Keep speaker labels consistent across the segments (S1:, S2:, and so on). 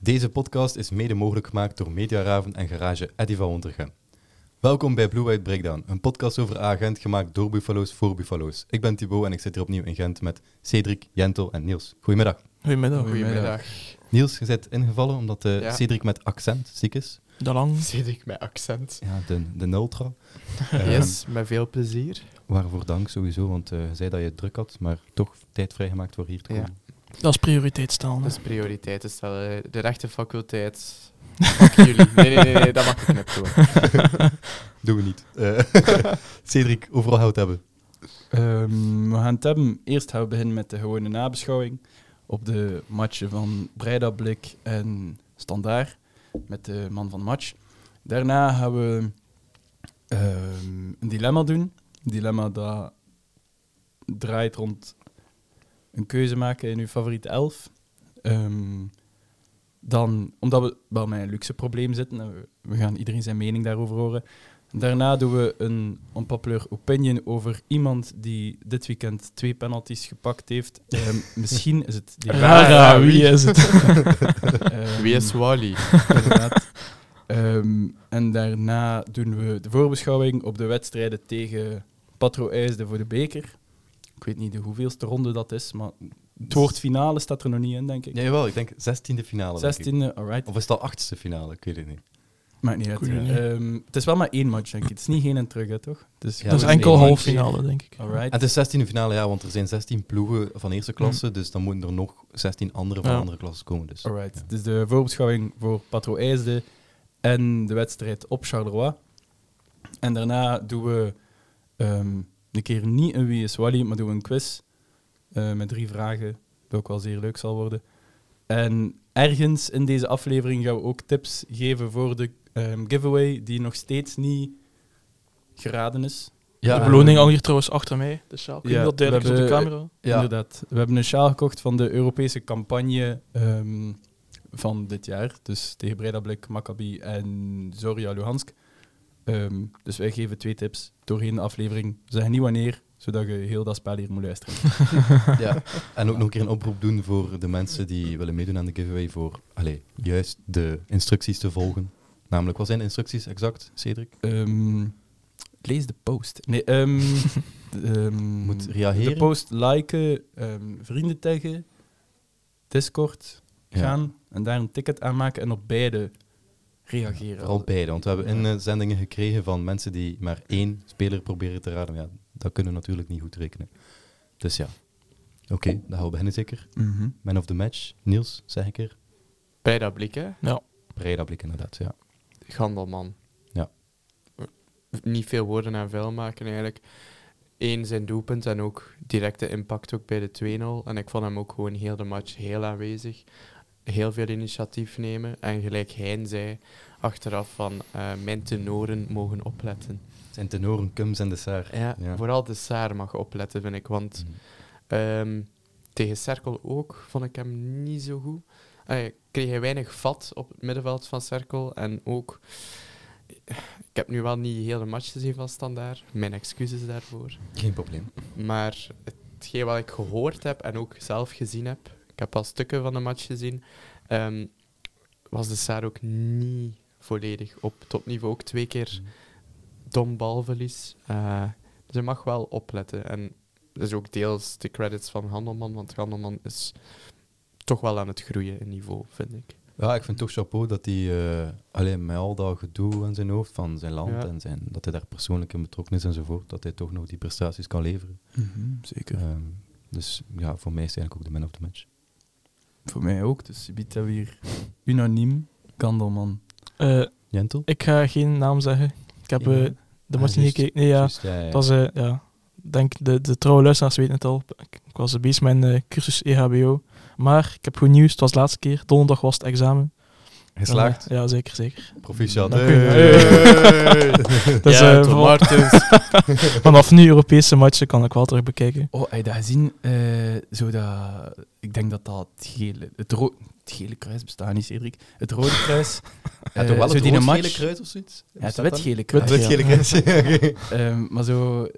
S1: Deze podcast is mede mogelijk gemaakt door Mediaraven en garage Eddy van Wontergem. Welkom bij Blue White Breakdown, een podcast over agent gemaakt door Buffalo's voor Buffalo's. Ik ben Thibaut en ik zit hier opnieuw in Gent met Cedric, Jentel en Niels. Goedemiddag.
S2: Goedemiddag.
S3: Goedemiddag.
S1: Niels, je bent ingevallen omdat eh,
S3: Ja.
S1: Cedric met accent ziek is.
S2: De lang.
S3: Zit ik met accent?
S1: Ja, de, de ultra.
S2: Ehm.
S3: Yes, met veel plezier.
S1: Waarvoor dank sowieso, want eh, je zei dat je het druk had, maar toch tijd vrijgemaakt voor hier te
S3: Ja.
S1: komen.
S2: Dat is prioriteit stellen. hè.
S3: Dus prioriteiten stellen. De rechte faculteit. Fuck jullie. Nee, nee, nee, nee, dat mag ik niet doen.
S1: Doen we niet. Eh, Cedric, overal hout hebben.
S4: Ehm, we gaan het hebben. Eerst gaan we beginnen met de gewone nabeschouwing op de matchen van Breida Blik en Standaard met de man van de match. Daarna gaan we ehm, een dilemma doen. Een dilemma dat draait rond een keuze maken in uw favoriete elf. Ehm, dan, omdat we wel met een luxe probleem zitten, en we, we gaan iedereen zijn mening daarover horen. Daarna doen we een unpopular opinion over iemand die dit weekend twee penalties gepakt heeft. Ehm, misschien is het... die-
S2: Rara, wie is het?
S4: Ehm,
S3: Wie is Wally?
S4: inderdaad. Ehm, en daarna doen we de voorbeschouwing op de wedstrijden tegen Patro IJsde voor de beker. Ik weet niet de hoeveelste ronde dat is, maar het woord finale staat er nog niet in, denk ik.
S1: Ja, jawel, ik denk 16e finale. denk ik.
S4: 16e, alright.
S1: Of is het al achtste finale? Ik weet het niet.
S4: Maakt niet uit.
S2: Goeie, nee.
S4: Ehm, het is wel maar één match, denk ik. Het is niet geen en terug, hè, toch? Dus Het
S1: Ja,
S2: dat is
S1: dat is
S2: enkel
S1: niet
S2: halve finale, denk ik.
S1: En
S4: Alright.
S1: het is 16e finale, ja, want er zijn 16 ploegen van eerste klasse,
S4: Mm.
S1: dus dan moeten er nog 16 andere van
S2: Ja.
S1: andere klassen komen. Dus.
S4: Alright.
S1: Ja.
S4: Dus de voorbeschouwing voor Patro IJsde en de wedstrijd op Charleroi. En daarna doen we ehm, een keer niet een Wie is Wally, maar doen we een quiz eh, met drie vragen, dat ook wel zeer leuk zal worden. En ergens in deze aflevering gaan we ook tips geven voor de ehm, giveaway die nog steeds niet geraden is.
S2: de beloning al hier trouwens achter mij. Dus ja, ik weet
S4: Ja,
S2: niet dat duidelijk
S4: we
S2: is op de
S4: hebben-
S2: camera.
S1: Ja.
S4: Inderdaad. We hebben een sjaal gekocht van de Europese campagne ehm, van dit jaar. Dus tegen Breda Blik, Maccabi en Zoria Luhansk. Ehm, dus wij geven twee tips doorheen de aflevering. We zeggen niet wanneer, zodat je heel dat spel hier moet luisteren.
S1: Ja. En ook nog een keer een oproep doen voor de mensen die willen meedoen aan de giveaway voor allee, juist de instructies te volgen. Namelijk, wat zijn de instructies exact, Cedric?
S4: Ehm, lees de post. Nee, ehm, d- ehm,
S1: Moet reageren.
S4: De post liken, ehm, vrienden taggen, Discord
S1: Ja.
S4: gaan en daar een ticket aanmaken en op beide reageren.
S1: Vooral beide, want we hebben inzendingen gekregen van mensen die maar één speler proberen te raden. Maar Ja, dat kunnen we natuurlijk niet goed rekenen. Dus ja, oké, dan gaan we beginnen zeker.
S4: Mhm.
S1: Man of the match, Niels, zeg ik er.
S3: Bij dat blik, hè?
S1: Breda blik inderdaad, ja.
S3: Gandelman.
S1: Ja.
S3: Niet veel woorden aan vuil maken, eigenlijk. Eén zijn doelpunt en ook directe impact ook bij de 2-0. En ik vond hem ook gewoon heel de match heel aanwezig. Heel veel initiatief nemen. En gelijk hij zei achteraf van eh, mijn tenoren mogen opletten.
S1: Zijn tenoren, Cums en de Saar.
S3: Ja,
S1: Ja.
S3: Vooral de Saar mag opletten, vind ik. Want
S1: Mhm.
S3: ehm, tegen Cerkel ook vond ik hem niet zo goed. Eh, kreeg hij weinig vat op het middenveld van Cerkel. En ook, ik heb nu wel niet heel de match gezien van Standaard. Mijn excuses daarvoor.
S1: Geen probleem.
S3: Maar hetgeen wat ik gehoord heb en ook zelf gezien heb, ik heb al stukken van de match gezien, ehm, was de Saar ook niet volledig op topniveau. Ook twee keer dom balverlies. Eh, dus je mag wel opletten. En dat is ook deels de credits van Handelman, want Handelman is toch wel aan het groeien in niveau, vind ik.
S1: Ja, ik vind toch chapeau dat hij, eh alleen met al dat gedoe in zijn hoofd van zijn land
S3: Ja.
S1: en zijn, dat hij daar persoonlijk in betrokken is enzovoort, dat hij toch nog die prestaties kan leveren.
S4: Zeker.
S1: Ehm, dus ja, voor mij is hij eigenlijk ook de man of the match.
S4: Voor mij ook, dus je biedt dat weer unaniem. Kandelman.
S2: Eh,
S1: Jentel?
S2: ik ga geen naam zeggen. Ik heb eh, de
S1: Ah,
S2: match niet
S1: juist.
S2: gekeken. Nee, ja.
S1: Juist, ja, ja.
S2: Het was, eh, ja, ik denk de, de trouwe luisteraars weten het al. Ik, ik was bezig met mijn eh, cursus EHBO. Maar ik heb goed nieuws, het was de laatste keer. Donderdag was het examen.
S1: Geslaagd?
S2: Ja, zeker, zeker.
S1: Proficiat.
S2: Dank u.
S1: Hey.
S2: Dus,
S3: ja,
S2: eh,
S3: Tom
S2: vooral-
S3: Martens.
S2: Vanaf nu Europese matchen kan ik wel terug bekijken.
S4: Oh, heb je dat gezien? Eh, zo dat, ik denk dat dat het gele, het, ro- het gele kruis bestaat niet, Cedric. Het rode kruis.
S1: Ja,
S4: eh,
S1: toch wel
S4: zo
S1: het
S4: die een
S1: rood-gele
S4: match-
S1: kruis of zoiets?
S4: Ja, het wit-gele
S1: Het
S4: kruis.
S2: Wit-gele.
S1: wit-gele kruis.
S4: Ehm, maar zo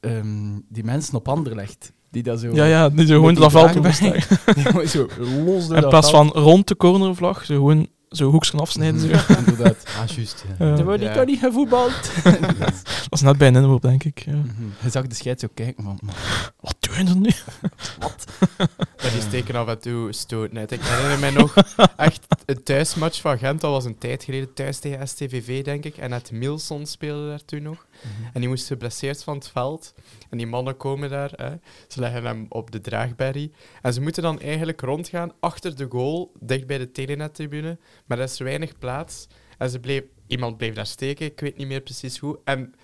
S4: ehm, die mensen op Anderlecht. Die daar zo...
S2: Ja, ja, dus gewoon
S4: met die
S2: dat veld
S4: draak bij.
S2: opsteken.
S4: die gewoon zo los door
S2: In
S4: dat
S2: plaats
S4: veld.
S2: van rond de cornervlag, zo gewoon zo hoeks gaan
S4: Mm.
S2: afsnijden. zo.
S4: Mhm, Inderdaad.
S1: Ah, juist. Ja.
S2: Ja.
S4: Er wordt
S3: Ja.
S4: niet niet gevoetbald.
S2: Dat is net bij een inworp, denk ik. Ja.
S4: Hij zag de scheids ook kijken van... "Man,
S2: Wat doen ze nu?
S3: Maar die steken af en toe stoot net. Ik herinner mij nog echt een thuismatch van Gent. Dat was een tijd geleden thuis tegen STVV, denk ik. En het Milson speelde daar toen nog. En die moest geblesseerd van het veld. En die mannen komen daar. Hè. Ze leggen hem op de draagberry. En ze moeten dan eigenlijk rondgaan achter de goal, dicht bij de Telenet-tribune. Maar er is weinig plaats. En ze bleef, iemand bleef daar steken, ik weet niet meer precies hoe. En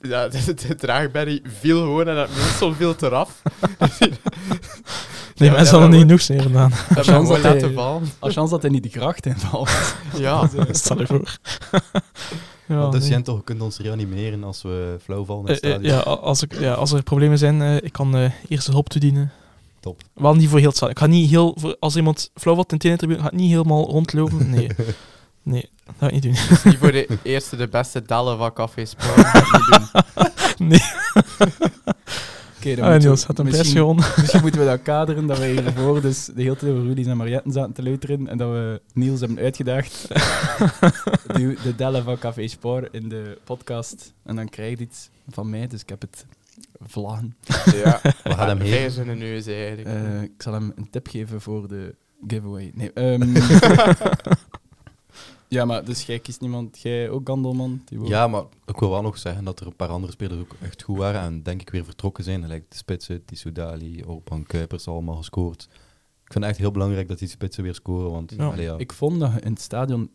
S3: ja, de, de draagberry viel gewoon en dat Milson viel eraf.
S2: Nee,
S3: Ja,
S2: mensen
S3: ja,
S2: hadden niet
S3: maar-
S2: genoeg sneer gedaan.
S3: Dat hebben we
S4: Chance
S3: gewoon
S4: dat hij-
S3: laten vallen.
S4: Als chance dat hij niet de gracht invalt.
S3: Ja.
S2: Stel je voor. ja,
S1: Want dus
S2: nee.
S1: Jan, toch, je kunt ons reanimeren als we flauw vallen in
S2: Eh,
S1: het
S2: eh,
S1: stadion.
S2: ja, a- als, ik, ja, als er problemen zijn, eh, ik kan eh eerst hulp toedienen.
S1: Top.
S2: Wel niet voor heel het stadion. Ik ga niet heel... Voor, als iemand flauw wat in het tribune, ga ik niet helemaal rondlopen. Nee. Nee, dat ga ik niet doen.
S3: Dus niet voor de eerste de beste dalen van Café Sport. Niet doen.
S4: Oké, dan
S2: Ah,
S4: moeten we-
S2: Niels had een prijs
S4: misschien-
S2: gewonnen.
S4: Misschien moeten we dat kaderen, dat we hiervoor dus de hele tijd over Rudy's en Marietten zaten te leuteren en dat we Niels hebben uitgedaagd. de, de dellen van Café Spoor in de podcast. En dan krijg je iets van mij, dus ik heb het vlaggen.
S3: Ja.
S1: We gaan hem heen.
S3: Vingers in de neus eigenlijk.
S4: Eh, ik zal hem een tip geven voor de giveaway. Nee, ehm, ja, maar dus jij kiest niemand. Jij ook Gandelman? Thibaut?
S1: Ja, maar ik wil wel nog zeggen dat er een paar andere spelers ook echt goed waren en denk ik weer vertrokken zijn. Gelijk de spitsen, Tissoudali, Orban, Kuipers, allemaal gescoord. Ik vind het echt heel belangrijk dat die spitsen weer scoren, want
S3: Ja.
S1: allee, ja.
S4: Ik vond dat je in het stadion,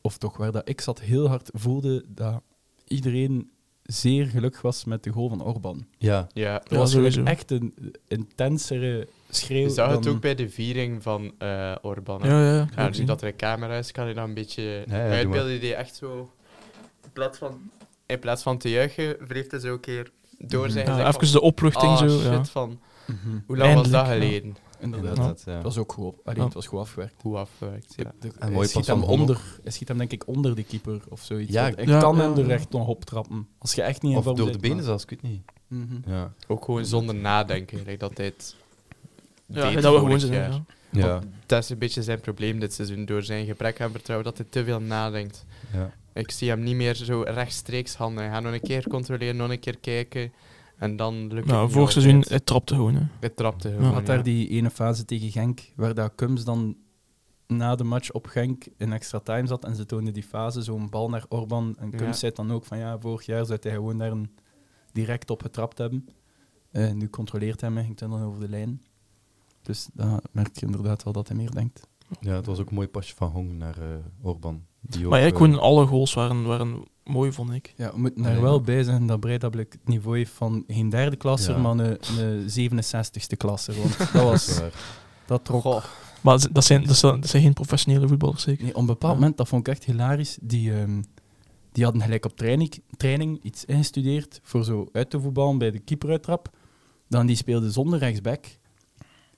S4: of toch waar dat ik zat, heel hard voelde dat iedereen zeer gelukkig was met de goal van Orban.
S1: ja,
S3: Ja.
S4: Er
S2: Ja,
S4: was gewoon
S2: sowieso.
S4: echt een intensere schreeuw.
S3: Je zag het
S4: dan-
S3: ook bij de viering van eh Orban. hè.
S2: Ja, ja, ja.
S3: Ja, nu dat er een camera is, kan je dat een beetje
S1: Ja, ja, doe
S3: uitbeelden. Die echt zo... In plaats van, in plaats van te juichen, wreef hij zo een keer door zijn
S2: Mhm. Ja,
S3: gezegd
S2: even de opluchting
S3: ah,
S2: zo.
S3: shit,
S2: ja.
S3: van...
S4: Mhm,
S3: Hoe lang was dat
S2: Eindelijk, ja.
S3: geleden?
S4: Inderdaad.
S1: inderdaad. Ja.
S4: Het was ook goed. op- Allee,
S2: Ja.
S4: Het was goed afgewerkt.
S3: Hoe afwerkt. Ja.
S4: De-
S1: En
S4: hij,
S1: mooi
S4: schiet
S1: pas
S4: hem
S1: van Van
S4: onder, hij schiet hem denk ik onder de keeper of zoiets.
S1: Ja,
S4: Want hij
S2: ja,
S4: kan
S2: ja,
S4: hem er
S2: ja.
S4: echt nog op trappen. Als je echt niet in
S1: Of
S4: vorm
S1: door de
S4: bent,
S1: benen
S4: maar-
S1: zelfs, ik weet niet.
S4: Mhm.
S1: Ja.
S3: Ook gewoon zonder nadenken. like dat hij het
S2: Ja, dat
S3: deed
S2: we gewoon
S3: vorig
S2: zijn.
S3: jaar.
S2: ja.
S1: Ja.
S3: Dat is een beetje zijn probleem dit seizoen. Door zijn gebrek aan vertrouwen, dat hij te veel nadenkt.
S1: ja.
S3: Ik zie hem niet meer zo rechtstreeks handelen. Ga nog een keer controleren, nog een keer kijken. En dan lukt het
S2: Nou,
S3: niet
S2: vorig
S3: altijd.
S2: seizoen, het trapte gewoon. hè.
S3: Het trapte
S2: Ja.
S3: gewoon,
S4: Had daar die ene fase tegen Genk, waar dat Kums dan na de match op Genk in extra time zat en ze toonden die fase, zo'n bal naar Orban. En Kums
S3: Ja.
S4: zei dan ook van ja, vorig jaar zou hij gewoon daar een direct op getrapt hebben. Eh, nu controleert hij hem en ging hij dan over de lijn. Dus dan merk je inderdaad wel dat hij meer denkt.
S1: ja, het was ook een mooi pasje van Hong naar eh, Orban. Die ook,
S2: Maar eigenlijk
S1: eh,
S2: gewoon alle goals waren, waren mooi, vond ik.
S4: Ja, we moeten
S1: daar
S4: daar
S1: wel
S4: wel bij zijn dat Breidablik het niveau heeft van geen derde klasser,
S1: Ja.
S4: maar een, 67ste klasser. Want dat, was,
S1: waar.
S4: dat trok
S3: Goh,
S2: Maar z- dat zijn, dat zijn, dat zijn geen professionele voetballers, zeker.
S4: Nee, op een bepaald
S2: Ja.
S4: moment, dat vond ik echt hilarisch, die, ehm, die hadden gelijk op training, training iets ingestudeerd voor zo uit te voetballen bij de keeperuitrap. Dan die speelde zonder rechtsback.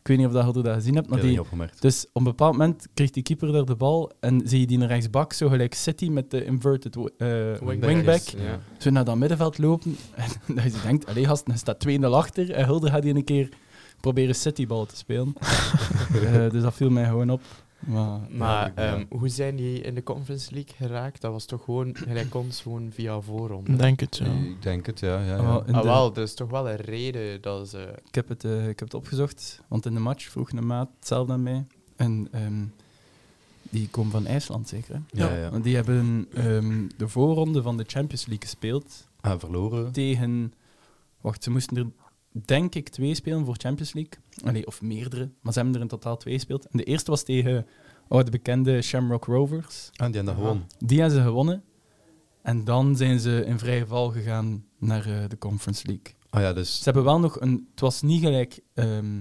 S4: Ik weet niet of dat je dat gezien hebt,
S1: Ik heb
S4: maar
S1: dat niet
S4: die...
S1: opgemerkt.
S4: Dus op een bepaald moment kreeg die keeper daar de bal en zie je die rechtsbak zo gelijk City met de inverted wi- eh,
S3: wingback.
S4: wingback
S3: is- Ja.
S4: zo naar dat middenveld lopen. En dat je denkt, allee gast, hij staat 2-0 achter. En Hulder gaat hier een keer proberen Citybal te spelen. Eh, dus dat viel mij gewoon op. Maar
S3: Maar
S1: Ja.
S3: ehm, hoe zijn die in de Conference League geraakt? Dat was toch gewoon, gelijk ons, gewoon via voorronde.
S2: Ik Denk het, ja.
S1: Eh, Ik denk het, ja. ja, ja.
S4: Ah, wel, in
S3: Ah,
S4: de-
S3: wel, dus toch wel een reden dat ze...
S4: ik, heb het, eh, ik heb het opgezocht, want in de match vroeg een maat hetzelfde aan mij. En ehm, die komen van IJsland zeker, hè?
S1: Ja,
S2: Ja.
S1: ja.
S4: Want die hebben ehm, de voorronde van de Champions League gespeeld
S1: Ah, verloren.
S4: tegen... Wacht, ze moesten er denk ik twee spelen voor Champions League. Allee, of meerdere, maar ze hebben er in totaal twee gespeeld. En de eerste was tegen oh, de bekende Shamrock Rovers.
S1: Ah, die hebben dat gewoon.
S4: Die hebben ze gewonnen. En dan zijn ze in vrije val gegaan naar eh, de Conference League.
S1: Ah ja,
S4: Ze
S1: dus...
S4: hebben wel nog een... Het was niet gelijk... ehm,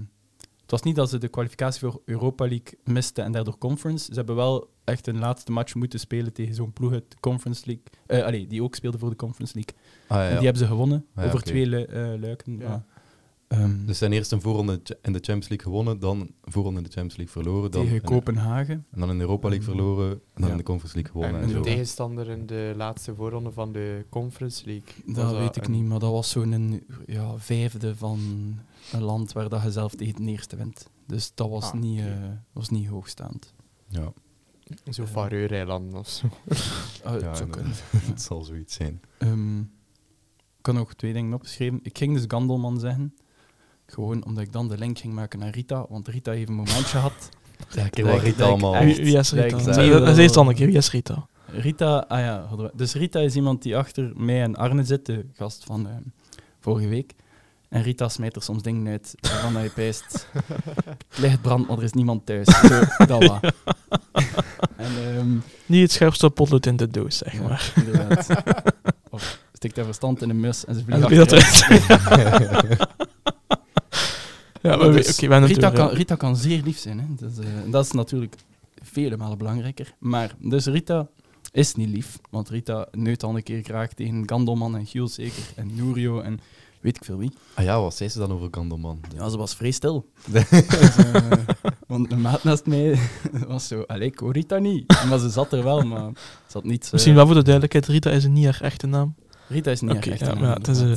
S4: het was niet dat ze de kwalificatie voor Europa League misten en daardoor Conference. Ze hebben wel echt een laatste match moeten spelen tegen zo'n ploeg uit de Conference League. Eh, allee, die ook speelde voor de Conference League.
S1: Ah, ja,
S4: En die
S1: ja.
S4: hebben ze gewonnen
S1: Ja,
S4: over
S1: oké.
S4: twee lu- eh, luiken.
S3: Ja.
S4: maar Ehm,
S1: Dus zijn eerst een voorronde in de Champions League gewonnen, dan een voorronde in de Champions League verloren. Dan
S4: tegen
S1: een-
S4: Kopenhagen.
S1: En dan in de Europa League verloren, en dan
S4: Ja.
S1: in de Conference League gewonnen.
S3: En
S1: Mm. En
S3: de
S1: zo.
S3: tegenstander in de laatste voorronde van de Conference League.
S4: Dat,
S3: Was eh,
S4: weet ik
S3: een-
S4: niet, maar dat was zo'n een, ja, vijfde van een land waar dat je zelf tegen het eerste wint. Dus dat was,
S3: Ah,
S4: niet,
S3: oké.
S4: eh, was niet hoogstaand.
S1: Ja,
S3: Zo Faroe-eilanden of zo.
S4: Ah, het
S1: Ja,
S4: zou
S1: inderdaad.
S4: kunnen.
S1: het zal zoiets zijn.
S4: Ehm, ik had nog twee dingen opgeschreven. Ik ging dus Gandelman zeggen. Gewoon omdat ik dan de link ging maken naar Rita. Want Rita heeft een momentje gehad.
S1: Ja, ik
S4: Lijkt-
S1: Rita
S4: lijkt
S1: allemaal.
S4: echt-
S2: Wie, wie is
S4: lijkt
S1: zij-
S2: Rita? Zeg- Dat is eerst dan een keer. Wie is Rita?
S4: Rita, ah ja, hadden we- dus Rita is iemand die achter mij en Arne zit, de gast van ehm, vorige week. En Rita smijt er soms dingen uit waarvan hij pijst. Het licht brandt, maar er is niemand thuis. Zo, dat wa. En, ehm,
S2: Niet het scherpste potlood in de doos, zeg
S4: ja,
S2: maar.
S4: inderdaad. Of stikt haar verstand in een mus en ze
S2: En
S4: vliegt
S2: wie dat
S4: achteruit.
S2: eruit. ja, maar we-
S4: Dus
S2: oké, we hebben
S4: Rita,
S2: het
S4: kan,
S2: door, ja.
S4: Rita kan zeer lief zijn. Hè? Dus, eh, dat is natuurlijk vele malen belangrijker. Maar dus Rita is niet lief. Want Rita neut al een keer graag tegen Gandelman en Giel zeker. En Nurio en weet ik veel wie.
S1: Ah ja, wat zei ze dan over Gandelman?
S4: Ja, ze was vrij stil. Dus, eh, want de maat naast mij was zo... Allee, ik hoor Rita niet. Maar ze zat er wel, maar ze had niets... eh,
S2: Misschien wel voor de duidelijkheid, Rita is niet haar echte naam.
S4: Rita is niet
S2: Oké,
S4: echt
S2: ja, maar ja, het is, eh,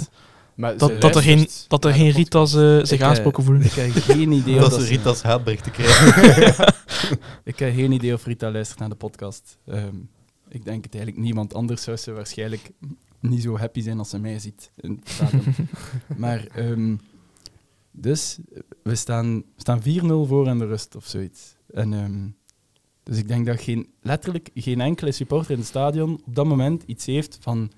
S3: Maar
S2: Dat,
S3: ze
S2: dat er geen,
S3: luistert
S2: dat er
S3: naar
S2: geen
S3: de podcast.
S2: Rita's eh, zich
S4: eh,
S2: aangesproken voelen.
S4: Ik heb geen idee of
S1: dat
S4: dat
S1: ze
S4: ze-
S1: Rita's haatbericht te krijgen.
S4: Ik heb geen idee of Rita luistert naar de podcast. Ehm, ik denk het eigenlijk niemand anders zou ze waarschijnlijk niet zo happy zijn als ze mij ziet in het stadion. maar ehm, dus eh, we staan, we staan 4-0 voor aan de rust of zoiets. En, ehm, dus ik denk dat geen, letterlijk geen enkele supporter in het stadion op dat moment iets heeft van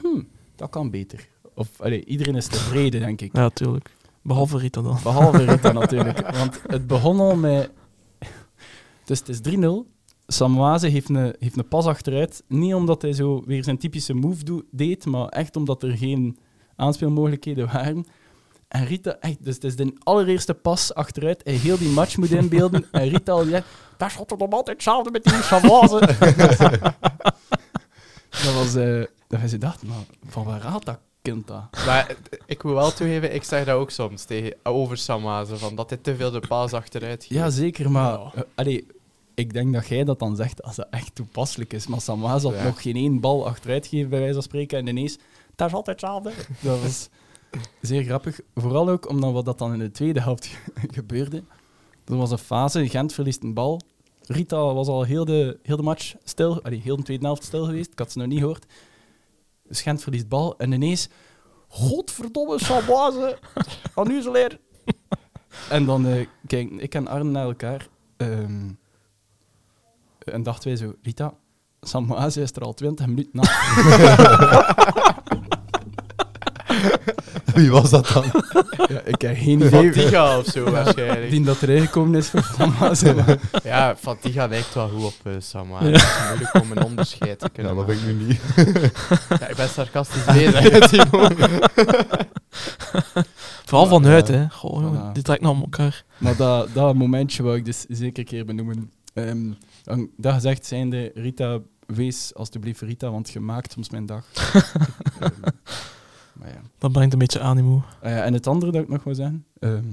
S4: hmm, dat kan beter. Of allee, iedereen is tevreden, denk ik.
S2: Ja, tuurlijk. Behalve Rita dan.
S4: Behalve Rita natuurlijk. Want het begon al met... Dus het is 3-0. Samwaze heeft een, heeft een pas achteruit. Niet omdat hij zo weer zijn typische move doe- deed, maar echt omdat er geen aanspeelmogelijkheden waren. En Rita, echt, dus het is de allereerste pas achteruit. Hij heel die match moet inbeelden. En Rita al zegt, daar schot er nog altijd hetzelfde met die Samwaze. dat was... eh dat hij zo dacht, maar van waar haalt dat kind dat?
S3: Maar eh, ik wil wel toegeven, ik zeg dat ook soms tegen, over Samazen, van dat hij te veel de paas achteruit geeft.
S4: Ja, zeker, maar...
S3: Ja.
S4: eh, allee, ik denk dat jij dat dan zegt als dat echt toepasselijk is. Maar Samwaas had
S3: Ja.
S4: nog geen één bal achteruit gegeven, bij wijze van spreken. En ineens, dat is altijd hetzelfde. Dat was zeer grappig. Vooral ook omdat wat dat dan in de tweede helft ge- gebeurde. Er was een fase, Gent verliest een bal. Rita was al heel de, heel de match stil, allee, heel de tweede helft stil geweest. Ik had ze nog niet gehoord. Dus Gent verliest bal. En ineens, godverdomme, Samwaze, aan u leer. En dan eh, kijk, ik en Arne naar elkaar. ehm, en dachten wij zo, Rita, Samoaze is er al 20 minuten na.
S1: Wie was dat dan?
S4: ja, ik heb geen
S3: Fatiga of zo waarschijnlijk.
S4: Die dat erin gekomen is voor Samoaze. maar-
S3: Ja, Fatiga lijkt wel goed op eh Samazen.
S2: Ja.
S3: Het is moeilijk om een onderscheid te kunnen
S1: Ja, dat
S3: maken.
S1: ben ik nu niet.
S3: Ja, ik ben sarcastisch bezig, Timo.
S2: Vooral
S1: Ja,
S2: vanuit,
S1: ja.
S2: hè. Goh, jongen,
S4: Voilà.
S2: dit trekt nou om elkaar.
S4: maar dat, dat momentje wou ik dus zeker een keer benoemen. Ehm, dan- dat gezegd zijnde, Rita, wees alstublieft Rita, want je maakt soms mijn dag. Ehm, maar ja.
S2: Dat brengt een beetje animo.
S4: Ah ja, en het andere dat ik nog wil zeggen, ehm,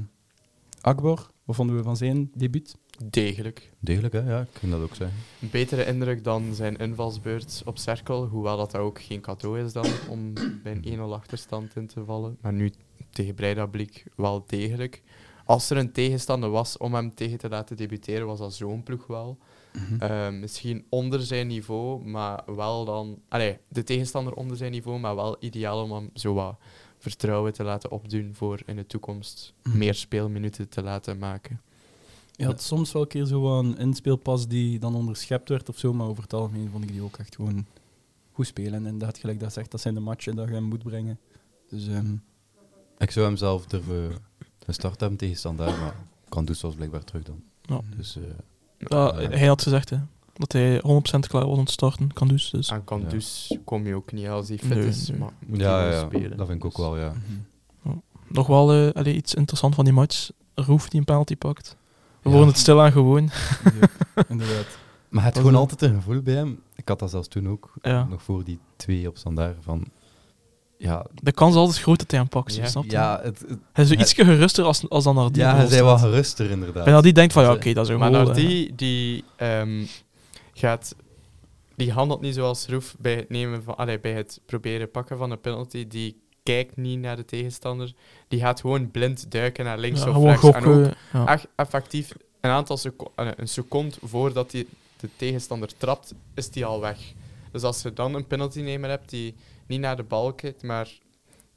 S4: Akbor, wat vonden we van zijn debuut?
S3: Degelijk.
S1: Degelijk, hè? Ja, ik kan dat ook zeggen.
S3: Een betere indruk dan zijn invalsbeurt op cirkel. Hoewel dat, dat ook geen cadeau is dan om bij een 1-0 achterstand in te vallen. Maar nu tegen Breidablik wel degelijk. Als er een tegenstander was om hem tegen te laten debuteren, was dat zo'n ploeg wel. Eh, misschien onder zijn niveau, maar wel dan. Allee, de tegenstander onder zijn niveau, maar wel ideaal om hem zo wat vertrouwen te laten opdoen voor in de toekomst
S4: Mhm.
S3: meer speelminuten te laten maken.
S4: Je had soms wel een keer zo een inspeelpas die dan onderschept werd of zo, maar over het algemeen vond ik die ook echt gewoon goed spelen. En inderdaad, gelijk dat zegt, dat zijn de matchen dat je hem moet brengen. Dus ehm,
S1: Ik zou hem zelf durven gestart hebben tegen Standaard, maar kan dus zoals blijkbaar terug dan.
S2: Ja.
S1: Dus eh,
S2: Ja, hij had gezegd, hè. Dat hij 100% klaar was om te starten. Kan dus, dus.
S3: Aan kan
S1: Ja.
S3: dus kom je ook niet als hij fit
S2: Nee,
S3: is,
S2: nee.
S3: maar moet
S1: ja,
S3: hij
S1: ja,
S3: wel
S1: ja,
S3: spelen.
S1: dat vind ik ook
S3: Dus
S1: wel, ja.
S2: Mhm. Nog wel eh, allee, iets interessants van die match. Roef die een penalty pakt. We worden het stilaan gewoon.
S4: ja, Dus, eh, inderdaad.
S1: Maar het
S2: Was
S1: gewoon
S2: een-
S1: altijd een gevoel bij hem. Ik had dat zelfs toen ook,
S2: Ja.
S1: nog voor die twee op standaard, van ja,
S2: De kans is altijd groot dat hij hem pakt,
S3: Ja.
S2: snap je?
S1: ja, het, het-
S2: Hij is zo
S1: Hij-
S2: ietsje geruster als, als dan Nardi.
S1: ja hij zei wel geruster inderdaad.
S2: En die denkt van, ja,
S1: Ze-
S2: oké, dat is ook
S3: Maar
S2: wel,
S3: Nardi,
S2: eh,
S3: die, ehm, gaat, die handelt niet zoals Roef bij het, nemen van, allee, bij het proberen pakken van een penalty. Die kijkt niet naar de tegenstander. Die gaat gewoon blind duiken naar links
S2: ja,
S3: of
S2: gewoon
S3: rechts. En ook
S2: gokken. ja.
S3: ach- effectief een aantal seco- allee, een seconde voordat hij de tegenstander trapt, is die al weg. Dus als je dan een penaltynemer hebt die niet naar de bal kijkt, maar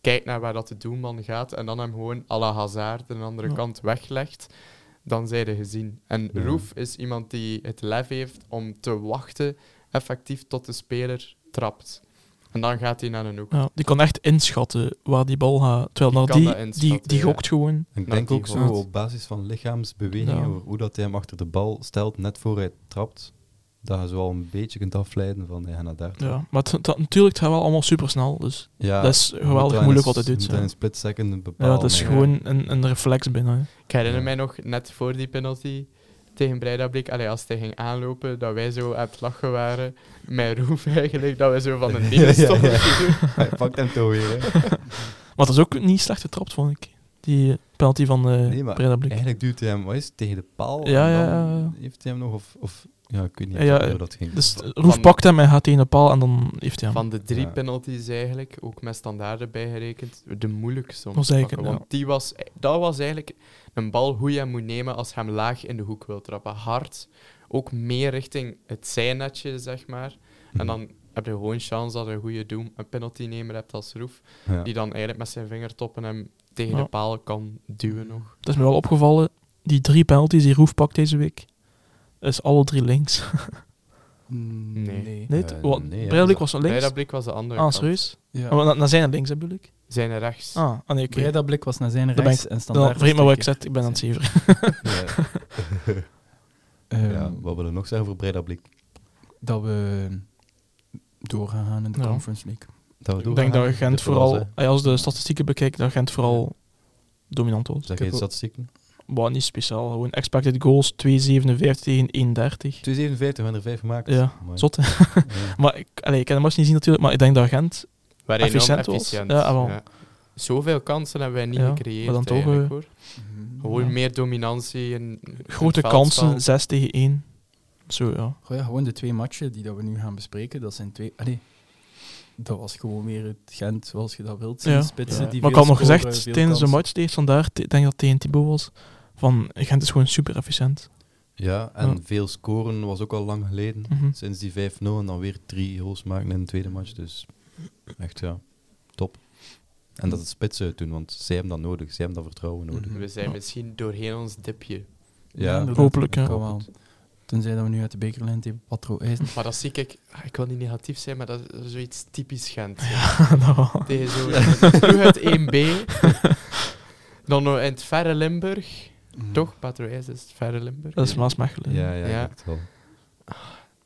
S3: kijkt naar waar dat de doelman gaat en dan hem gewoon à la hazard de andere
S2: Ja.
S3: kant weglegt, dan zijn ze gezien. En
S1: Ja.
S3: Roef is iemand die het lef heeft om te wachten effectief tot de speler trapt. En dan gaat hij naar een hoek.
S2: Ja, die kan echt inschatten waar die bal gaat. Terwijl
S3: Die kan dat
S2: Nardi, die,
S3: inschatten,
S2: die
S3: ja.
S2: gokt gewoon.
S1: En ik
S3: Nou,
S1: denk
S3: die
S1: ook zo
S3: gewoon.
S1: op basis van lichaamsbewegingen,
S2: Ja.
S1: over hoe dat hij hem achter de bal stelt, net voor hij trapt, dat je zo al een beetje kunt afleiden van ja, naar daar.
S2: Ja. Maar het, het- natuurlijk, het gaat wel allemaal super snel. Dus
S1: Ja,
S2: dat is geweldig moeilijk wat hij doet.
S1: Dan
S2: Ja,
S1: een split second bepalen.
S2: ja dat is
S1: hè.
S2: gewoon een, een reflex binnen. hè.
S3: Ik herinner
S1: Ja.
S3: mij nog net voor die penalty tegen Breidablik, allee, als hij ging aanlopen, dat wij zo aan het lachen waren. Mijn roef eigenlijk, dat wij zo van een dingen
S1: Ja, ja,
S3: stonden.
S1: ja. Hij pakt hem toch weer. Hè.
S2: Maar dat is ook niet slecht getrapt, vond ik. Die penalty van eh
S1: Nee, maar
S2: Breda Blik.
S1: Eigenlijk duwt hij hem, wat is het, tegen de paal?
S2: Ja,
S1: en
S2: ja,
S1: dan
S2: ja, ja.
S1: Heeft hij hem nog, of, of ja, ik weet niet
S2: Ja, ja,
S1: hoe dat ging.
S2: Dus
S1: Van-
S2: Roef
S3: Van-
S2: pakt hem en gaat tegen de paal en dan heeft hij hem.
S3: Van de drie
S1: Ja.
S3: penalties eigenlijk, ook met standaarden bijgerekend, de moeilijkste om
S2: Was
S3: te
S2: eigenlijk
S3: pakken.
S2: een-
S3: Want die was, dat was eigenlijk een bal hoe je hem moet nemen als je hem laag in de hoek wil trappen. Hard, ook meer richting het zijnetje, zeg maar.
S1: Mhm.
S3: En dan heb je gewoon chance dat je een goede doem, een penaltynemer hebt als roef,
S1: ja.
S3: die dan eigenlijk met zijn vingertoppen hem tegen
S2: Ja.
S3: de paal kan duwen nog.
S2: Het is me wel opgevallen, die drie penalties die Roef pakt deze week, is alle drie links.
S4: Mm,
S3: Nee.
S2: Nee,
S1: Eh,
S2: het- wat,
S1: nee, ja,
S2: Breda Blik
S1: dat-
S2: was nog
S3: Nee,
S2: links.
S3: dat blik was de andere.
S2: Ah,
S3: kant.
S2: serieus?
S4: Ja.
S2: Oh, dan- Dan zijn er links, hè, bedoel ik?
S3: Zijn er rechts.
S2: Ah, ah, nee, oké.
S4: Breda blik was naar zijn
S2: ben
S4: rechts
S2: ik-
S4: en standaard.
S2: Dan vergeet maar wat ik
S4: was
S2: zet, ik ben aan het zeven.
S1: Ja.
S4: twee keer. Ehm,
S1: Ja, wat willen we nog zeggen voor Breda Blik?
S4: Dat we doorgaan gaan in de
S2: Ja.
S4: Conference League.
S1: Dat we
S2: Ik
S1: doorgaan?
S2: denk dat Gent
S1: Dit
S4: eh,
S1: was,
S2: vooral, als je de statistieken bekijkt, dat Gent vooral dominant
S1: hè.
S2: was.
S1: Zeg
S4: Ik heb
S1: je de
S4: ook-
S1: statistieken?
S2: Wat niet speciaal, gewoon expected goals 2,57 tegen 1,30.
S1: 257, we hebben er vijf gemaakt.
S2: Ja,
S1: Mooi.
S2: Zot, hè?
S1: Ja.
S2: Maar ik, allee, ik kan de match niet zien natuurlijk, maar ik denk dat Gent...
S3: Waar enorm
S2: efficiënt was.
S3: efficiënt.
S2: Ja, ah, wel.
S3: Zoveel kansen hebben wij niet
S2: Ja,
S3: gecreëerd.
S2: maar dan toch,
S3: eigenlijk,
S2: eh,
S3: hoor. Gewoon
S4: Mhm.
S2: ja.
S3: meer dominantie. En
S2: Grote kansen, 6 tegen 1. Zo, ja.
S4: Goh, ja, gewoon de twee matchen die dat we nu gaan bespreken, dat zijn twee... Allee, dat was gewoon weer het Gent zoals je dat wilt zien.
S2: Ja.
S4: Spitsen
S3: Ja.
S4: die
S2: Maar ik
S4: veel
S2: had nog
S4: scoren,
S2: gezegd
S4: veel
S2: tijdens de
S4: kansen.
S2: match tegen vandaag, ik denk dat tegen Thibaut was, van Gent is gewoon super efficiënt.
S1: Ja, en
S2: Ja.
S1: veel scoren was ook al lang geleden.
S2: Mhm.
S1: Sinds die 5-0 en dan weer drie goals maken in de tweede match. Dus echt, ja, top. En dat het spitsen doen, want zij hebben dat nodig. Zij hebben dat vertrouwen nodig.
S4: Mhm.
S3: We zijn
S2: Ja.
S3: misschien doorheen ons dipje.
S1: Ja,
S4: inderdaad.
S2: Hopelijk, ja.
S4: Kan wel. Tenzij dat we nu uit de bekerlijn tegen Patro eisen.
S3: Maar dat zie ik... ah, Ik wil niet negatief zijn, maar dat is dat is zoiets typisch Gent.
S2: Dat wel.
S3: Tegen zo... Vroeg uit 1B. Dan nog in het verre Limburg. Toch? Patroijs is het verre Limburg.
S2: Dat is Maasmechelen.
S1: ja, ja,
S3: Ja.
S1: echt wel.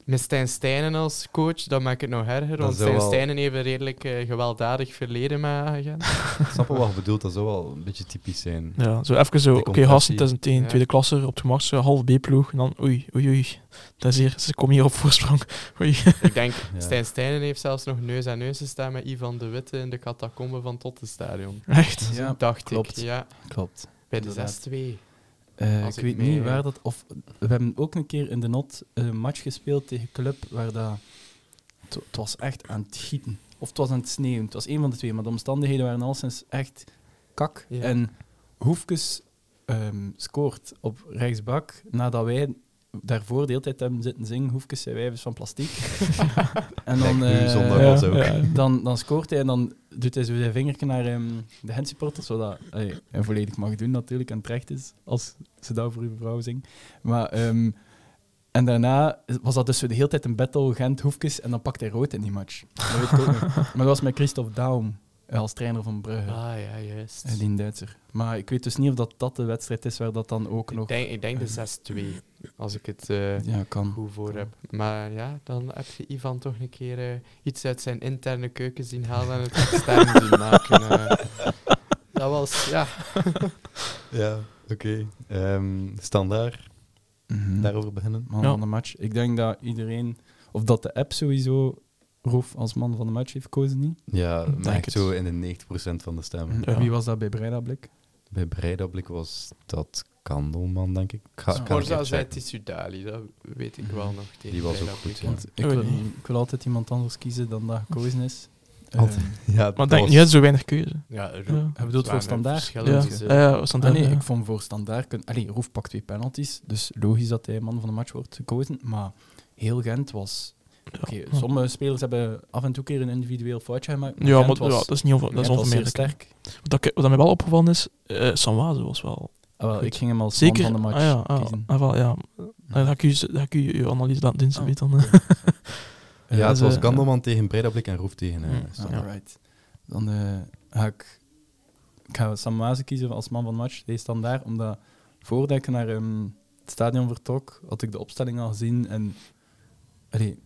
S3: Met Stijn Stijnen als coach, dan maak ik het nog erger.
S1: Dat
S3: Want
S1: zou
S3: Stijn
S1: wel-
S3: Stijnen heeft een redelijk eh, gewelddadig verleden met Agent.
S1: Ik snap wel wat je bedoelt, dat zou wel een beetje typisch zijn.
S2: Ja, zo even zo,
S1: Die
S2: oké
S1: compressie.
S2: gasten, het is een tegen
S3: Ja.
S2: tweede klasse op de max, eh, half B-ploeg. En dan oei, oei, oei, dat is hier, ze komen hier op voorsprong. Oei.
S3: Ik denk,
S1: Ja.
S3: Stijn Stijnen heeft zelfs nog neus aan neus gestaan met Ivan de Witte in de catacombe van Tottenstadion.
S2: Echt?
S4: Ja,
S3: Dacht
S4: klopt.
S3: ik, ja.
S4: Klopt.
S3: Bij
S4: Inderdaad.
S3: de 6-2.
S4: Eh,
S3: Als
S4: ik
S3: ik
S4: weet
S3: mee-
S4: niet waar dat... Of, we hebben ook een keer in de not een match gespeeld tegen Club waar dat... het- Het was echt aan het gieten. Of het was aan het sneeuwen. Het was een van de twee. Maar de omstandigheden waren alleszins echt kak.
S3: Ja.
S4: En Hoefkes ehm, scoort op rechtsbak nadat wij daarvoor de hele tijd hebben zitten zingen. Hoefkes zijn wijvers van plastiek. en dan...
S1: Kijk, nu
S4: eh,
S1: zondag. Dat
S2: ja,
S1: was ook.
S2: ja.
S4: dan, dan scoort hij en dan doet hij zo zijn vingertje naar ehm, de handsupporter, zodat allee, hij volledig mag doen natuurlijk en terecht is, als ze dat voor uw vrouw zingt. Maar, ehm, en daarna was dat dus zo de hele tijd een battle, Gent, Hoefkes, en dan pakt hij rood in die match. Dat weet ik ook nog. Maar dat was met Christophe Daum, eh, als trainer van Brugge,
S3: Ah ja, juist.
S4: eh, die Duitser. Maar ik weet dus niet of dat, dat de wedstrijd is waar dat dan ook
S3: Ik
S4: nog...
S3: denk, ik denk de 6-2, als ik het eh,
S4: Ja, kan.
S3: goed voor heb. Maar ja, dan heb je Ivan toch een keer eh, iets uit zijn interne keuken zien halen en het extern zien maken. eh. dat was, ja.
S1: Ja, oké. Ehm, standaard,
S4: Mhm.
S1: daarover beginnen.
S4: man
S2: Ja.
S4: van de match. Ik denk dat iedereen, of dat de app sowieso Roef als man van de match heeft gekozen, niet?
S1: Ja,
S2: Denk
S1: maar echt
S2: het.
S1: zo in de 90% van de stemmen.
S2: Ja.
S4: Wie was dat bij Breda Blik?
S1: Bij Breidablik was dat Kandelman, denk ik. Ik Ga, ik ga nog
S3: Orza
S1: even
S3: zei
S1: checken. Mhm.
S3: Tissu Dali, dat weet ik wel nog. tegen
S1: Die was
S3: Vrijdag
S1: ook goed,
S3: weekend.
S1: ja.
S4: Want ik
S2: Oh,
S4: wil,
S2: nee.
S4: ik wil altijd iemand anders kiezen dan dat gekozen is. Eh,
S1: Altijd. Ja, dat
S2: Maar denk
S1: was-
S2: niet, je hebt zo weinig keuze.
S3: Ja, Roep.
S2: Ja.
S4: Hij bedoelt
S3: Zwaar
S4: voor
S3: met
S4: standaard.
S3: verschillen
S2: Ja,
S1: Eh,
S3: tussen-
S2: ja, ja, Santana,
S4: nee,
S2: ja.
S4: ik vond voor standaard... kun- Allee, Roef pakt twee penalties, dus logisch dat hij man van de match wordt gekozen. Maar heel Gent was... Oké,
S2: Ja.
S4: sommige spelers hebben af en toe keer een individueel foutje gemaakt.
S2: Ja, maar
S4: Gent
S2: ja,
S4: was,
S2: dat is niet onver, dat is
S4: Gent was zeer
S2: onvermijdelijk.
S4: sterk.
S2: Wat, ik- wat mij wel opgevallen is, eh Sanwaze was wel...
S4: Ah, wel,
S2: Goed.
S4: ik ging hem als
S2: Zeker...
S4: man van de match
S2: ah, ja, ah,
S4: kiezen.
S2: ah, wel, ja. Dan ga ik je, dan ga ik je, je analyse laten doen, ze
S4: Oh.
S2: weet dan. eh.
S1: Ja, het
S2: dat is,
S1: was
S2: eh,
S1: Kandelman tegen Breidablik en Roef tegen eh,
S2: Mm.
S1: Standaard.
S2: Ja.
S4: Dus Alright. Dan eh, ga ik, ik ga Sam Mazen kiezen als man van de match. Deze dan daar, omdat voordat ik naar ehm, het stadion vertrok, had ik de opstelling al gezien. En allee,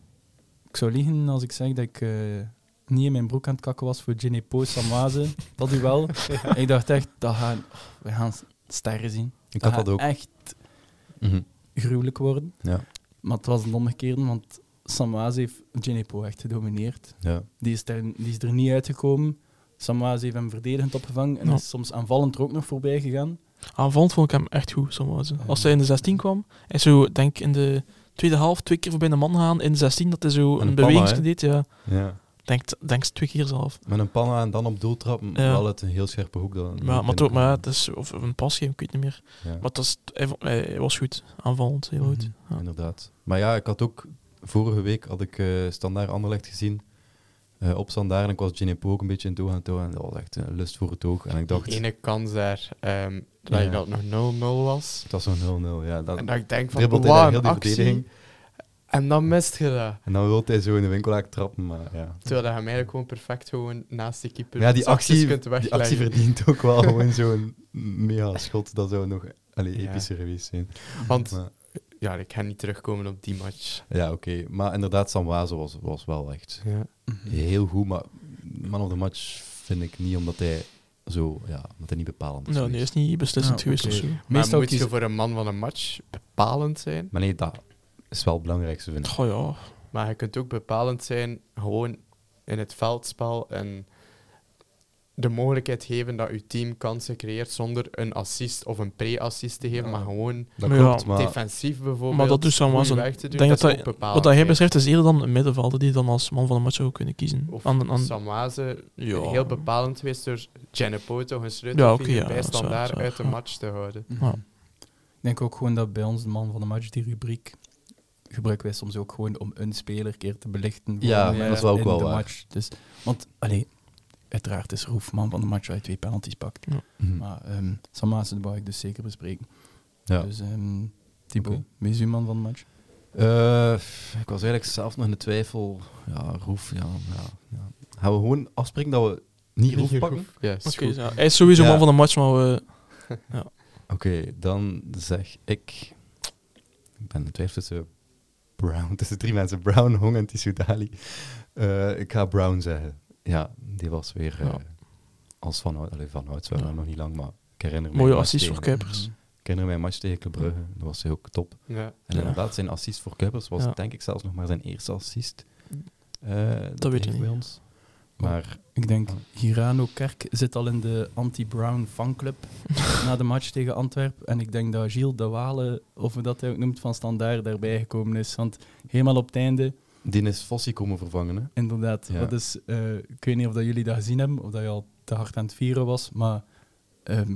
S4: ik zou liegen als ik zeg dat ik eh, niet in mijn broek aan het kakken was voor Ginny Poe, Sam Mazen. Dat duel. En Ik dacht echt, dat gaan, oh, we gaan sterren zien.
S1: Ik had
S4: gaat
S1: dat
S2: Ah,
S1: ook.
S4: echt
S2: eh.
S1: Mhm.
S4: gruwelijk worden.
S1: Ja,
S4: Maar het was een omgekeerde, want Sam Mazen heeft Ginny Poe echt gedomineerd.
S1: ja.
S4: Die is, er, die is er niet uitgekomen. Samaze heeft hem verdedigend opgevangen en
S2: Ja.
S4: is soms aanvallend er ook nog voorbij gegaan.
S2: Aanvallend vond ik hem echt goed, Sanwaze. Als hij in de 16 kwam, hij zo, denk ik, in de tweede half twee keer voorbij de man gaan. In de 16 dat hij zo
S1: Met
S2: een,
S1: een
S2: een
S1: panna,
S2: beweging deed, ja.
S1: ja.
S2: Denk, denk twee keer zelf.
S1: Met een panna en dan op doel trappen,
S2: Ja.
S1: wel uit een heel scherpe hoek. Dan
S2: Maar, maar, toch, maar het is, of of een pas geven, ik weet niet meer.
S1: Ja.
S2: Maar het was, hij, vond- hij was goed, aanvallend, heel goed.
S1: Mhm. Ja.
S2: Ja.
S1: Inderdaad. Maar ja, ik had ook vorige week had ik eh Standaard Anderlecht gezien. eh, op Standaard en ik was Ginepo ook een beetje in het oog aan het houden. En dat was echt een lust voor het oog. En ik dacht,
S3: Die ene kans daar, ehm, dat
S1: Ja.
S3: ik dat nog 0-0 was.
S1: het was zo'n 0-0. Ja, dan,
S3: En dat ik denk van,
S1: dribbelt hij daar
S3: wow,
S1: heel
S3: een
S1: die
S3: actie.
S1: verdediging.
S3: En dan mist je dat.
S1: en dan wilde hij zo in de winkelhaak trappen. Maar ja,
S3: Terwijl je hem eigenlijk gewoon perfect gewoon naast de keeper
S1: Maar ja die,
S3: zachtjes
S1: actie,
S3: kunt
S1: die
S3: wegleggen.
S1: actie verdient ook wel gewoon zo'n mega schot. Dat zou nog allee,
S3: Ja.
S1: epische revies zijn.
S3: Want
S1: Maar-
S3: ja, ik ga niet terugkomen op die match.
S1: ja, oké. Maar inderdaad, Samwaze was, was wel echt
S3: Ja.
S1: heel goed, maar man of the match vind ik niet, omdat hij zo, ja, omdat hij niet bepalend is.
S2: Nou, nee,
S1: geweest.
S2: is niet beslissend
S4: Ja,
S2: geweest
S4: oké.
S2: of zo.
S3: Maar
S4: Meestal
S3: moet
S4: kiezen-
S3: je voor een man van een match bepalend zijn?
S1: Maar nee, dat is wel het belangrijkste, vind ik.
S2: Goh ja,
S3: Maar je kunt ook bepalend zijn gewoon in het veldspel en de mogelijkheid geven dat je team kansen creëert zonder een assist of een pre-assist te geven,
S4: Ja.
S3: maar gewoon
S1: Dat
S2: Maar
S1: klopt,
S2: ja,
S1: maar
S3: defensief bijvoorbeeld.
S2: Maar dat doet Sam
S3: goed
S2: Wazen.
S3: weg te doen,
S2: Denk
S3: dat,
S2: dat
S3: is
S2: hij-
S3: ook bepalend.
S2: wat dat jij
S3: zijn.
S2: beschrijft is eerder dan een middenvelder die dan als man van de match zou kunnen kiezen.
S3: Of
S2: Aan- aan-
S3: Sam Wazen,
S2: Ja.
S3: heel bepalend geweest door Jennepo toch een
S2: Ja,
S3: sleutel
S2: oké, ja, dat
S3: bij
S2: is waar,
S3: standaard
S2: dat is
S3: uit de
S2: waar, ja.
S3: match te houden.
S2: Ja.
S4: Ik denk ook gewoon dat bij ons de man van de match, die rubriek, gebruiken wij soms ook gewoon om een speler keer te belichten. voor
S1: Ja,
S4: de-
S1: maar dat is wel ook
S4: in
S1: wel
S4: de
S1: waar.
S4: match. Dus, want, allee, uiteraard is Roef man van de match als hij twee penalties pakt.
S1: Mhm.
S4: Maar ehm Samaze wou ik dus zeker bespreken.
S1: ja.
S4: Dus ehm Thibaut,
S1: Oké.
S4: wie is uw man van de match?
S1: Eh, ik was eigenlijk zelf nog in de twijfel. Ja, Roef, ja, ja, ja. Gaan we gewoon afspreken dat we niet Roef pakken?
S3: Ja, is
S2: Oké,
S3: goed.
S2: ja, hij is sowieso
S1: Ja.
S2: man van de match, maar eh, we...
S1: Oké, dan zeg ik... Ik ben in twijfel tussen Brown, tussen drie mensen. Brown, Hong en Tissoudali. Eh ik ga Brown zeggen. Ja, die was weer eh,
S2: Ja.
S1: als van Hout. Allee, van Hout, we waren
S2: Ja.
S1: nog niet lang, maar ik herinner me...
S2: mooie
S1: een match
S2: assist
S1: tegen-
S2: voor
S4: Hm.
S2: Kuipers.
S1: Ik herinner mij een match tegen Club Brugge. Dat was heel top.
S3: Ja.
S1: En
S2: Ja.
S1: inderdaad, zijn assist voor Kuipers was
S2: Ja.
S1: denk ik zelfs nog maar zijn eerste assist. Eh, dat
S2: weet
S1: heeft
S2: ik niet.
S1: bij ons. Maar
S4: Ik denk, Hirano Kerk zit al in de anti-Brown fanclub na de match tegen Antwerpen. En ik denk dat Gilles de Wale, of hoe dat hij ook noemt, van Standaard daarbij gekomen is. Want helemaal op het einde,
S1: die is Fossi komen vervangen, hè?
S4: inderdaad.
S1: Ja.
S4: Wat is, eh, ik weet niet of dat jullie dat gezien hebben, of dat je al te hard aan het vieren was. Maar ehm,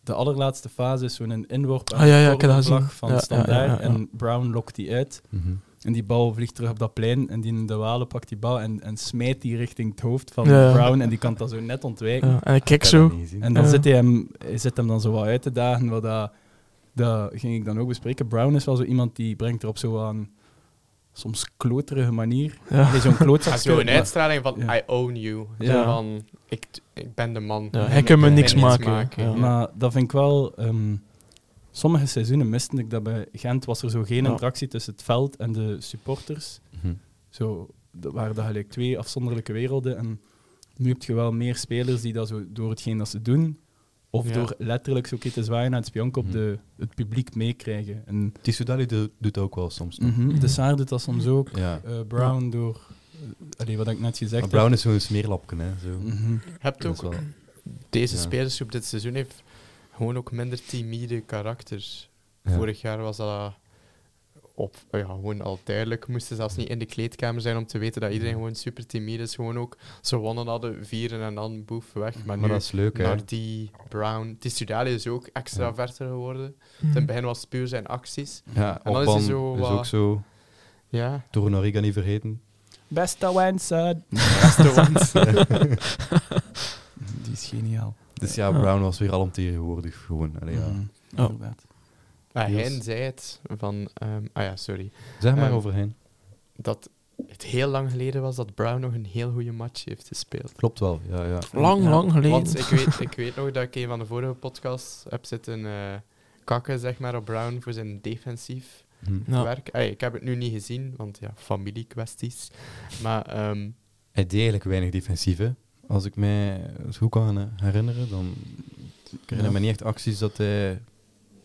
S4: de allerlaatste fase is zo'n inworp aan
S2: Ah, ja,
S4: de
S2: ja, ik heb dat
S4: cornervlag
S2: gezien.
S4: van
S2: Ja, ja,
S4: Standaard.
S2: ja, ja, ja.
S4: En Brown lokt die uit.
S2: Mhm.
S4: En die bal vliegt terug op dat plein. En die de Wale pakt die bal en, en smijt die richting het hoofd van
S2: Ja.
S4: Brown. En die kan dat zo net ontwijken.
S2: Ja, en ik kijk
S1: heb dat
S2: zo.
S1: niet gezien.
S4: En dan
S2: Ja.
S4: zit hij hem, hij zit hem dan zo wat uit te dagen. Wat dat, dat ging ik dan ook bespreken. Brown is wel zo iemand die brengt er op zo'n soms kloterige manier.
S2: Ja.
S4: Hij zo'n klootzak.
S3: Als je een uitstraling van
S4: Ja.
S3: I own you.
S4: Ja.
S3: Zo Van, ik, ik ben de man.
S2: Ja,
S3: En
S2: hij
S3: ik
S2: kan me
S3: ben
S2: niks maken. Ja.
S4: Maar dat vind ik wel... ehm, sommige seizoenen miste ik dat bij Gent was er zo geen
S2: Ja.
S4: interactie tussen het veld en de supporters.
S1: Mhm.
S4: Zo, dat waren dat gelijk twee afzonderlijke werelden. En nu heb je wel meer spelers die dat zo door hetgeen dat ze doen, of
S3: Ja.
S4: door letterlijk zo'n keer te zwaaien naar het spionk op
S1: Mhm.
S4: de, het publiek meekrijgen. En
S2: Mhm.
S1: Tissoudali do- doet dat ook wel soms. nog.
S4: De Saar doet dat soms ook.
S1: Ja.
S4: Eh, Brown door allee, wat ik net gezegd
S1: Maar
S4: heb.
S1: Brown is zo'n smeerlapje, hè. Zo.
S4: Mhm.
S3: Heb je
S1: Dat is
S3: Mm, ook
S1: wel-
S3: deze
S1: Ja.
S3: spelersgroep dit seizoen heeft gewoon ook minder timide karakters.
S1: Ja.
S3: Vorig jaar was dat op, ja, gewoon al duidelijk. Moesten zelfs niet in de kleedkamer zijn om te weten dat iedereen gewoon super timide is. Gewoon ook, ze wonnen hadden, vieren en dan boef weg. Maar,
S1: Maar
S3: nu,
S1: dat is leuk, hè.
S3: Nardi, Brown, Tistudali is ook extraverter geworden. Ten
S2: Mhm.
S3: begin was het puur zijn acties.
S1: Ja,
S3: En dan is hij
S1: Orban is,
S3: zo wat-
S1: ook zo.
S3: Ja,
S1: Torunariga niet vergeten.
S4: Beste wensen.
S3: beste ones.
S4: Die is geniaal.
S1: Dus ja,
S2: Ja.
S1: Brown was weer alomtegenwoordig gewoon. Allee, ja.
S4: Mhm,
S3: Mm.
S2: Oh.
S4: inderdaad.
S3: Ah,
S1: Yes.
S3: Hein zei het van, ehm, ah ja, sorry.
S1: Zeg maar
S3: Ehm,
S1: overheen.
S3: Dat het heel lang geleden was dat Brown nog een heel goede match heeft gespeeld.
S1: Klopt wel, ja, ja.
S3: Hm.
S2: Lang,
S4: Ja.
S2: lang geleden.
S3: Want ik weet, ik weet nog dat ik een van de vorige podcasts heb zitten eh, kakken, zeg maar, op Brown voor zijn defensief
S1: Hm.
S2: Ja.
S3: werk. Ey, ik heb het nu niet gezien, want ja, familiekwesties. Maar ehm,
S1: Hij deed eigenlijk weinig defensief, hè. Als ik mij goed kan eh, herinneren, dan ik herinner
S4: Ja.
S1: me niet echt acties dat hij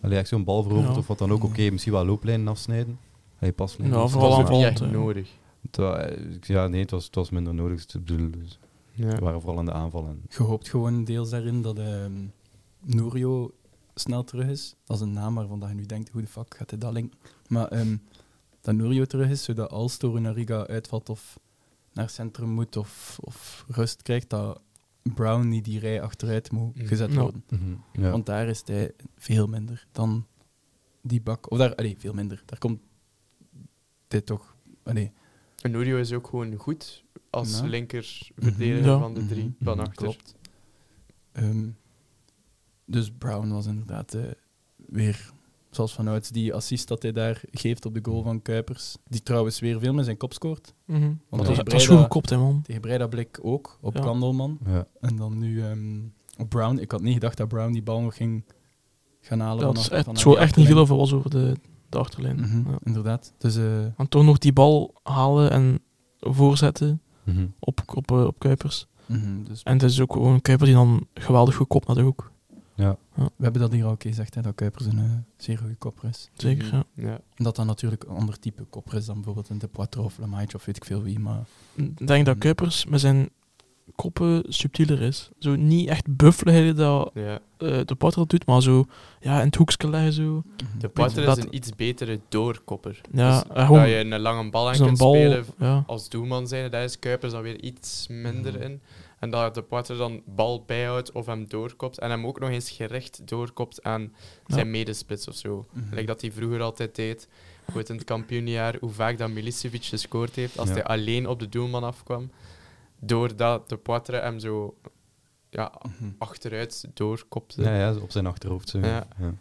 S1: allee, echt zo'n bal verovert
S2: Ja.
S1: of wat dan ook. Oké, misschien wel looplijnen afsnijden. Hij past
S2: Ja, vooral
S3: dat
S2: aan
S3: is ook niet
S2: Holland,
S3: echt
S2: hè.
S3: nodig.
S1: Ja, nee, het was, het was minder nodig. Ik bedoel, dus
S3: Ja.
S1: we waren vooral aan de aanval. En,
S4: Je hoopt gewoon deels daarin dat ehm Nourio snel terug is. Dat is een naam waarvan je nu denkt, hoe de fuck gaat hij dat linken? Maar ehm, dat Nourio terug is, zodat als Torunariga uitvalt of naar het centrum moet of, of rust krijgt, dat Brown niet die rij achteruit moet
S3: Mm.
S4: gezet
S2: Ja.
S4: worden.
S1: ja.
S4: Want daar is hij veel minder dan die bak. Of daar, allee, veel minder. Daar komt dit toch... Allee,
S3: En Nurio is ook gewoon goed als
S4: Ja.
S3: linker verdediger
S2: Mhm. Ja.
S3: van de drie
S4: Mhm,
S3: van
S1: mhm,
S3: achter.
S4: klopt. Ehm, dus Brown was inderdaad eh, weer, zoals vanuit die assist dat hij daar geeft op de goal van Kuipers. Die trouwens weer veel met zijn kop scoort.
S2: Mhm.
S4: Want
S1: Ja.
S2: Dat was-
S4: tegen,
S2: dat is goed
S4: Breida,
S2: gekopt, hè, man.
S4: tegen Breida Blik ook, op
S2: Ja.
S4: Kandelman.
S1: ja.
S4: En dan nu ehm, op Brown. Ik had niet gedacht dat Brown die bal nog ging gaan halen.
S2: Dat
S4: vanaf-
S2: is echt,
S4: vanaf
S2: zo
S4: die
S2: echt niet veel
S4: achterlijn.
S2: over was over de, de achterlijn.
S4: Mhm,
S2: Ja.
S4: Inderdaad. Dus eh,
S2: En toch nog die bal halen en voorzetten
S1: Mhm.
S2: op, op, eh, op Kuipers.
S4: mhm, dus
S2: En het is ook gewoon een Kuiper die dan geweldig goed kopt naar de hoek.
S1: ja.
S4: we hebben dat hier al een keer gezegd, hè, dat Kuipers een eh, zeer goede kopper is.
S2: Zeker, ja.
S3: Ja.
S4: En Dat dan natuurlijk een ander type kopper is dan bijvoorbeeld een De Poitre of Lamaitre of weet ik veel wie. Maar
S2: Ik denk
S3: Mm.
S2: dat Kuipers met zijn koppen subtieler is. Zo niet echt buffelen dat
S3: Ja.
S2: eh, de Potter dat doet, maar zo ja, in het hoekje leggen zo.
S3: De
S2: Weet
S3: Poitre
S2: dat-
S3: is een iets betere doorkopper.
S2: Ja,
S3: dus
S2: eh, gewoon
S3: dat je een lange bal aan
S2: Zo'n
S3: kunt
S2: bal,
S3: spelen
S2: ja.
S3: als doelman zijn, daar is Kuipers dan weer iets minder in. En dat de Poitre dan bal bijhoudt of hem doorkopt. En hem ook nog eens gericht doorkopt aan zijn medespits of zo.
S4: Mhm.
S3: Gelijk dat hij vroeger altijd deed. Goed in het kampioenjaar, hoe vaak dat Milicevic gescoord heeft als
S1: Ja.
S3: hij alleen op de doelman afkwam. Doordat de Poitre hem zo ja,
S4: Mhm.
S3: achteruit doorkopte.
S1: Ja, ja, op zijn achterhoofd. Zo.
S3: Ja.
S1: Ja.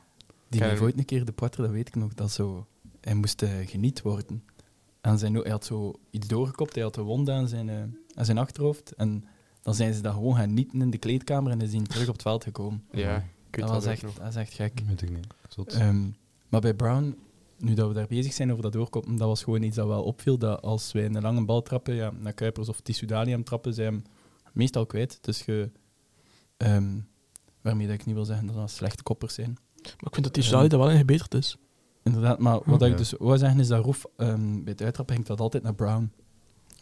S4: die
S3: Ken-
S4: heeft ooit een keer De Poitre, dat weet ik nog, dat zo, hij moest eh, geniet worden. En zijn, hij had zo iets doorgekopt, hij had een wond aan zijn, eh, aan zijn achterhoofd. En dan zijn ze dat gewoon gaan nieten in de kleedkamer en dan is hij terug op het veld gekomen.
S3: Ja, ik weet
S4: Dat, was
S3: ook
S4: echt,
S3: nog.
S4: dat is echt gek.
S1: Weet ik niet. Zot.
S4: Ehm, maar bij Brown, nu dat we daar bezig zijn over dat doorkoppen, dat was gewoon iets dat wel opviel. Dat als wij een lange bal trappen, ja, naar Kuipers of Tissudali hem trappen, zijn hem meestal kwijt. Dus je, ehm, waarmee dat ik niet wil zeggen dat dat slechte koppers zijn.
S2: Maar ik vind dat die Sali daar wel in gebeterd is.
S4: Inderdaad, maar wat
S1: Ja.
S4: ik dus wou zeggen is dat Roef ehm, bij het uittrappen ging dat altijd naar Brown.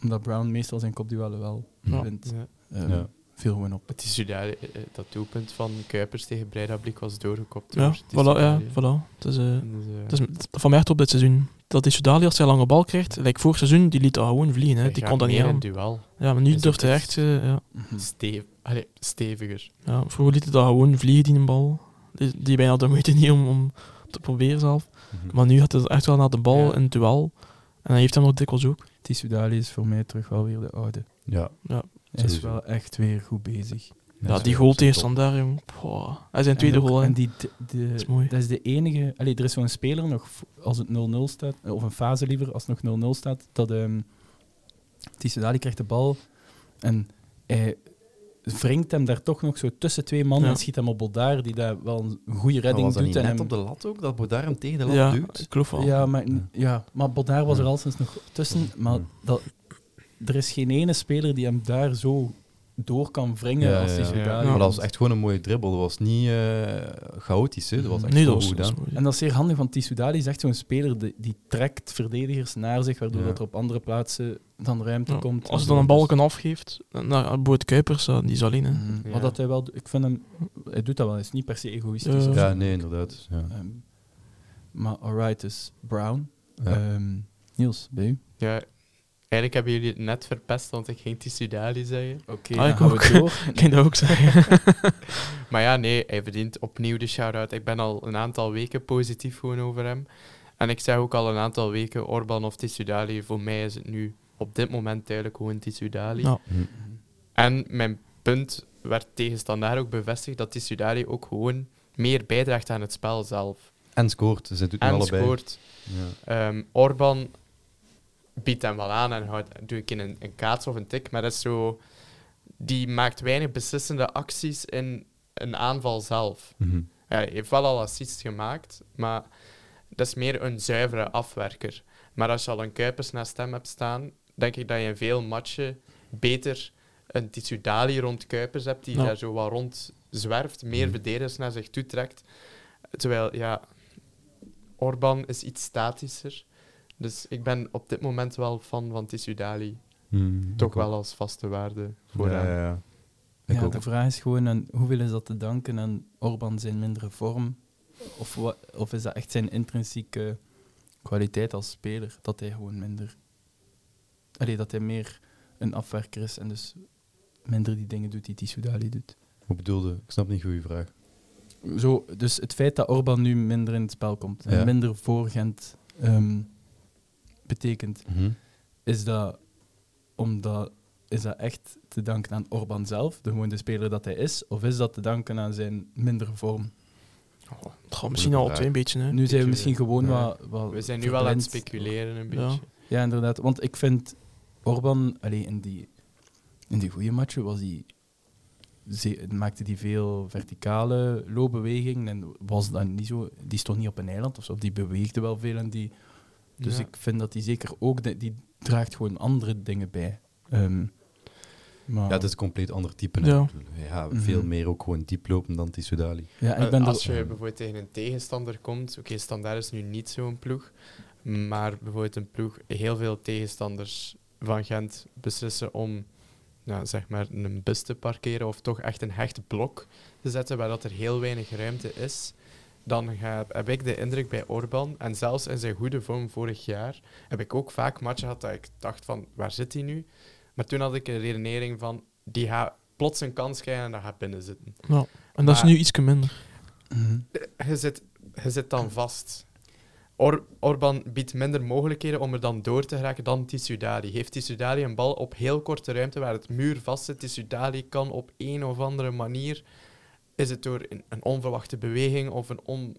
S4: Omdat Brown meestal zijn kopduellen wel
S3: Mm.
S1: Ja.
S4: wint.
S3: Ja.
S4: Ehm,
S1: Ja.
S4: Viel gewoon op.
S3: Het is Sudali, eh, eh, dat doelpunt van Kuipers tegen Breida Blik was doorgekopt.
S2: Ja,
S3: door
S2: voilà,
S3: Tissoudali.
S2: ja, voilà. Het is, eh,
S3: Dus, eh,
S2: het is het- van mij echt op dit seizoen. Dat die Sudali als hij een lange bal krijgt, like vorig seizoen, die liet dat gewoon vliegen. Hè.
S3: hij
S2: Die
S3: gaat
S2: kon dat niet
S3: meer
S2: aan.
S3: in duel.
S2: Ja, maar nu
S3: Hij
S2: durft
S3: zit
S2: hij
S3: echt-
S2: echt... eh, ja.
S4: Mhm.
S1: Hm.
S3: Stev Allee, steviger.
S2: Ja, vroeger liet hij dat gewoon vliegen, die bal. Die, die bijna de moeite niet om, om te proberen zelf.
S1: Mhm.
S2: Maar nu gaat hij echt wel naar de bal
S3: Ja.
S2: in het duel. En hij heeft hem nog dikwijls ook.
S4: Tissudali is voor mij terug wel weer de oude.
S1: ja.
S4: Hij is
S1: Sowieso.
S4: wel echt weer goed bezig.
S2: Ja,
S1: zo,
S2: die goal
S1: zo
S2: tegen
S1: top.
S2: Standaard, jong. Pwa. Hij zijn
S4: En
S2: tweede
S4: ook-
S2: goal, hè.
S4: En die, de, de-
S2: Dat is mooi.
S4: Dat is de enige. Allee, er is zo'n speler nog v- als het 0-0 staat, eh, of een fase liever als het nog 0-0 staat, dat ehm Tissedali krijgt de bal en hij wringt hem daar toch nog zo tussen twee mannen
S2: Ja.
S4: en schiet hem op Boldaar, die daar wel een goede
S1: Maar
S4: redding
S1: was dat
S4: doet.
S1: niet
S4: en
S1: net
S4: hem-
S1: op de lat ook, dat Bodaar hem tegen de lat
S2: ja,
S1: duwt?
S2: ik geloof wel.
S4: ja, maar,
S1: Ja.
S4: ja, maar Boldaar was er
S1: Ja.
S4: al sinds nog tussen,
S1: Ja.
S4: maar
S1: Ja.
S4: dat, er is geen ene speler die hem daar zo door kan wringen
S1: Ja,
S4: als
S1: ja, ja.
S4: Tissedali.
S3: Ja.
S1: Maar dat was echt gewoon een mooie dribbel. Dat was niet eh, chaotisch, hè. Dat was echt
S2: nee,
S1: heel
S2: dat was,
S1: goed
S2: dus. dat was
S1: gedaan.
S2: mooi.
S4: En dat is zeer handig, want Tissoudali is echt zo'n speler die, die trekt verdedigers naar zich, waardoor
S1: Ja.
S4: dat er op andere plaatsen dan ruimte
S2: Ja,
S4: komt. dus-
S2: Als hij dan een balken afgeeft naar Boet Kuipers, dan die is alleen. Hè.
S4: Mhm.
S3: Ja.
S4: Maar dat hij wel, ik vind hem, hij doet dat wel, hij is niet per se egoïstisch.
S2: Ja.
S1: Ja, nee, inderdaad. Dus, Ja.
S4: Ehm, maar alright is Brown.
S1: Ja.
S4: Ehm, Niels, bij u?
S3: Ja, eigenlijk hebben jullie het net verpest, want ik ging Tissoudali zeggen.
S1: Oh.
S4: Oké,
S2: Ah, ik ook. Ik kan dat ook zeggen.
S3: Maar ja, nee, hij verdient opnieuw de shout-out. Ik ben al een aantal weken positief gewoon over hem. En ik zeg ook al een aantal weken, Orban of Tissoudali, voor mij is het nu op dit moment duidelijk gewoon Tissoudali.
S2: Ja.
S1: Hm.
S3: En mijn punt werd tegenstandaar ook bevestigd dat Tissoudali ook gewoon meer bijdraagt aan het spel zelf.
S1: En scoort, dus hij doet hem
S3: En
S1: allebei.
S3: scoort.
S1: Ja.
S3: Ehm, Orban biedt hem wel aan en houdt, doe ik in een, een kaats of een tik, maar dat is zo, die maakt weinig beslissende acties in een aanval zelf.
S1: Mhm.
S3: Ja, hij heeft wel al assists gemaakt, maar dat is meer een zuivere afwerker. Maar als je al een Kuipers naast hem hebt staan, denk ik dat je in veel matchen beter een Tissudali rond Kuipers hebt, die
S2: Ja.
S3: daar zo wat rond zwerft, meer
S1: Mhm.
S3: verdedigers naar zich toe trekt. Terwijl, ja, Orban is iets statischer. Dus ik ben op dit moment wel fan van Tissudali.
S1: Hm,
S3: Toch
S1: ik ook.
S3: wel als vaste waarde voor
S1: ja,
S3: hem.
S1: ja, ja. Ik
S4: Ja,
S1: ook.
S4: de vraag is gewoon, aan, hoeveel is dat te danken aan Orban zijn mindere vorm? Of, wa- of is dat echt zijn intrinsieke kwaliteit als speler? Dat hij gewoon minder... Allee, dat hij meer een afwerker is en dus minder die dingen doet die Tissoudali doet.
S1: Hoe bedoelde? Ik snap niet goed je vraag.
S4: Zo, dus het feit dat Orban nu minder in het spel komt, en
S1: Ja.
S4: minder voor Gent ehm, betekent, is dat, omdat, is dat echt te danken aan Orban zelf, de, gewoon de speler dat hij is, of is dat te danken aan zijn mindere vorm?
S2: Goh, misschien al
S1: vraag.
S2: twee een beetje. Hè.
S4: Nu zijn
S3: weet-
S4: we misschien gewoon
S1: ja.
S4: wat, wat
S3: We zijn nu wel aan het
S4: verblind.
S3: speculeren een
S2: Ja.
S3: beetje.
S4: Ja, inderdaad. Want ik vind Orban, allee, in die, in die goede matchen was hij. ze- Maakte die veel verticale loopbewegingen en was dan niet zo, die stond niet op een eiland of zo, die beweegde wel veel. En die, dus
S3: Ja.
S4: ik vind dat die zeker ook, de- die draagt gewoon andere dingen bij. Ehm, maar,
S1: Ja,
S4: ja,
S3: dus,
S1: het is een compleet ander type. hè.
S2: Ja.
S1: Ik bedoel, ja veel
S4: Mhm.
S1: meer ook gewoon diep lopen dan Tissoudali.
S4: en ik ben
S3: Eh,
S4: er-
S3: als je bijvoorbeeld tegen een tegenstander komt, oké, standaard is nu niet zo'n ploeg, maar bijvoorbeeld een ploeg, heel veel tegenstanders van Gent beslissen om nou, zeg maar een bus te parkeren of toch echt een hecht blok te zetten waar dat er heel weinig ruimte is, dan ga- heb ik de indruk bij Orban, en zelfs in zijn goede vorm vorig jaar, heb ik ook vaak matchen gehad dat ik dacht van, waar zit hij nu? Maar toen had ik een redenering van, die gaat plots een kans krijgen en dat gaat binnen zitten.
S2: En dat is
S3: Maar-
S2: nu iets minder.
S4: Mhm.
S3: je zit, je zit dan vast. Or- Orban biedt minder mogelijkheden om er dan door te geraken dan Tissoudali. Heeft Tissoudali een bal op heel korte ruimte waar het muur vast zit, Tissoudali kan op een of andere manier, is het door een, een onverwachte beweging of een on...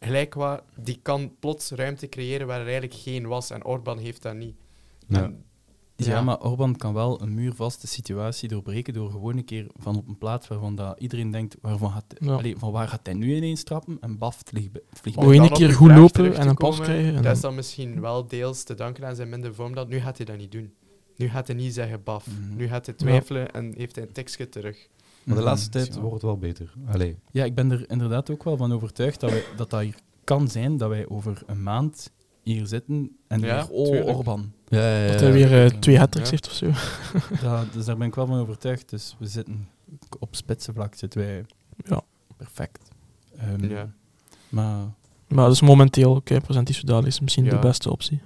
S3: Gelijk wat, die kan plots ruimte creëren waar er eigenlijk geen was en Orban heeft dat niet.
S1: Ja.
S3: En-
S4: Ja,
S3: Ja.
S4: maar Orban kan wel een muurvaste situatie doorbreken door gewoon een keer van op een plaats waarvan dat iedereen denkt waarvan gaat,
S2: Ja.
S4: allee, van waar gaat hij nu ineens trappen en baf, het vliegt bij- het vliegt
S2: Om
S4: bij.
S2: één
S3: dan op
S2: keer
S3: je
S2: goed
S3: vraag
S2: lopen
S3: terug te
S2: en een pas
S3: komen,
S2: krijgen en
S3: Dat is
S2: dan-
S3: dan misschien wel deels te danken aan zijn minder vorm. Dat nu gaat hij dat niet doen. Nu gaat hij niet zeggen baf.
S4: Mhm.
S3: Nu gaat hij twijfelen en heeft hij een tekstje terug.
S1: Maar de
S4: Mhm.
S1: laatste tijd wordt het wel beter. Allee.
S4: Ja, ik ben er inderdaad ook wel van overtuigd dat wij, dat, dat hier kan zijn dat wij over een maand hier zitten en
S3: Ja,
S4: weer, oh,
S3: tuurlijk.
S4: Orban.
S1: Ja, ja,
S2: Dat hij weer eh, twee hat-tricks
S3: Ja.
S2: heeft of zo.
S4: Dat, dus daar ben ik wel van overtuigd. Dus we zitten op spitsenvlak, zitten wij
S2: Ja.
S4: perfect. Ehm,
S3: Ja.
S4: Maar
S2: Maar dus momenteel, Kuipers en Tissoudali is misschien
S3: Ja.
S2: de beste optie.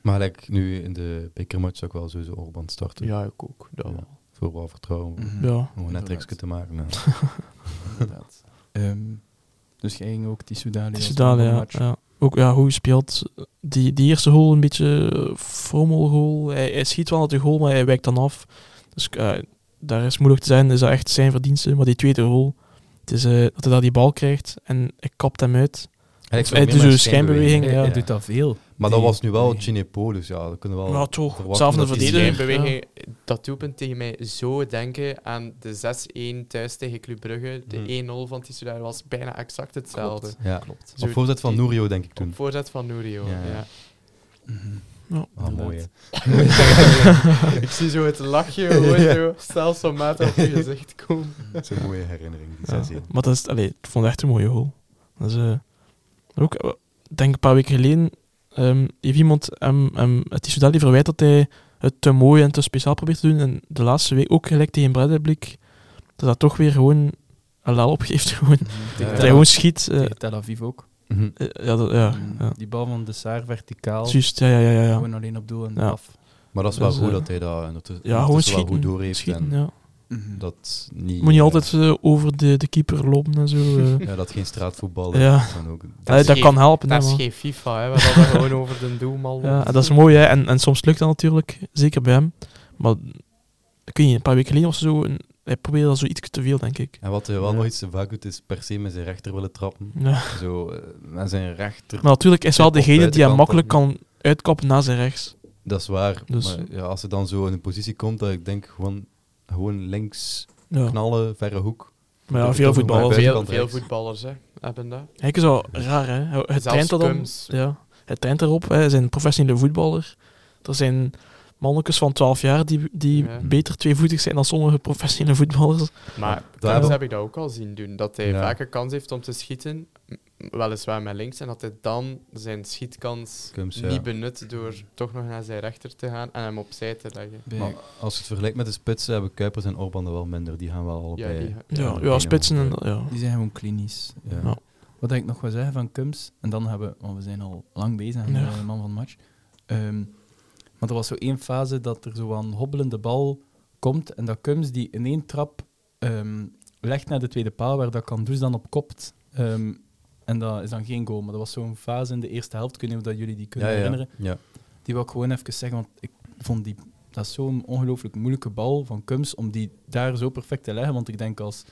S1: Maar gelijk nu in de bekermatch zou ik wel sowieso Orban starten.
S3: ik ook. Dat
S1: Ja. Voor wel vertrouwen.
S4: mhm.
S2: Ja.
S1: Om een
S4: Inderdaad.
S1: net extra te maken. ja.
S4: inderdaad. Ehm, dus jij ging ook die Soudali.
S2: Tissoudali, ja. ja. Ook ja, hoe hij speelt. Die, die eerste goal een beetje eh, frommelgoal. Hij, hij schiet wel naar de goal, maar hij wijkt dan af. Dus eh, daar is moeilijk te zijn. Is dat echt zijn verdienste? Maar die tweede goal, het is, eh, dat hij daar die bal krijgt en ik kapt hem uit.
S1: Eigenlijk
S2: Hij
S1: zou ik
S2: doet
S1: meer
S2: zo'n schijnbeweging,
S4: Hij,
S1: schijnbeweging,
S2: ja.
S4: doet dat veel.
S1: Maar dat
S4: Die-
S1: was nu wel
S4: nee.
S1: Ginepo, dus ja, dat kunnen we wel...
S2: Maar toch,
S1: verwachten
S2: hetzelfde
S1: dat hij-
S3: Die
S2: verdediger.
S3: schijnbeweging, dat doelpunt tegen mij zo denken aan de 6-1 thuis tegen Club Brugge. De
S1: Hmm.
S2: Mhm.
S3: 1-0 van Tissoudaar was bijna exact hetzelfde.
S4: Klopt.
S1: Ja.
S4: Klopt.
S1: Op voorzet van
S3: die-
S1: Nourio, denk ik
S3: Op
S1: toen.
S3: voorzet van Nourio.
S1: Ja,
S3: Ja,
S1: ja.
S4: Mhm.
S1: Ah, mooi, hè.
S3: ik zie zo het lachje gewoon zo zelfs van maat op je gezicht komen.
S1: Dat is een mooie herinnering, die
S2: Ja.
S1: 6-1.
S2: Maar dat is, allee, ik vond het echt een mooie goal. Dat is, eh, ook, eh, denk een paar weken geleden, ehm, heeft iemand hem, hem, het is verwijt dat hij het te mooi en te speciaal probeert te doen. En de laatste week ook gelijk tegen Bredeblik, dat dat toch weer gewoon een lel opgeeft. Gewoon.
S4: Tegen
S2: Dat
S4: Tel-
S2: hij gewoon schiet. eh,
S4: tegen Tel Aviv ook.
S1: Mhm.
S2: eh, ja, dat, ja,
S4: Mm,
S2: ja.
S4: Die bal van de Saar verticaal.
S2: Juist, ja, ja, ja. ja, ja.
S4: Gewoon alleen op doel en
S2: Ja.
S4: af.
S1: Maar dat is wel
S2: Dus,
S1: goed
S2: eh,
S1: dat hij dat ondertussen,
S2: Ja, gewoon
S1: ondertussen wel
S2: schieten.
S1: goed door heeft.
S2: schieten
S1: en
S2: ja.
S1: dat niet,
S2: Moet niet
S1: eh,
S2: altijd eh, over de, de keeper lopen en zo. eh.
S1: Ja, dat geen straatvoetbal
S2: Ja.
S1: is. Dan ook.
S2: Eh, dat
S3: geen-
S2: kan helpen.
S3: Dat
S2: hè,
S3: is
S2: man.
S3: geen FIFA, hè. we hadden gewoon over de doelman.
S2: Ja, en dat is mooi, hè. En, en soms lukt dat natuurlijk, zeker bij hem. Maar kun je een paar weken geleden of zo, een- hij probeerde al zo iets te veel, denk ik.
S1: En wat hij wel
S2: Ja.
S1: nog iets te vaak doet, is per se met zijn rechter willen trappen.
S2: Ja.
S1: Zo, eh, met zijn rechter.
S2: Maar natuurlijk is wel
S1: Op
S2: degene die hem
S1: buitenkanten.
S2: makkelijk kan uitkappen na zijn rechts.
S1: Dat is waar.
S2: Dus-
S1: Maar ja, als hij dan zo in een positie komt, dat ik denk gewoon, gewoon links
S2: Ja.
S1: knallen, verre hoek.
S2: Maar ja,
S1: Dat
S2: veel
S1: is toch nog
S2: voetballers.
S1: maar
S3: veel,
S1: buitenkant
S3: veel
S1: rechts.
S3: voetballers hè, hebben dat.
S2: Hij is wel raar, hè. Hij- Hij
S3: Zelfs
S2: traint dat dan.
S3: Kums.
S2: Ja. Hij traint erop, hè. Hij is een professionele voetballer. Er zijn mannetjes van 12 jaar die, die
S3: Ja.
S2: beter tweevoetig zijn dan sommige professionele voetballers.
S3: Maar
S1: Daar
S3: Kums
S1: hebben-
S3: heb ik dat ook al zien doen. Dat hij
S1: Ja.
S3: vaak een kans heeft om te schieten, m- weliswaar met links, en dat hij dan zijn schietkans
S2: Dus
S1: Kums, ja.
S3: niet benut door toch nog naar zijn rechter te gaan en hem opzij te leggen.
S4: Bij-
S1: Maar als je het vergelijkt met de spitsen, hebben Kuipers en Orban er wel minder. Die gaan wel allebei.
S3: die-
S2: Ja,
S1: dat
S2: ja,
S1: kan
S2: spitsen en...
S1: ook,
S2: Ja.
S4: Die zijn gewoon klinisch.
S1: Ja.
S2: Ja.
S4: Wat ik nog wil zeggen van Kums, en dan hebben we, want we zijn al lang bezig aan
S2: Ja.
S4: de man van de match. Ehm, maar er was zo één fase dat er zo een hobbelende bal komt en dat Kums die in één trap ehm, legt naar de tweede paal, waar dat Kandus dan op kopt. Ehm, en dat is dan geen goal, maar dat was zo'n fase in de eerste helft, kunnen we dat jullie die kunnen
S1: ja,
S4: herinneren.
S1: Ja.
S4: Die wil ik gewoon even zeggen, want ik vond die, dat is zo'n ongelooflijk moeilijke bal van Kums om die daar zo perfect te leggen. Want ik denk als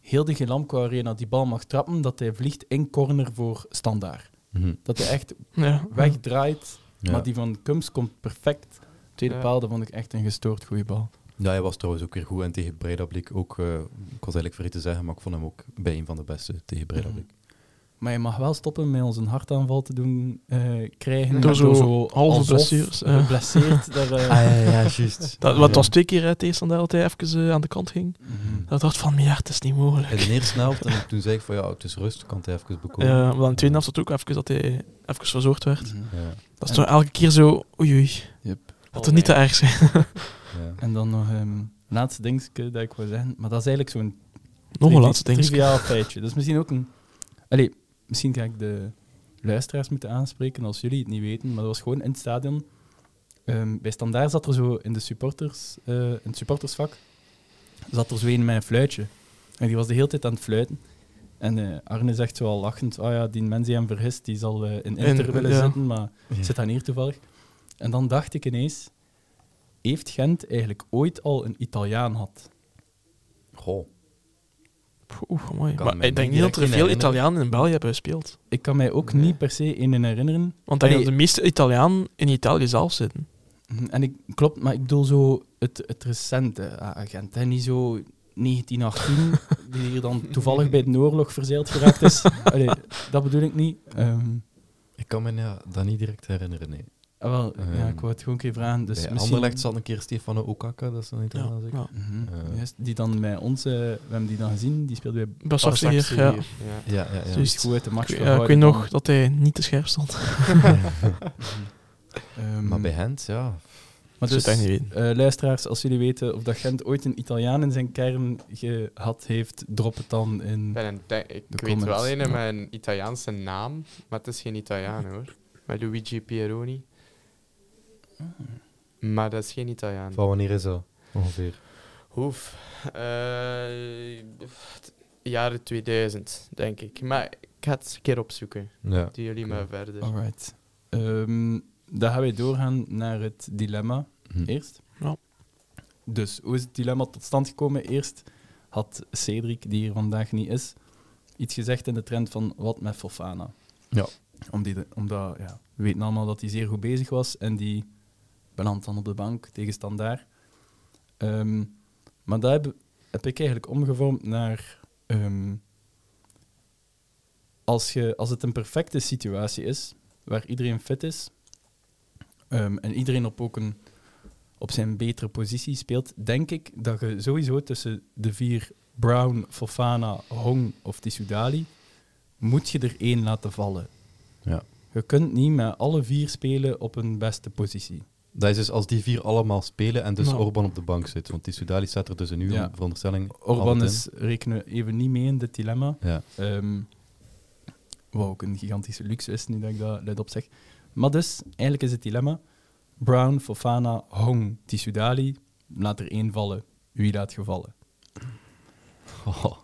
S4: heel de Gelamco Arena die bal mag trappen, dat hij vliegt in corner voor standaard.
S1: Mhm.
S4: Dat hij echt
S2: Ja.
S4: wegdraait,
S1: Ja.
S4: maar die van Kums komt perfect. Tweede
S3: Ja.
S4: paal, dat vond ik echt een gestoord goede bal.
S1: Ja, hij was trouwens ook weer goed. En tegen Breidablik ook. eh, ik was eigenlijk vergeten te zeggen, maar ik vond hem ook bij een van de beste tegen Breidablik.
S4: Mm. Maar je mag wel stoppen met ons een hartaanval te doen eh, krijgen.
S2: Door zo halve
S4: alsof
S2: blessures, ja. Ah,
S4: geblesseerd. daar, eh,
S1: Ah, ja, ja, juist.
S2: Dat, wat was twee keer hè, tegenstander dat hij even eh, aan de kant ging.
S4: mhm.
S2: Dat dacht van, ja, het is niet mogelijk.
S1: In de eerste helft, en toen zei ik van ja, het is rust, kan hij even
S2: Ja,
S1: bekomen.
S2: Eh, maar dan in de tweede helft zat ook even dat hij even verzorgd werd.
S4: Mhm.
S1: Ja,
S2: Dat is toch elke keer zo, oei oei,
S4: Yep.
S3: Oh,
S2: dat er niet te erg zijn.
S1: ja.
S4: En dan nog ehm laatste dingetje dat ik wil zeggen. Maar dat is eigenlijk zo'n
S2: Nog een
S4: trivi-
S2: laatste ding.
S4: triviaal feitje. Dat is misschien ook een... Allee, misschien ga ik de luisteraars moeten aanspreken als jullie het niet weten. Maar dat was gewoon in het stadion. Ehm, bij Standaard zat er zo in, de supporters, eh, in het supportersvak zat er zo een met een fluitje. En die was de hele tijd aan het fluiten. En eh, Arne zegt zo al lachend, ah ja, die mens die hem vergist, die zal eh, in Inter
S2: In-
S4: willen
S2: ja.
S4: zitten, maar het zit dan hier toevallig. En dan dacht ik ineens, heeft Gent eigenlijk ooit al een Italiaan gehad?
S1: Goh.
S2: Oeh, mooi.
S1: Kan
S2: Maar
S1: mij
S2: ik denk
S1: niet
S2: niet dat er
S1: direct
S2: veel
S1: herinneren.
S2: Italianen in België hebben gespeeld.
S4: Ik kan mij ook
S3: Nee.
S4: niet per se een herinneren.
S2: Want ik denk
S4: Nee.
S2: dat de meeste Italianen in Italië zelf zitten.
S4: En ik, klopt, maar ik bedoel zo het, het recente agent. Hè? Niet zo 1918, die hier dan toevallig bij de oorlog verzeild geraakt is. Allee, dat bedoel ik niet. Ehm,
S1: Ik kan me ja, dat niet direct herinneren, nee.
S4: ah, wel, ja,
S1: Ehm,
S4: ik wou het gewoon een keer vragen. Dus
S1: Dus bij
S4: misschien...
S1: Anderlecht zat een keer Stefano Okaka, dat is dan niet
S2: Ja,
S1: ja, zeker.
S2: ja.
S4: Mhm,
S1: Eh.
S4: juist, die dan bij ons, eh, we hebben die dan gezien, die speelde bij
S2: Best wel hier, ja. Mm.
S3: ja.
S1: Ja, ja, ja.
S4: die is
S2: juist.
S4: goed uit de match.
S2: Ik, ja, ik
S4: verhouden
S2: weet
S4: dan.
S2: nog dat hij niet te scherp stond.
S4: Ehm,
S1: Maar bij Hens, ja.
S4: maar
S2: Dat
S4: dus,
S2: zou ik niet weten.
S4: eh, luisteraars, als jullie weten of dat Gent ooit een Italiaan in zijn kern gehad heeft, drop het dan in.
S3: Ik, ben een tij- ik
S4: De
S3: weet
S4: comments,
S3: wel een
S4: ja.
S3: met een Italiaanse naam, maar het is geen Italiaan hoor. Met Luigi Pieroni.
S2: Mm.
S3: Maar dat is geen Italiaan.
S1: Van wanneer is dat? Ongeveer.
S3: Hoef. Eh, pff, jaren 2000, denk ik. Maar ik ga het eens een keer opzoeken.
S1: Ja.
S3: Doen jullie
S1: Oké.
S3: maar verder.
S2: Ah.
S4: Alright. Ehm, dan gaan wij doorgaan naar het dilemma
S1: Hm.
S4: eerst.
S2: Ja.
S4: Dus hoe is het dilemma tot stand gekomen? Eerst had Cedric, die hier vandaag niet is, iets gezegd in de trend van wat met Fofana.
S1: Ja.
S4: Om die de- omdat, ja, we weten allemaal dat hij zeer goed bezig was en die belandt dan op de bank tegen Standaar. Ehm, maar dat heb, heb ik eigenlijk omgevormd naar... ehm, als, je, als het een perfecte situatie is, waar iedereen fit is, ehm, en iedereen op ook een op zijn betere positie speelt, denk ik dat je sowieso tussen de vier Brown, Fofana, Hong of Tissoudali moet je er één laten vallen.
S1: Ja.
S4: Je kunt niet met alle vier spelen op een beste positie.
S1: Dat is dus als die vier allemaal spelen en dus
S2: Nou.
S1: Orban op de bank zit. Want die Sudali staat er dus in uw
S4: Ja.
S1: veronderstelling.
S4: Orban
S1: altijd
S4: is, rekenen we even niet mee in dit dilemma.
S1: in. Ja.
S4: Ehm wat ook een gigantische luxe is, nu dat ik dat luid op zeg. Maar dus, eigenlijk is het dilemma. Brown, Fofana, Hong, Tisudali. Laat er één vallen. Wie laat gevallen?
S1: Oh,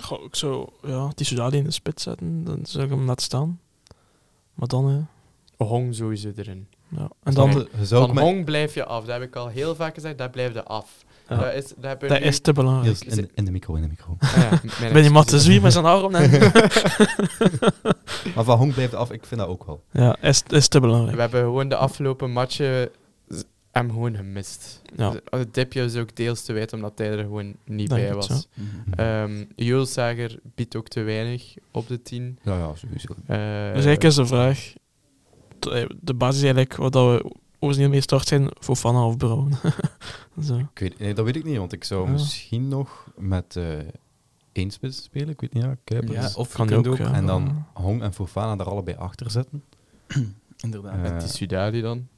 S2: Goh, ik zou ja, Tissoudali in de spits zetten, dan zou ik hem laten staan. Maar dan, hè,
S3: Hong sowieso erin.
S2: ja. En
S1: dan
S2: dan,
S1: de, je zou ook
S3: Van
S1: met-
S3: Hong blijf je af. Dat heb ik al heel vaak gezegd. Dat blijf je af.
S2: Ja.
S3: Dat is, dat heb je
S2: dat
S3: nu-
S2: is te belangrijk.
S1: Niels, in, de- in de micro, in de micro.
S3: Ah ja, m- mijn
S2: Ben je mat te
S3: excuses.
S2: zwier met zijn arm? Nee.
S1: maar Van Hong blijft af, ik vind dat ook wel.
S2: ja, is, is te belangrijk.
S3: We hebben gewoon de afgelopen matchen z- hem gewoon gemist.
S2: Ja.
S3: Het dipje is ook deels te weten omdat hij er gewoon niet
S2: Denk
S3: bij
S2: het,
S3: was.
S1: Ja,
S3: Ehm Jules Sager biedt ook te weinig op de 10.
S1: ja, sowieso.
S3: Eh,
S2: Dus eigenlijk is de vraag, t- eh, de basis eigenlijk, wat dat we origineel mee gestart zijn, voor Fanna of Brown. Zo.
S1: Ik weet, nee, dat weet ik niet, want ik zou
S2: Ja.
S1: misschien nog met eh één spits spelen. Ik weet niet, ja, Kuipers.
S4: Ja, of
S2: Kan
S4: je kunt
S2: ook,
S4: ook,
S2: ja.
S1: En dan Hong en Fofana daar allebei achter zetten.
S4: inderdaad.
S1: Eh,
S3: Met die Sudali dan?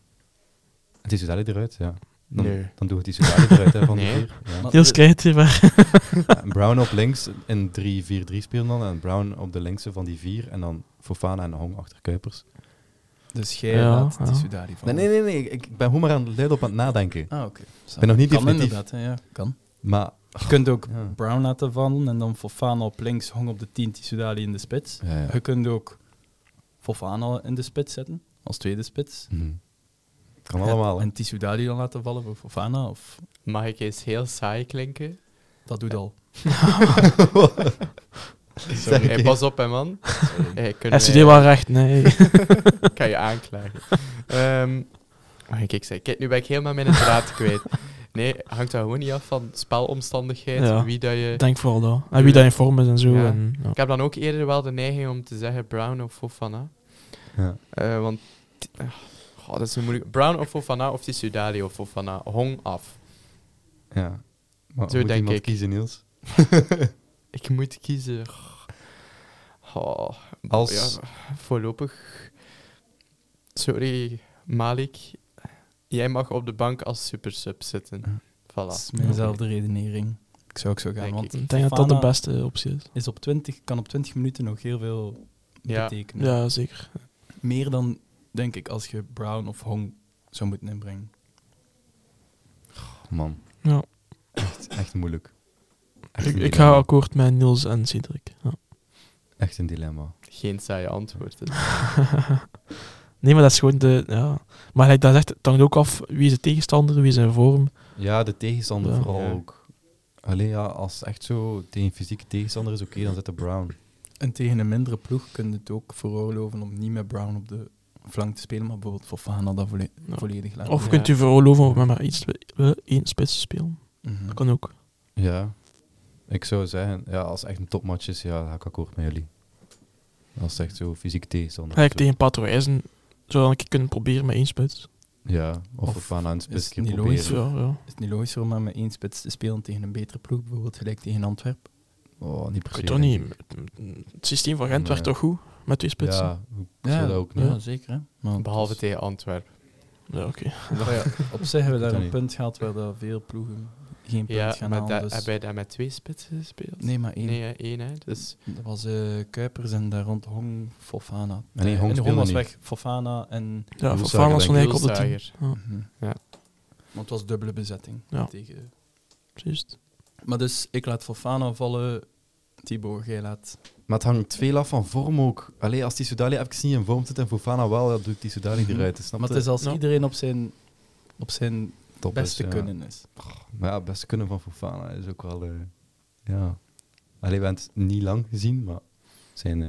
S1: Het is Sudali eruit, ja. Dan,
S3: Nee.
S1: dan doe ik die Sudali eruit hè, van
S3: Nee.
S1: de vier. Ja.
S4: Maar-
S2: Niels krijgt hier maar.
S1: En Brown op links in 3-4-3 spelen dan. En Brown op de linkse van die vier. En dan Fofana en Hong achter Kuipers.
S4: Dus jij
S2: Ja,
S4: laat
S2: ja.
S4: Tisudali vallen.
S1: Nee, nee, nee. nee, Ik ik ben gewoon maar aan het luidop aan het nadenken.
S4: Ah, oké. Ik
S1: ben nog niet
S4: kan
S1: definitief.
S4: inderdaad, hè, ja, kan.
S1: Maar
S4: Je kunt ook
S1: Ja.
S4: Brown laten vallen en dan Fofana op links, Hong op de 10, Tisudali in de spits.
S1: ja, ja.
S4: Je kunt ook Fofana in de spits zetten, als tweede spits.
S1: Mhm. kan allemaal. hè.
S4: En Tisudali dan laten vallen voor Fofana, of
S3: Mag ik eens heel saai klinken?
S4: dat doet al.
S1: Zeg,
S3: Hey, pas op, hè, man. Hey, kunnen
S2: SUD
S3: wij-
S2: wel recht, nee.
S3: Ik kan je aanklagen. Ehm mag ik ik zei, kijk, nu ben ik helemaal mijn draad kwijt. Nee, hangt dat gewoon niet af van spelomstandigheid,
S2: Ja.
S3: wie dat je...
S2: Ik denk vooral dat. En wie daar in vorm is en zo.
S3: Ja.
S2: En, ja.
S3: Ik heb dan ook eerder wel de neiging om te zeggen Brown of Fofana.
S1: Ja.
S3: Eh, want... eh, goh, dat is een moeilijk. Brown of Fofana of Tisudali of Fofana. Hong af.
S1: Ja. Maar
S3: Zo
S1: moet
S3: denk
S1: iemand
S3: ik.
S1: kiezen, Niels?
S3: Ik moet kiezen. Oh,
S1: Als-
S3: ja, voorlopig. Sorry, Malik. Jij mag op de bank als supersub zitten.
S4: Dat
S3: Voilà.
S4: is mijnzelfde redenering. Ik zou ook zo gaan,
S3: Denk
S4: want
S2: Ik denk dat dat de
S4: Fofana
S2: beste optie is.
S4: is op 20, kan op 20 minuten nog heel veel
S3: Ja.
S4: betekenen.
S2: Ja, zeker.
S4: Meer dan, denk ik, als je Brown of Hong zou moeten inbrengen.
S1: Man,
S2: Ja.
S1: echt, echt moeilijk. Echt
S2: Ik,
S1: een
S2: ik
S1: dilemma.
S2: ga akkoord met Niels en Cedric. Ja.
S1: Echt een dilemma.
S3: Geen saaie antwoord. hè.
S2: Nee, maar dat is gewoon de. Ja. Maar gelijk dat zegt, het hangt ook af wie is de tegenstander, wie is in vorm.
S1: Ja, de tegenstander
S2: Ja.
S1: vooral
S3: Ja.
S1: ook. Alleen ja, als echt zo tegen fysieke tegenstander is, oké, dan zet de Brown.
S4: En tegen een mindere ploeg kun je het ook veroorloven om niet met Brown op de flank te spelen, maar bijvoorbeeld Fofana dat volle-
S2: Ja.
S4: volledig laten.
S2: Of
S3: Ja.
S2: kunt u veroorloven om met maar iets, eh, één spits te spelen.
S4: Mhm.
S2: Dat kan ook.
S1: Ja. Ik zou zeggen, ja, als het echt een topmatch is, ja, dan ga ik akkoord met jullie. Als het echt zo fysieke tegenstander
S2: Gelijk
S1: is.
S2: tegen Patroijzen zou dan een keer kunnen proberen met één spits.
S1: Ja, of,
S4: Of
S1: of aan een
S4: is
S1: spits
S4: het
S1: keer
S4: niet
S2: Dus
S1: proberen.
S2: ja, ja.
S4: Is het niet logischer om maar met één spits te spelen tegen een betere ploeg, bijvoorbeeld gelijk tegen Antwerpen?
S1: Oh, niet
S2: Ik weet
S1: precies.
S2: toch niet. Het systeem van Gent
S1: Nee.
S2: werkt toch goed met twee spitsen? Ja,
S1: Ja, ik zou dat ook niet.
S4: ja, zeker. Hè? Maar
S3: Behalve
S4: het
S3: tegen Antwerpen.
S2: oké.
S4: is- Maar ja, op zich hebben
S1: Dat
S4: we daar een
S1: niet.
S4: punt gehad waar dat veel ploegen geen punt
S3: Ja,
S4: gaan
S3: maar
S4: halen.
S3: daar
S4: dus-
S3: heb je daar met twee spitsen gespeeld?
S4: Nee, maar één.
S3: Nee, hè, één. Hè. Dus
S4: Dat was eh, Kuipers en daar rond Hong, Fofana.
S1: Nee, Hong
S4: en
S1: speelde
S4: Hong was
S1: niet.
S4: weg, Fofana en...
S2: Ja, voor
S1: Doelzuiger,
S2: Farmers stond
S1: denk
S3: ik.
S2: eigenlijk op de team. Ja,
S4: Mhm.
S3: Ja.
S4: Want het was dubbele bezetting
S2: Ja.
S4: tegen...
S2: precies.
S4: Maar dus, ik laat Fofana vallen, Thibaut, jij laat...
S1: Maar het hangt veel af van vorm ook. Allee, als die Sudali even niet in vorm zit en Fofana wel, dan doet die Sudali eruit. Snap
S4: Maar
S1: je?
S4: het is als
S2: Ja.
S4: iedereen op zijn, eh, op zijn
S1: Top is,
S4: beste
S1: ja.
S4: kunnen is.
S1: Maar ja, het beste kunnen van Fofana is ook wel... eh, ja. Allee, we hebben het niet lang gezien, maar zijn eh,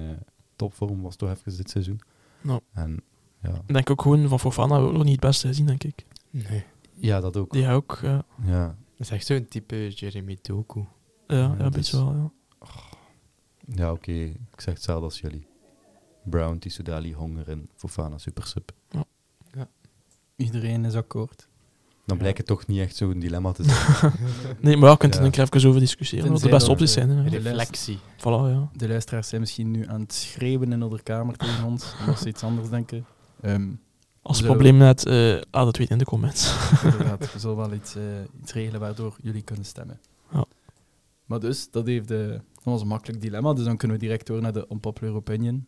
S1: topvorm was toch even dit seizoen.
S2: Nou.
S1: En ja,
S2: Ik denk ook gewoon van Fofana hebben we ook nog niet het beste gezien, denk ik.
S3: nee.
S1: ja dat ook.
S2: Die hij ook, ja,
S1: Ja.
S3: dat is echt zo'n type Jeremy Doku.
S2: ja, ja, een
S1: dat
S2: beetje
S1: is-
S2: wel, ja.
S1: Ja, oké. Ik zeg hetzelfde als jullie. Brown, Tissoudali, Honger en Fofana, supersub.
S4: Iedereen is akkoord.
S1: Dan blijkt het toch niet echt zo'n dilemma te zijn.
S2: Nee, maar ja, je kunt er
S1: Ja.
S2: een keer even over discussiëren wat de
S4: Tenzij
S2: beste
S4: dat,
S2: opties zijn. hè.
S4: de
S3: Reflectie.
S2: Voilà, ja.
S4: De luisteraars zijn misschien nu aan het schreeuwen in de kamer tegen ons, omdat ze iets anders denken. Ehm,
S2: Als
S4: Zo.
S2: probleem net, eh laat het weten in de comments.
S4: Inderdaad, we zullen wel iets, eh, iets regelen waardoor jullie kunnen stemmen.
S2: Ja.
S4: Maar dus, dat, heeft, eh, dat was een makkelijk dilemma. Dus dan kunnen we direct door naar de unpopular opinion.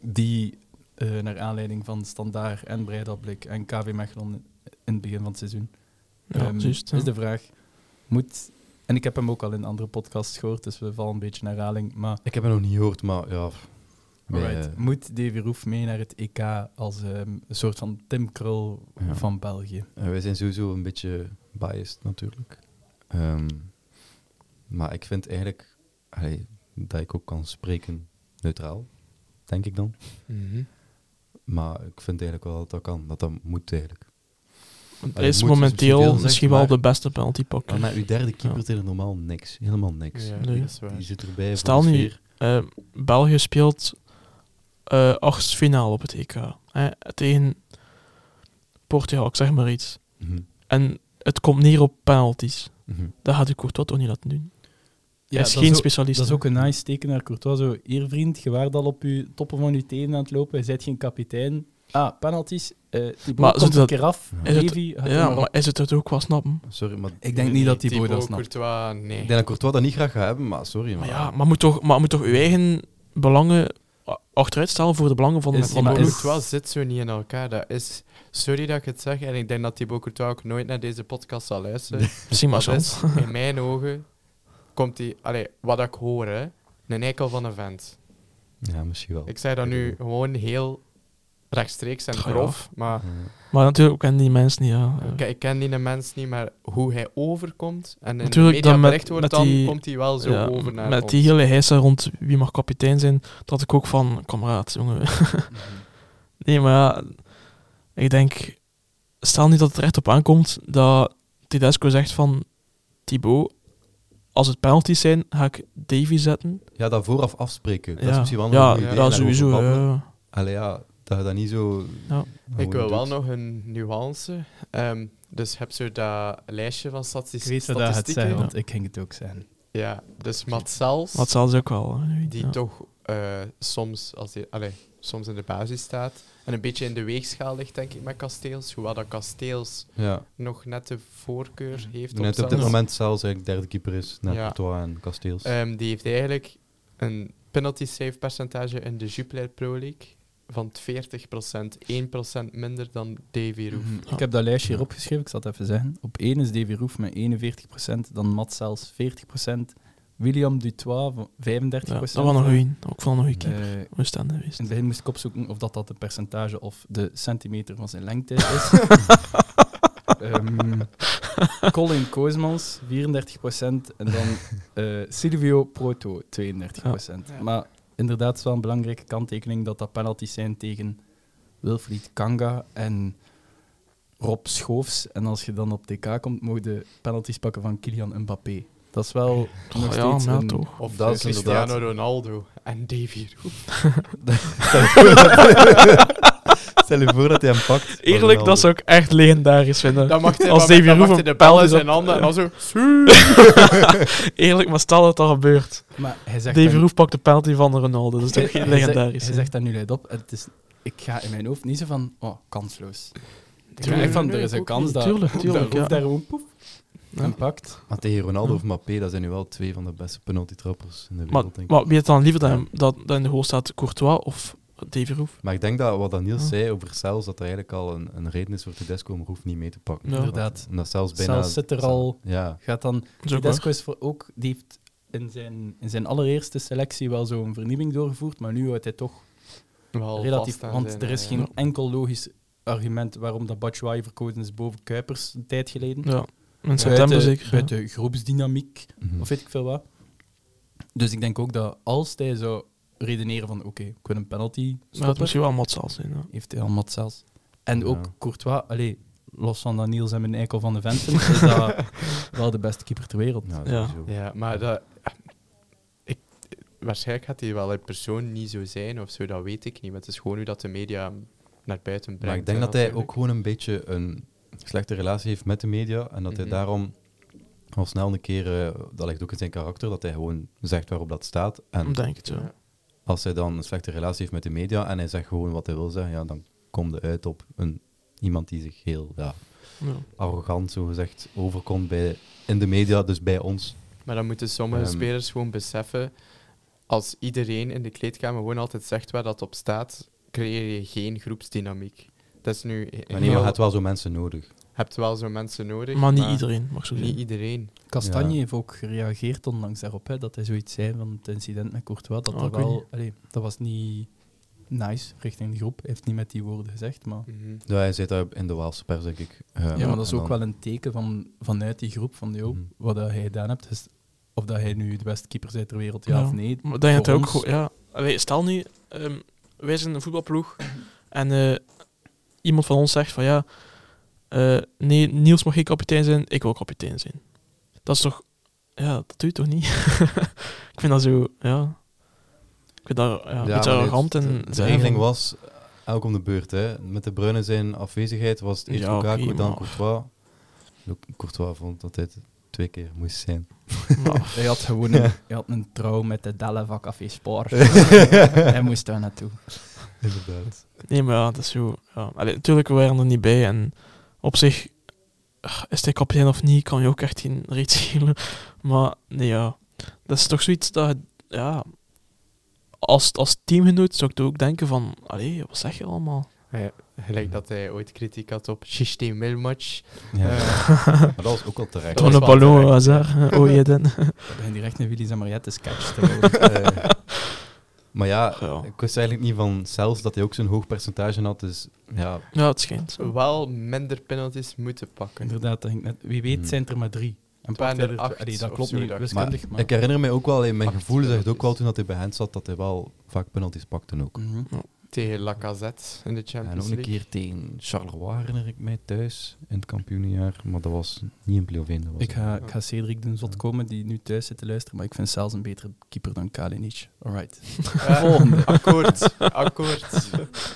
S4: Die eh, naar aanleiding van Standaard en Breidablik en KV Mechelen in het begin van het seizoen.
S2: Ja,
S4: Ehm,
S2: juist.
S4: Is
S2: ja.
S4: de vraag, moet... En ik heb hem ook al in andere podcasts gehoord, dus we vallen een beetje in herhaling. Maar
S1: Ik heb het nog niet gehoord, maar ja. wij,
S4: Alright.
S1: eh,
S4: moet Davy Roef mee naar het EK als ehm, een soort van Tim Krul
S1: Ja.
S4: van België?
S1: eh, wij zijn sowieso een beetje biased natuurlijk. Ehm, maar ik vind eigenlijk allee, dat ik ook kan spreken neutraal, denk ik dan.
S3: Mhm.
S1: Maar ik vind eigenlijk wel dat dat kan, dat dat moet eigenlijk. Ja,
S2: Want Hij
S1: je
S2: is
S1: moet, dus
S2: momenteel
S1: misschien veel
S2: misschien
S1: zegt,
S2: wel
S1: maar-
S2: de beste penalty pakken.
S1: Maar met uw derde keeper
S2: Ja.
S1: deed er normaal niks, helemaal niks.
S3: Ja,
S2: Nee.
S3: dat is
S1: Die
S3: waar.
S1: zit erbij. voor
S2: Stel
S1: de
S2: nu-
S1: sfeer.
S2: Eh, België speelt eh achtste finale op het EK. hè, tegen Portugal, ik zeg maar iets.
S1: Mhm.
S2: En het komt neer op penalties.
S1: Mhm.
S2: Dat had ik Courtois toch niet laten doen.
S4: Ja,
S2: Hij is
S4: dat
S2: geen
S4: ook-
S2: specialist.
S4: Dat is ook een nice teken naar Courtois. Zo, hier vriend, je waart al op je toppen van je tenen aan het lopen. Je bent geen kapitein. Ah, penalties. eh die bal
S2: Maar
S4: komt
S2: zou
S4: een
S2: dat-
S4: keer af.
S1: Ja.
S2: Is het-
S4: Davy, had hem
S2: Ja,
S4: erop.
S2: maar is het het ook wel snappen?
S1: Sorry, maar
S4: Ik denk niet dat die
S3: Thibaut
S4: dat snapt.
S3: Courtois, nee.
S1: ik denk dat Courtois dat niet graag gaat hebben, maar sorry.
S2: Maar
S1: Maar
S2: ja, maar moet toch, maar moet toch uw eigen belangen a- achteruit stellen voor de belangen van de
S4: Is-
S3: Maar
S2: van
S4: maar
S2: de
S3: Thibaut
S2: ploeg?
S4: is-
S3: Courtois zit zo niet in elkaar. Dat is, sorry dat ik het zeg, en ik denk dat Thibaut Courtois ook nooit naar deze podcast zal luisteren.
S2: Misschien maar
S3: Dat
S2: zo.
S3: is, in mijn ogen komt hij, allee, wat ik hoor, hè, een eikel van een vent.
S1: ja, misschien wel.
S3: Ik zei dat nu gewoon heel rechtstreeks en
S2: Ja.
S3: grof, maar
S1: Ja.
S2: Maar natuurlijk kennen die mensen niet. Ja.
S3: ik, ik ken die mens niet, maar hoe hij overkomt en in
S2: Natuurlijk,
S3: de media
S2: dan met-
S3: bericht wordt,
S2: met
S3: dan
S2: die-
S3: komt hij wel zo
S2: Ja,
S3: over naar
S2: met
S3: ons.
S2: die hele heisa rond wie mag kapitein zijn, dat ik ook van, kameraad, jongen. nee, maar ja, ik denk, stel niet dat het er echt op aankomt dat Tedesco zegt van, Thibaut, als het penalties zijn, ga ik Davy zetten.
S1: Ja, dat vooraf afspreken. Dat
S2: ja.
S1: is misschien wel een
S2: ja,
S1: goed idee.
S2: ja,
S1: daarover
S2: sowieso.
S1: babbelen.
S2: ja.
S1: Allee, ja, dat je dat niet zo...
S2: Ja.
S1: gewoon
S3: Ik wil wel
S1: doet.
S3: nog een nuance. Ehm, dus heb je dat lijstje van
S4: Ik
S3: statis-
S4: weet wat dat gaat
S3: statistieken?
S4: zeggen, want ik ging het ook zeggen.
S3: Ja, dus Matsels,
S2: Dat zal ze ook wel. hè, nu,
S3: die
S2: ja.
S3: toch eh, soms, als die, allee, soms in de basis staat en een beetje in de weegschaal ligt, denk ik, met Kasteels. Hoewel dat Kasteels
S1: Ja,
S3: nog net de voorkeur heeft
S1: net op dit
S3: Sels.
S1: moment zelfs eigenlijk derde keeper is naar
S3: Ja.
S1: Courtois en Kasteels.
S3: Ehm, die heeft eigenlijk een penalty save percentage in de Jupiler Pro League van 40%, 1% minder dan Davy Roef.
S4: Mhm. Ik heb dat lijstje hier opgeschreven, ik zal het even zeggen. Op 1 is Davy Roef met 41%, dan Matt zelfs 40%, William Dutois van 35%.
S2: Ja, dat was nog één. Ook wel nog een keer.
S4: Eh,
S2: We staan er geweest.
S4: In het begin moest ik opzoeken of dat, dat de percentage of de centimeter van zijn lengte is. Ehm, Colin Koosmans, 34%. En dan eh, Silvio Proto, 32%.
S2: Ah.
S3: Ja.
S4: Maar inderdaad, het is wel een belangrijke kanttekening dat dat penalties zijn tegen Wilfried Kanga en Rob Schoofs. En als je dan op TK komt, mogen de penalties pakken van Kylian Mbappé. Dat is wel nog
S2: ja,
S4: steeds
S2: maar ja,
S4: een-
S2: toch.
S3: Of
S1: Dat
S3: eh,
S1: is
S3: Cristiano
S1: inderdaad-
S3: Ronaldo en Davy Roef.
S1: Stel je voor dat hij hem pakt.
S2: Eerlijk, dat zou ik echt legendarisch vinden.
S3: Dan mag hij,
S2: Als
S3: van-
S2: Davy
S3: dan
S2: Roef
S3: mag hij
S2: een
S3: de bal
S2: penalty
S3: in zijn
S2: zet-
S3: handen en dan zo...
S2: Eerlijk, maar stel dat dat gebeurt.
S4: Maar hij zegt
S2: Davy
S4: dan-
S2: Roef pakt de penalty van Ronaldo. Dat is toch
S4: Hij-
S2: geen
S4: hij zegt-
S2: legendarisch.
S4: Hij
S2: hè?
S4: zegt dat nu luid op. Het is, ik ga in mijn hoofd niet zo van, oh, kansloos. Ik
S2: Tuurlijk.
S4: denk van, er is een
S3: Ook
S4: kans dat
S2: Tuurlijk, tuurlijk,
S4: dat Roef
S2: ja.
S4: daar gewoon poef
S2: Ja.
S4: en pakt.
S1: Maar tegen Ronaldo of Mbappé, dat zijn nu wel twee van de beste penalty-trappers in de wereld,
S2: Maar,
S1: denk ik.
S2: maar wie het dan liever dan, dat, dat in de goal staat, Courtois of Davy Roef?
S1: Maar ik denk dat wat dat Niels
S2: Ja.
S1: zei over Cels, dat er eigenlijk al een, een reden is voor Tedesco om Roef niet mee te pakken.
S2: Ja.
S4: Inderdaad.
S1: Omdat zelfs bijna...
S4: Cels zit er al.
S1: Ja.
S4: Gaat dan,
S2: Dat is ook waar.
S4: Tedesco is voor ook, die heeft in zijn, in zijn allereerste selectie wel zo'n vernieuwing doorgevoerd, maar nu houdt hij toch
S3: Wel
S4: relatief,
S3: vast aan
S4: want
S3: zijn,
S4: er is
S3: eh,
S4: geen
S2: ja.
S4: enkel logisch argument waarom dat Batshuayi verkozen is boven Kuipers een tijd geleden.
S2: Ja, in
S4: Buiten-
S2: september zeker. ja.
S4: Buiten groepsdynamiek.
S1: Mhm.
S4: of weet ik veel wat. Dus ik denk ook dat als hij zou redeneren van oké, ik wil een penalty
S2: Maar dat
S4: stoppen,
S2: misschien wel mat zal zijn. Ja.
S4: heeft hij al mat zelfs. En
S1: Ja.
S4: ook Courtois, allee, los van dat Niels en mijn eikel van de venten, is dat wel de beste keeper ter wereld.
S1: Ja,
S2: Ja.
S1: sowieso.
S3: Ja, maar dat, ik, waarschijnlijk gaat hij wel in persoon niet zo zijn of zo, dat weet ik niet. Maar het is gewoon nu dat de media hem naar buiten brengt.
S1: Maar ik denk
S3: hè,
S1: dat hij
S3: natuurlijk.
S1: ook gewoon een beetje een slechte relatie heeft met de media. En dat hij
S3: Mhm.
S1: daarom al snel een keer, eh, dat ligt ook in zijn karakter, dat hij gewoon zegt waarop dat staat. En
S2: Ik Denk het, ja.
S1: als hij dan een slechte relatie heeft met de media en hij zegt gewoon wat hij wil zeggen, ja, dan komde uit op een, iemand die zich heel ja,
S2: Ja.
S1: arrogant, zogezegd, overkomt bij, in de media, dus bij ons.
S3: Maar dan moeten sommige
S1: Ehm.
S3: spelers gewoon beseffen, als iedereen in de kleedkamer gewoon altijd zegt waar dat op staat, creëer je geen groepsdynamiek. Dat is nu...
S1: Maar nee, maar je
S3: je
S1: hebt wel zo mensen nodig.
S3: hebt wel zo'n mensen nodig,
S2: Maar niet iedereen, mag ik zo
S3: Niet
S2: zeggen.
S3: iedereen.
S4: Kastanje
S1: Ja.
S4: heeft ook gereageerd onlangs daarop, hè, dat hij zoiets zei van het incident met Courtois. Dat,
S2: Oh,
S4: dat,
S2: ik weet
S4: wel,
S2: niet.
S4: allee, dat was niet nice richting de groep. Hij heeft niet met die woorden gezegd, maar...
S3: Mhm.
S1: Ja, hij zit daar in de Waalse pers, denk ik. Eh,
S4: Ja, maar dat is
S1: en
S4: ook
S1: dan-
S4: wel een teken van, vanuit die groep van, joh,
S1: Mhm.
S4: wat dat hij gedaan hebt, is, of dat hij nu de beste keeper is uit ter wereld, ja,
S2: Ja.
S4: of nee.
S2: Maar ik denk dat
S4: Voor
S2: hij ook
S4: ons-
S2: gewoon... Ja. Allee, Stel nu, ehm, wij zijn een voetbalploeg en eh, iemand van ons zegt van ja, eh, nee, Niels mag geen kapitein zijn, ik wil kapitein zijn. Dat is toch... Ja, dat doe je toch niet? ik vind dat zo... Ja. Ik vind dat ja, een beetje
S1: maar dit-
S2: arrogant.
S1: de-
S2: En
S1: De,
S2: zeggen
S1: regeling
S2: van-
S1: was, elk om de beurt. Hè. Met de Bruyne zijn afwezigheid was het eerst
S2: Ja,
S1: Lukaku,
S2: oké,
S1: dan
S2: maar-
S1: Courtois. Lu- Courtois vond dat dit twee keer moest zijn.
S2: Maar-
S4: Hij had gewoon een, hij had een trouw met de Delle van Café Sport. hij moest daar naartoe.
S1: Inderdaad.
S2: Nee, maar ja, dat is zo. Ja. Allee, natuurlijk, we waren er niet bij. En op zich, ah, is hij kapitein of niet, kan je ook echt geen reet schelen. Maar nee, ja. Dat is toch zoiets dat je, ja. Als, als teamgenoot zou ik ook denken van, allee, wat zeg je allemaal?
S3: Ja, gelijk dat hij ooit kritiek had op Systeem Wilmatch.
S1: Ja.
S3: Eh,
S1: maar dat was ook al terecht.
S3: Dat
S2: Toen
S3: was
S2: een
S3: wel
S2: ballon,
S3: terecht,
S2: hazard, oh je dan.
S4: Ik begin direct een Willy Zamariette sketch te houden.
S1: Eh, maar ja,
S2: Ja.
S1: ik wist eigenlijk niet van zelfs dat hij ook zo'n hoog percentage had. Dus ja,
S2: Ja, het schijnt.
S3: wel minder penalties moeten pakken.
S4: Inderdaad, dat ging net, wie weet
S1: Hmm.
S4: zijn er maar drie. En
S3: waren
S4: Pavlidis-
S3: er acht
S4: allee, dat
S3: of
S4: klopt
S3: zo,
S4: niet
S3: dacht ik.
S1: maar,
S4: wiskundig, maar...
S1: ik herinner mij ook wel, in mijn
S3: Acht
S1: gevoel zegt ook
S3: penalties.
S1: wel toen dat hij bij hen zat, dat hij wel vaak penalties pakte ook.
S4: Mhm.
S3: Tegen Lacazette in de
S1: En
S3: Champions
S1: ook een
S3: League.
S1: keer tegen Charleroi herinner ik mij thuis in het kampioenenjaar, maar dat was niet in play-off één, dat was
S4: Ik ga, ik ga Cedric doen zot komen, die nu thuis zit te luisteren, maar ik vind zelfs een betere keeper dan Kalinic. Alright.
S3: Eh,
S4: Volgende.
S3: Akkoord, akkoord.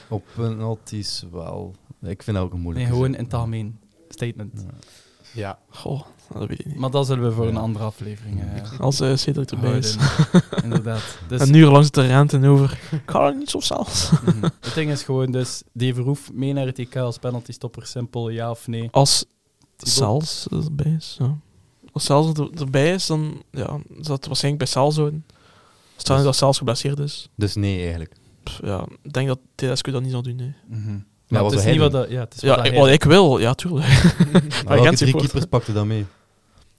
S1: Op penalties wel. Ik vind dat ook een
S4: Nee,
S1: moeilijke.
S4: gewoon
S1: zin.
S4: in het algemeen. Statement.
S1: Ja.
S3: Ja,
S2: Goh, dat weet ik niet.
S4: Maar dat zullen we voor
S1: Ja.
S4: een andere aflevering eh,
S2: Als eh Cedric erbij is.
S4: houden. Inderdaad. Dus,
S2: En nu langs het renten over. Kan het niet zo zelfs.
S4: mhm. Het ding is gewoon dus, Dave Roef mee naar het EK als penalty stopper, simpel, ja of nee.
S2: Als
S4: Thibaut?
S2: Sals erbij is. Ja. Als Sals er, erbij is, dan ja, zou het waarschijnlijk bij Sals houden. Stel nu
S1: Dus-
S2: dat Sals geblesseerd is.
S1: Dus nee, eigenlijk.
S2: Pff, ja, ik denk dat Tedesco dat niet zal doen. nee.
S4: Mhm.
S1: Maar
S4: Maar
S1: wat
S4: het is
S1: hij
S4: niet wat
S1: doet.
S4: dat... Ja, het is
S2: Ja,
S4: wat
S2: ik,
S4: hij
S2: wat ik wil, ja, tuurlijk.
S1: Maar
S2: ik
S1: welke
S2: ken
S1: drie
S2: supporter.
S1: keepers pakten dan mee?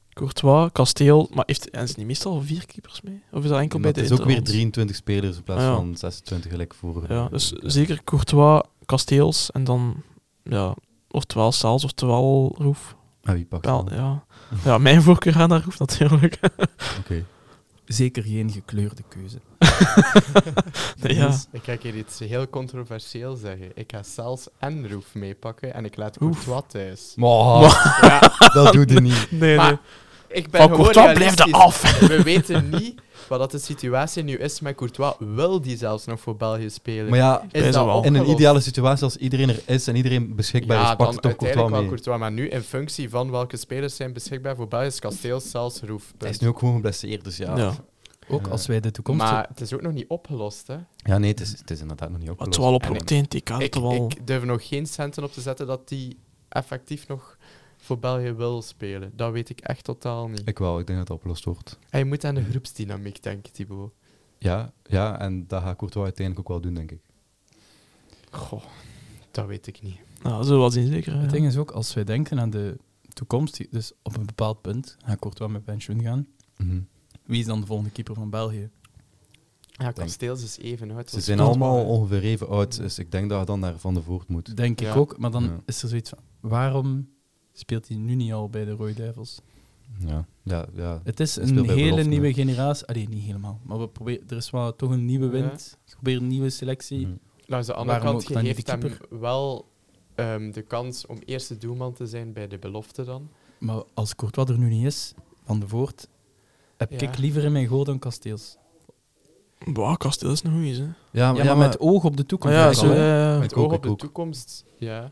S2: Courtois, Kasteel. Maar heeft, en zijn niet meestal vier keepers mee? Of is dat enkel
S1: Maar
S2: bij
S1: het
S2: de
S1: is ook weer
S2: Interlands?
S1: 23 spelers in plaats
S2: Ah, ja.
S1: van 26 gelijk voor.
S2: Ja, dus zeker Courtois, Kasteels en dan... Ja, oftewel Sals, oftewel Roef.
S1: En Ah, wie pakt
S2: Wel,
S1: dan?
S2: ja. ja, mijn voorkeur gaat naar Roef natuurlijk.
S1: Oké.
S4: Zeker geen gekleurde keuze.
S2: Nee, ja.
S4: Dus-
S3: ik ga hier iets heel controversieel zeggen. Ik ga zelfs en Roef meepakken en ik laat
S2: Oef.
S3: Courtois thuis.
S1: Maar
S3: Ja,
S1: dat doet hij niet.
S2: Nee,
S3: Maar
S2: nee.
S3: ik ben
S2: Van
S3: gewoon
S2: Courtois blijft er
S3: realistisch.
S2: af.
S3: We weten niet wat dat de situatie nu is met Courtois. Wil die zelfs nog voor België spelen?
S1: Maar ja,
S3: is
S2: Hij
S3: dat
S2: zal wel.
S1: in een
S3: opgelost?
S1: ideale situatie, als iedereen er is en iedereen beschikbaar
S3: ja,
S1: is, pakt
S3: dan
S1: het toch Courtois
S3: uiteindelijk wel
S1: mee.
S3: Courtois. Maar nu, in functie van welke spelers zijn beschikbaar voor België, is Kasteels zelfs Roef.
S1: Hij is
S3: Punt.
S1: nu ook gewoon geblesseerd, dus ja.
S2: Ja.
S1: Ja,
S4: Ook
S1: Ja.
S4: als wij de toekomst...
S3: Maar het is ook nog niet opgelost, hè.
S1: nee, het is, het is inderdaad nog niet
S2: Wat
S1: opgelost.
S2: wel op
S3: En ik-
S2: meteen TK
S3: ik,
S2: toch wel.
S3: ik durf er nog geen centen op te zetten dat die effectief nog voor België wil spelen. Dat weet ik echt totaal niet.
S1: Ik wel, ik denk dat het opgelost wordt.
S3: En je moet aan de groepsdynamiek denken, Thibaut.
S1: Ja, ja, en dat gaat Courtois uiteindelijk ook wel doen, denk ik.
S3: Goh, dat weet ik niet.
S2: Nou, zo wel zien zeker.
S4: Het
S2: ja.
S4: ding is ook, als wij denken aan de toekomst, dus op een bepaald punt, hij kort wel met pensioen gaan,
S1: Mhm.
S4: wie is dan de volgende keeper van België?
S3: Ja, Kasteels is even uit.
S1: Ze
S3: als
S1: zijn
S3: Courtois.
S1: allemaal ongeveer even oud, dus ik denk dat je dan naar Van de Voort moet.
S4: Denk
S3: Ja.
S4: ik ook, maar dan
S1: Ja.
S4: is er zoiets van, waarom speelt hij nu niet al bij de Rode Duivels?
S1: Ja, ja, ja.
S4: Het is
S1: Hij speelt
S4: een
S1: bij
S4: hele
S1: belofte,
S4: nieuwe
S1: hè.
S4: generatie. Allee, niet helemaal, maar we proberen, er is wel toch een nieuwe
S3: Ja.
S4: wind. Je probeert een nieuwe selectie.
S1: Mm.
S3: Nou, aan de andere
S4: Waarom
S3: kant,
S4: ook
S3: je
S4: dan niet
S3: geeft
S4: de
S3: hem wel ehm, de kans om eerste doelman te zijn bij de belofte dan.
S4: Maar als Courtois er nu niet is, Van de Voort, heb
S3: Ja.
S4: ik liever in mijn goal dan Kasteels.
S2: Wauw, Kasteel is een goeie, hè.
S1: Ja,
S4: Ja, maar, met oog op de
S2: Ah
S4: toekomst.
S2: ja,
S4: denk ik
S2: zo,
S4: wel, hè.
S2: ja, ja.
S1: Ik
S3: Met
S1: ook,
S3: oog
S1: ik
S3: op de
S1: ook.
S3: toekomst, ja.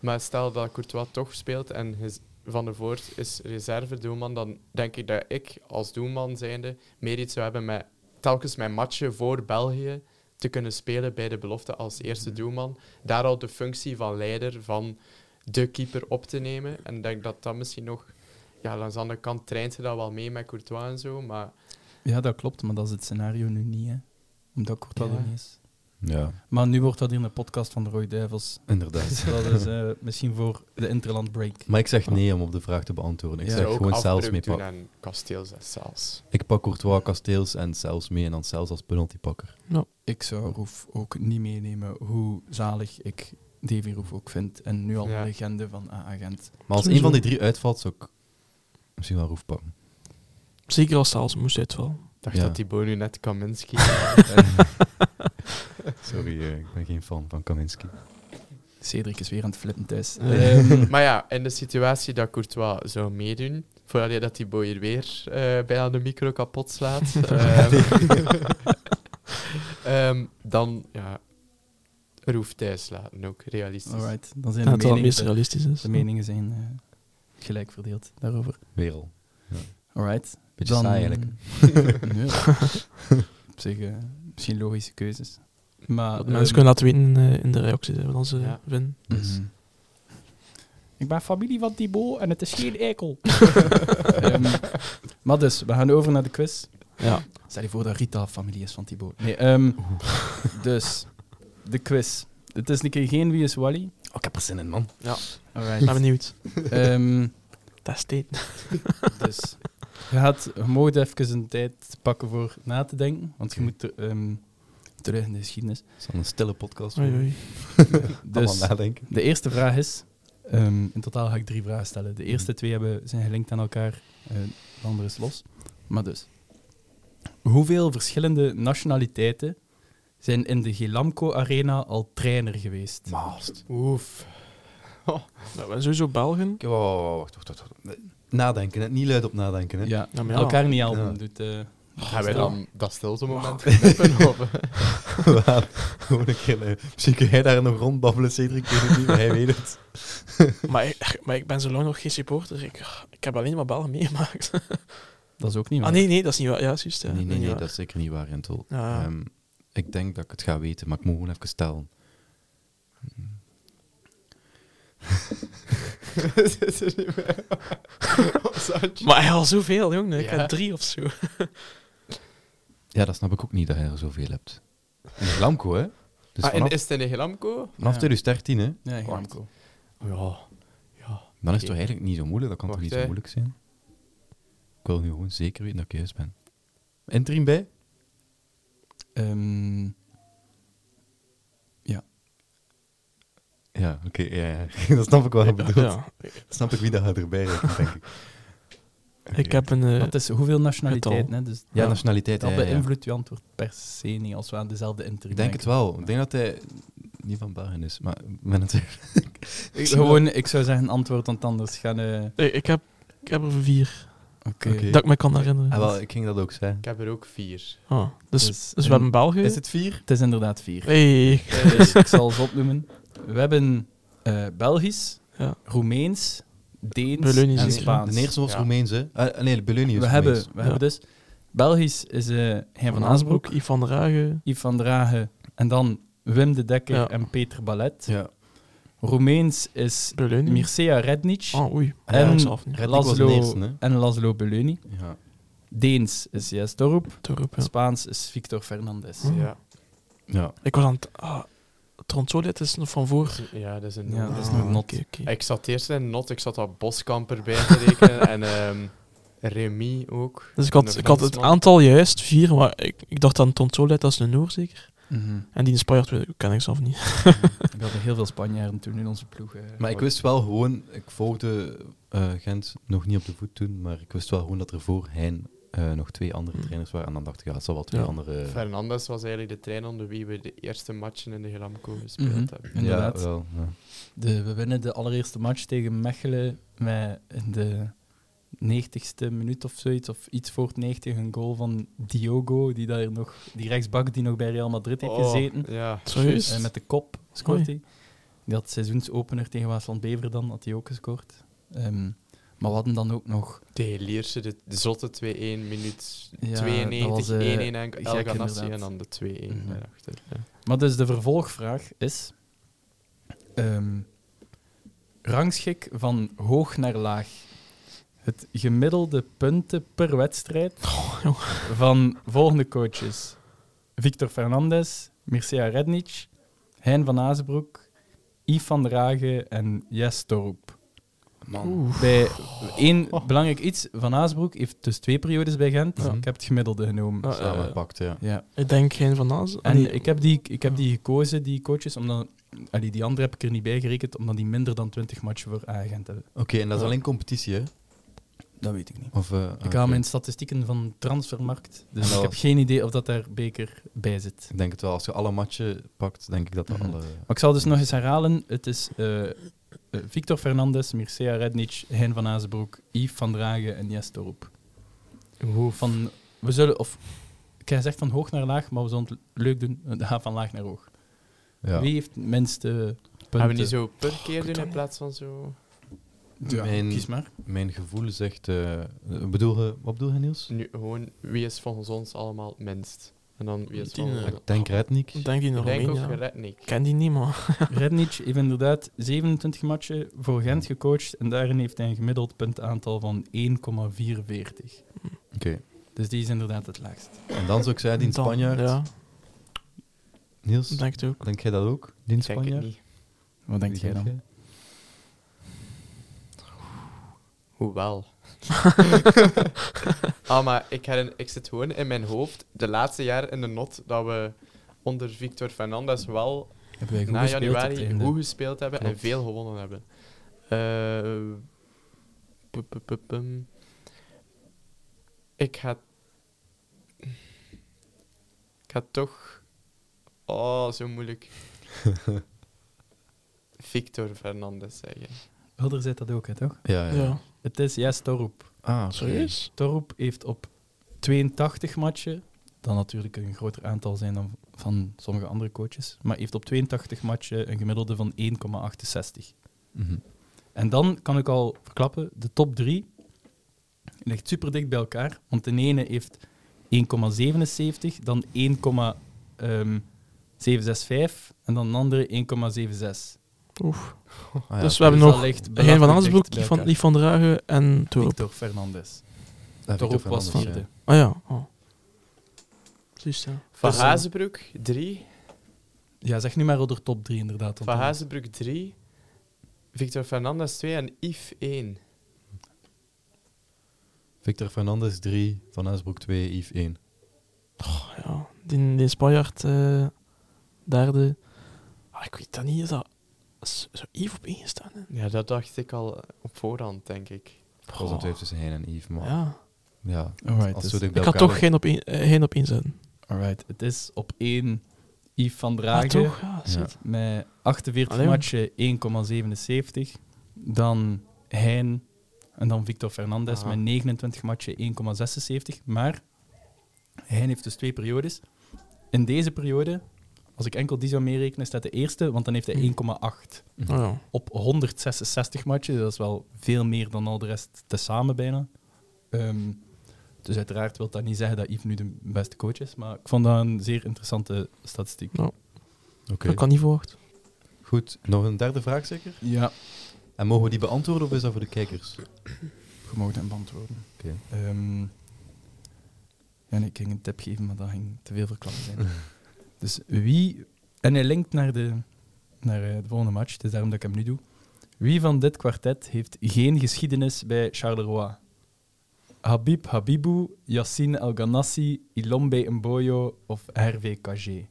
S3: Maar stel dat Courtois toch speelt en his- Van der Voort is reserve-doelman, dan denk ik dat ik als doelman zijnde meer iets zou hebben met telkens mijn matchen voor België te kunnen spelen bij de belofte als eerste doelman. Daar al de functie van leider van de keeper op te nemen. En ik denk dat dat misschien nog... Ja, langs de andere kant traint ze dat wel mee met Courtois en zo, maar...
S4: Ja, dat klopt, maar dat is het scenario nu niet, hè. Omdat Courtois
S3: Ja.
S4: er niet is.
S1: Ja,
S4: Maar nu wordt dat hier in de podcast van de Roy Duivels.
S1: inderdaad.
S4: Dus dat is eh, misschien voor de Interland Break.
S1: Maar ik zeg nee om op de vraag te beantwoorden. Ik
S4: Ja.
S1: zeg
S3: ook
S1: gewoon zelfs
S3: afbreuk
S1: mee
S3: doen
S1: pakken.
S3: aan Kasteel zet zelfs.
S1: Ik pak Courtois, Kasteels en zelfs mee en dan zelfs als penaltypakker.
S4: Ik zou Roef ook niet meenemen hoe zalig ik Davy Roef ook vind. En nu al
S3: Ja.
S4: een legende van A-agent.
S1: Maar als een
S2: Sowieso.
S1: van die drie uitvalt, zou ik misschien wel Roef pakken.
S2: Zeker als Saals moest uitvallen.
S3: Ik dacht
S1: Ja.
S3: dat die nu net Kaminski...
S1: Sorry, eh, ik ben geen fan van Kaminski.
S4: Cedric is weer aan het flippen thuis.
S3: Eh,
S4: Ehm,
S3: maar ja, in de situatie dat Courtois zou meedoen, voordat dat die boy hier weer eh, bijna de micro kapot slaat, ehm, ehm, dan ja, Roef thuis laten ook, realistisch.
S4: Alright, dan zijn
S2: Ja, dat
S4: de
S2: dat het
S4: meningen,
S2: meest realistisch is.
S4: de meningen zijn eh, gelijk verdeeld daarover.
S1: Wereld.
S4: Alright.
S1: Beetje saai eigenlijk.
S4: Nee. Op zich eh, misschien logische keuzes. Maar,
S2: Dat
S4: ehm,
S2: mensen kunnen laten weten eh, in de reacties hè, wat dan ze
S3: Ja.
S2: winnen.
S1: Dus-
S4: Mhm. Ik ben familie van Thibaut en het is geen eikel. Ehm, maar dus, we gaan over naar de quiz.
S2: Ja.
S4: Stel je voor dat Rita familie is van Thibaut. Nee, ehm, dus, de quiz. Het is een keer geen Wie is Wally.
S1: Oh, ik heb er zin in, man.
S2: Ik ben
S4: Alright.
S2: benieuwd.
S4: Ehm,
S2: Dat is dit.
S4: dus, je gaat je mag even een tijd pakken voor na te denken. Want je
S1: Oké.
S4: moet er, ehm, terug in de geschiedenis.
S1: Het is dan een stille podcast.
S2: Oei, oei.
S1: Dus.
S4: Dus,
S1: nadenken.
S4: De eerste vraag is... ehm, in totaal ga ik drie vragen stellen. De eerste twee hebben, zijn gelinkt aan elkaar. eh, de andere is los. Maar dus. Hoeveel verschillende nationaliteiten zijn in de Gelamco Arena al trainer geweest?
S1: Maast.
S3: Oef.
S2: Nou, we zijn sowieso Belgen.
S1: Wow, wow, wow, wacht, wacht, wacht, wacht. Nadenken, hè. niet luid op nadenken. Hè.
S4: Ja,
S2: Ja, maar ja.
S4: elkaar niet helpen.
S1: Ja.
S4: Doet, eh,
S3: Gaan wij
S4: stil.
S3: dan dat stilte moment knippen, of-
S1: We gaan Gewoon een keer, eh, misschien kun jij daar nog rondbabbelen, Cedric. Ik weet het niet, maar hij weet het.
S2: Maar, ik- maar ik ben zo lang nog geen supporter. Ik, ik heb alleen maar Belgen meegemaakt.
S4: Dat is ook niet waar.
S2: Ah nee, nee, dat is niet waar. Ja, juist. Ja.
S1: Nee, nee,
S2: niet
S1: nee,
S2: waar.
S1: dat is zeker niet waar, Entel.
S2: Ja.
S1: Ehm, ik denk dat ik het ga weten, maar ik moet gewoon even stellen.
S3: Zit er niet meer. Zandje.
S2: Maar hij had zoveel, jongen. Ik
S3: Ja.
S2: had drie of zo.
S1: Ja, dat snap ik ook niet dat hij er zoveel hebt. In de Glamco, hè? Dus
S3: Ah, en
S1: vanaf,
S3: is het in de Gelamco?
S1: vanaf
S4: Ja.
S1: 2013, hè?
S4: Ja, Gelamco.
S3: Ja. ja.
S1: Dan is het
S3: Oké.
S1: toch eigenlijk niet zo moeilijk? Dat kan toch
S3: Wacht,
S1: niet zo
S3: hè.
S1: moeilijk zijn? Ik wil nu gewoon zeker weten dat ik juist ben. Interim bij?
S4: Ehm,
S1: Ja, oké. ja, ja. dat snap ik wel. bedoeld.
S2: Ja.
S1: Snap ik wie dat erbij rekent, denk ik. Oké.
S2: Ik heb een... eh,
S4: dat is hoeveel nationaliteiten. Hè? Dus
S1: Ja,
S4: dat-
S1: nationaliteit.
S4: dat
S1: ja, ja, ja.
S4: beïnvloedt je antwoord per se niet als we aan dezelfde interview
S1: Ik denk het wel. Ik denk dat hij niet van België is, maar ik ben het
S4: Ik, gewoon, ik zou zeggen antwoord, want anders gaan... eh, Oké.
S2: nee, ik, heb, ik heb er vier.
S1: Oké.
S2: Dat ik me kan herinneren.
S1: Ah, wel, ik ging dat ook zeggen.
S3: Ik heb er ook vier.
S2: Ah, dus,
S4: Dus-
S2: dus we hebben Belgen.
S1: Is het vier?
S4: Het is inderdaad vier.
S2: Hey.
S4: Dus ik zal ze opnoemen. We hebben eh, Belgisch,
S2: Ja.
S4: Roemeens, Deens
S2: Belunisch
S4: en
S2: is er, hè?
S4: Spaans.
S1: De eerste was
S3: Ja.
S1: Roemeens, hè? Ah, nee, Belunius.
S4: we hebben, we
S2: Ja.
S4: hebben dus... Belgisch is eh Hein van Aansbroek,
S2: Yves van der Hagen.
S4: Yves van Dragen en dan Wim de Dekker
S2: Ja.
S4: en Peter Ballet.
S1: Ja.
S4: Roemeens is
S2: Beleuning.
S4: Mircea Rednic
S2: Ah, oei.
S1: En
S2: Ja, ik zal het niet.
S1: Rednic was de
S4: Laszlo-
S1: eerste, hè?
S4: en Laszlo Beluni.
S1: Ja.
S4: Deens is Jes Dorp,
S2: Te roepen.
S4: Spaans is Victor Fernandez.
S2: Hm.
S3: Ja.
S1: ja.
S2: Ik was aan het... Ah, Tronsolet is nog van voor.
S3: Ja, dat is een
S4: Ja, dat is
S2: Ah,
S4: nog not.
S2: oké, oké.
S3: Ik zat eerst in Not, ik zat dat Boskamper bij te rekenen en ehm Remy ook.
S2: Dus ik had,
S3: Een
S2: ik had het
S3: Fransman.
S2: aantal juist, vier, maar ik, ik dacht aan Tronsolet, dat is een Noor zeker.
S4: Mhm.
S2: En die in Spanjaard weet ik- ken ik zelf niet.
S4: We hadden heel veel Spanjaarden toen in onze ploeg. eh.
S1: Maar ik wist wel gewoon, ik volgde eh, Gent nog niet op de voet toen, maar ik wist wel gewoon dat er voor Hein eh, nog twee andere
S2: Hm.
S1: trainers waren. En dan dacht ik, ja, het zal wel twee
S2: Ja.
S1: andere...
S3: Fernandes was eigenlijk de trainer onder wie we de eerste matchen in de Gelamco gespeeld
S4: Mhm.
S3: hebben.
S4: Inderdaad.
S1: Ja, wel, ja.
S4: De, we winnen de allereerste match tegen Mechelen met in de 90ste minuut of zoiets, of iets voor het 90 een goal van Diogo, die, daar nog, die rechtsbak die nog bij Real Madrid heeft
S3: Oh,
S4: gezeten.
S3: Ja.
S2: Serieus?
S4: Eh, met de kop scoort hij. Die had seizoensopener tegen Waasland Bever dan, had hij ook gescoord. Ehm, Maar we hadden dan ook nog
S3: Tegen Lierse, de, de zotte 2-1, minuut
S4: Ja,
S3: 92,
S4: dat was, eh,
S3: 1-1 en
S4: gek
S3: El Ganassi
S4: inderdaad.
S3: en dan de 2-1
S4: Mhm.
S3: daarachter. Ja.
S4: Maar dus de vervolgvraag is: ehm, rangschik van hoog naar laag. Het gemiddelde punten per wedstrijd
S1: Oh,
S4: van volgende coaches: Victor Fernandez, Mircea Rednic, Hein van Azenbroek, Yves van Dragen en Jes Torroep. Bij één belangrijk iets: Van Azenbroek heeft dus twee periodes bij Gent.
S1: Ja.
S4: Ik heb het gemiddelde genomen.
S2: Ah, eh,
S1: Samengepakt, Oh, ja.
S4: Ja.
S2: ik denk geen van Naas.
S4: En
S2: Nee.
S4: ik heb die, ik heb die gekozen, die coaches, omdat... Allee, die andere heb ik er niet bij gerekend, omdat die minder dan 20 matchen voor agent hebben.
S1: Oké, en dat is alleen competitie, hè?
S4: Dat weet ik niet.
S1: Of, eh,
S4: Ik
S1: oké.
S4: haal mijn statistieken van transfermarkt, dus
S1: Nou.
S4: ik heb geen idee of dat daar beker bij zit.
S1: Ik denk het wel. Als je alle matchen pakt, denk ik dat dat
S4: Mhm.
S1: alle...
S4: Maar ik zal dus nog eens herhalen. Het is eh, eh, Victor Fernandes, Mircea Rednic, Hein van Azenbroek, Yves van Dragen en Jes Torop. Van, we zullen, of, ik heb gezegd van hoog naar laag, maar we zullen het leuk doen, eh, ja, van laag naar hoog.
S1: Ja.
S4: Wie heeft het minste punten?
S3: Gaan we niet zo
S4: Oh,
S3: per keer doen in plaats van zo...
S4: Ja,
S1: Mijn-
S4: kies maar.
S1: Mijn gevoel zegt... eh, bedoel, je- wat bedoel je, Niels?
S3: Nu, gewoon, wie is volgens ons allemaal het minst? En dan wie is
S2: Die,
S3: volgens...
S2: eh,
S3: Ik
S1: Denk Rednik.
S2: Ik denk die naar
S3: denk ook
S2: Roemenië. ja.
S3: Rednik.
S2: Ik ken die niet, maar...
S4: Rednic heeft inderdaad 27 matchen voor Gent gecoacht en daarin heeft hij een gemiddeld puntaantal van 1,44.
S1: Oké.
S4: Dus die is inderdaad het laagst.
S1: En dan zou ik zeggen, die
S2: Dan-
S1: Spanjaard.
S2: Ja,
S1: Niels,
S2: ik denk het ook.
S1: denk jij dat ook? Die
S3: Ik denk het
S1: Spanjaard?
S3: niet.
S4: Wat denkt
S1: Wie
S4: jij
S1: zegt
S4: dan?
S3: Hoewel. ah, maar ik, herinner, ik zit gewoon in mijn hoofd, de laatste jaar in de not, dat we onder Victor Fernandez wel
S4: Hebben wij goed
S3: na
S4: gespeeld op het
S3: januari
S4: einde?
S3: goed gespeeld hebben en
S4: Klopt.
S3: veel gewonnen hebben. Eh, pu- pu- pu- pum. Ik ga... Ik ga toch... Oh, zo moeilijk. Victor Fernandez zeggen.
S4: Hulder zit dat ook, hè, toch?
S1: Ja, ja.
S2: Ja.
S4: Het is Jes Torroep.
S1: Ah, oké.
S2: Serieus?
S4: Torroep heeft op 82 matchen, dan natuurlijk een groter aantal zijn dan van sommige andere coaches, maar heeft op 82 matchen een gemiddelde van 1,68.
S1: Mhm.
S4: En dan kan ik al verklappen, de top drie ligt super dicht bij elkaar. Want de ene heeft 1,77, dan 1,765 en dan de andere 1,76.
S2: Oef.
S1: Ah, ja.
S2: Dus we hebben
S4: dat
S2: nog
S4: ligt
S2: Hein van
S4: belachelijk
S2: Aasbroek, Lief
S4: dicht bij
S2: van,
S4: elkaar.
S2: Lief van Dragen en Torop.
S4: Victor Fernandes.
S1: Ah, Victor
S4: Torop was
S1: Fernandes, ja.
S4: vierde.
S2: Ah ja. Oh. Precies, ja.
S3: Van
S4: Dus, eh,
S3: Hazebroek 3.
S4: Ja, zeg nu maar al de top drie inderdaad. want
S3: Van
S4: dan-
S3: Hazebroek 3. Victor Fernandez 2 en Yves 1.
S1: Victor Fernandes 3, Van Aasbroek 2, Yves 1.
S2: Oh, ja. Die, die Spanjaard, eh, derde. Ah, ik weet dat niet, is dat... is- Zou Yves op één staan? hè?
S3: Ja, dat dacht ik al eh, op voorhand, denk ik.
S1: Dat was een twijfel tussen Hein en Yves, maar... Ja.
S2: Ja.
S4: Alright,
S1: Als
S4: dus-
S1: we dicht bij
S2: Ik
S1: elkaar
S2: had toch
S1: liggen.
S2: geen op één, eh, geen op één zetten.
S4: alright, het is op één Yves van
S2: Ah,
S4: Dragen.
S2: toch? Ja, zit.
S4: Met 48
S2: Allee,
S4: matchen 1,77. Dan Hein en dan Victor Fernandez
S3: Ah.
S4: met 29 matchen 1,76. Maar Hein heeft dus twee periodes. In deze periode, als ik enkel die zou meerekenen, staat de eerste, want dan heeft hij 1,8
S2: Oh, ja.
S4: op 166 matchen. Dat is wel veel meer dan al de rest tezamen bijna. Ehm, dus uiteraard wil dat niet zeggen dat Yves nu de beste coach is, maar ik vond dat een zeer interessante statistiek.
S2: Ja.
S1: Oké.
S2: Dat kan niet verwacht.
S1: Goed, nog een derde vraag zeker?
S4: Ja,
S1: En mogen we die beantwoorden of is dat voor de kijkers?
S4: Je mag hem beantwoorden.
S1: Oké.
S4: Ehm, ja, nee, ik ging een tip geven, maar dat ging te veel verklappen zijn. dus wie... En hij linkt naar de, naar eh, de volgende match, het is daarom dat ik hem nu doe. Wie van dit kwartet heeft geen geschiedenis bij Charleroi? Habib Habibou, Yassine Elganassi, Ilombe Mboyo of Hervé Cagé?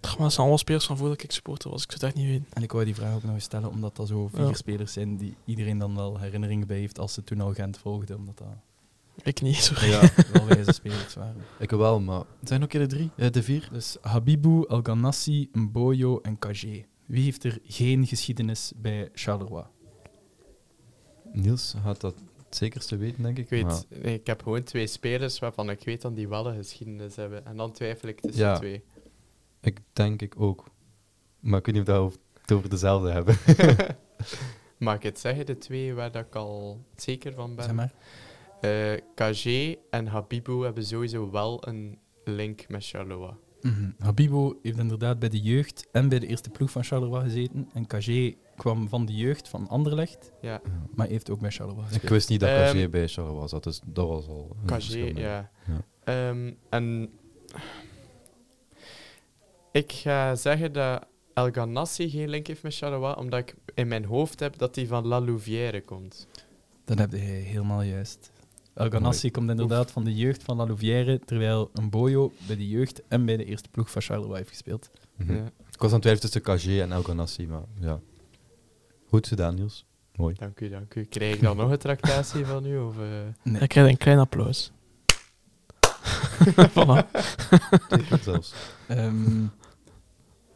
S2: Ach, maar dat zijn allemaal spelers van voordat ik supporter was. Ik zou het echt niet weten.
S4: En ik wou die vraag ook nog eens stellen, omdat dat zo vier
S2: Ja.
S4: spelers zijn die iedereen dan wel herinneringen bij heeft als ze toen al Gent volgden, omdat dat
S2: Ik niet, sorry.
S1: Ja,
S4: wel wijze spelers waren.
S1: ik wel, maar... Het zijn ook keer de drie? Eh, de vier?
S4: Dus Habibu, Elganassi, Mboyo en Cagé. Wie heeft er geen geschiedenis bij Charleroi?
S1: Niels gaat dat het zekerste weten, denk ik.
S3: Ik weet,
S1: maar-
S3: nee, ik heb gewoon twee spelers waarvan ik weet dat die wel een geschiedenis hebben. En dan twijfel ik tussen
S1: Ja.
S3: de twee.
S1: Ik denk ik ook. Maar ik weet niet of dat we het over dezelfde hebben.
S3: Mag ik het zeggen, de twee waar dat ik al zeker van ben?
S4: Zeg maar.
S3: Eh, KG en Habibu hebben sowieso wel een link met Charloa.
S4: Mhm. Habibo heeft inderdaad bij de jeugd en bij de eerste ploeg van Charleroi gezeten. En Cagé kwam van de jeugd van Anderlecht,
S3: Ja,
S4: maar heeft ook bij Charleroi
S1: Ik
S4: gespeeld.
S1: wist niet dat
S3: Ehm,
S1: Cagé bij Charleroi was, dat, is, dat was al een verschil,
S3: Cagé,
S1: nee.
S3: ja.
S1: Ja.
S3: Ehm, en ik ga zeggen dat El Ganassi geen link heeft met Charleroi, omdat ik in mijn hoofd heb dat hij van La Louvière komt.
S4: Dan heb je helemaal juist. El Ghanassi komt inderdaad van de jeugd van La Louvière, terwijl Mboyo bij de jeugd en bij de eerste ploeg van Charleroi heeft gespeeld.
S1: Mhm.
S3: Ja,
S1: Ik was aan het twijfelen tussen Cagé en El Ghanassi, maar ja. Goed gedaan, Niels. Mooi.
S3: dank u, dank u. Krijg ik dan nog een tractatie van u? Of, eh?
S4: Nee.
S2: Ik krijg een klein applaus. voilà.
S1: Twee keer zelfs.
S4: Ehm,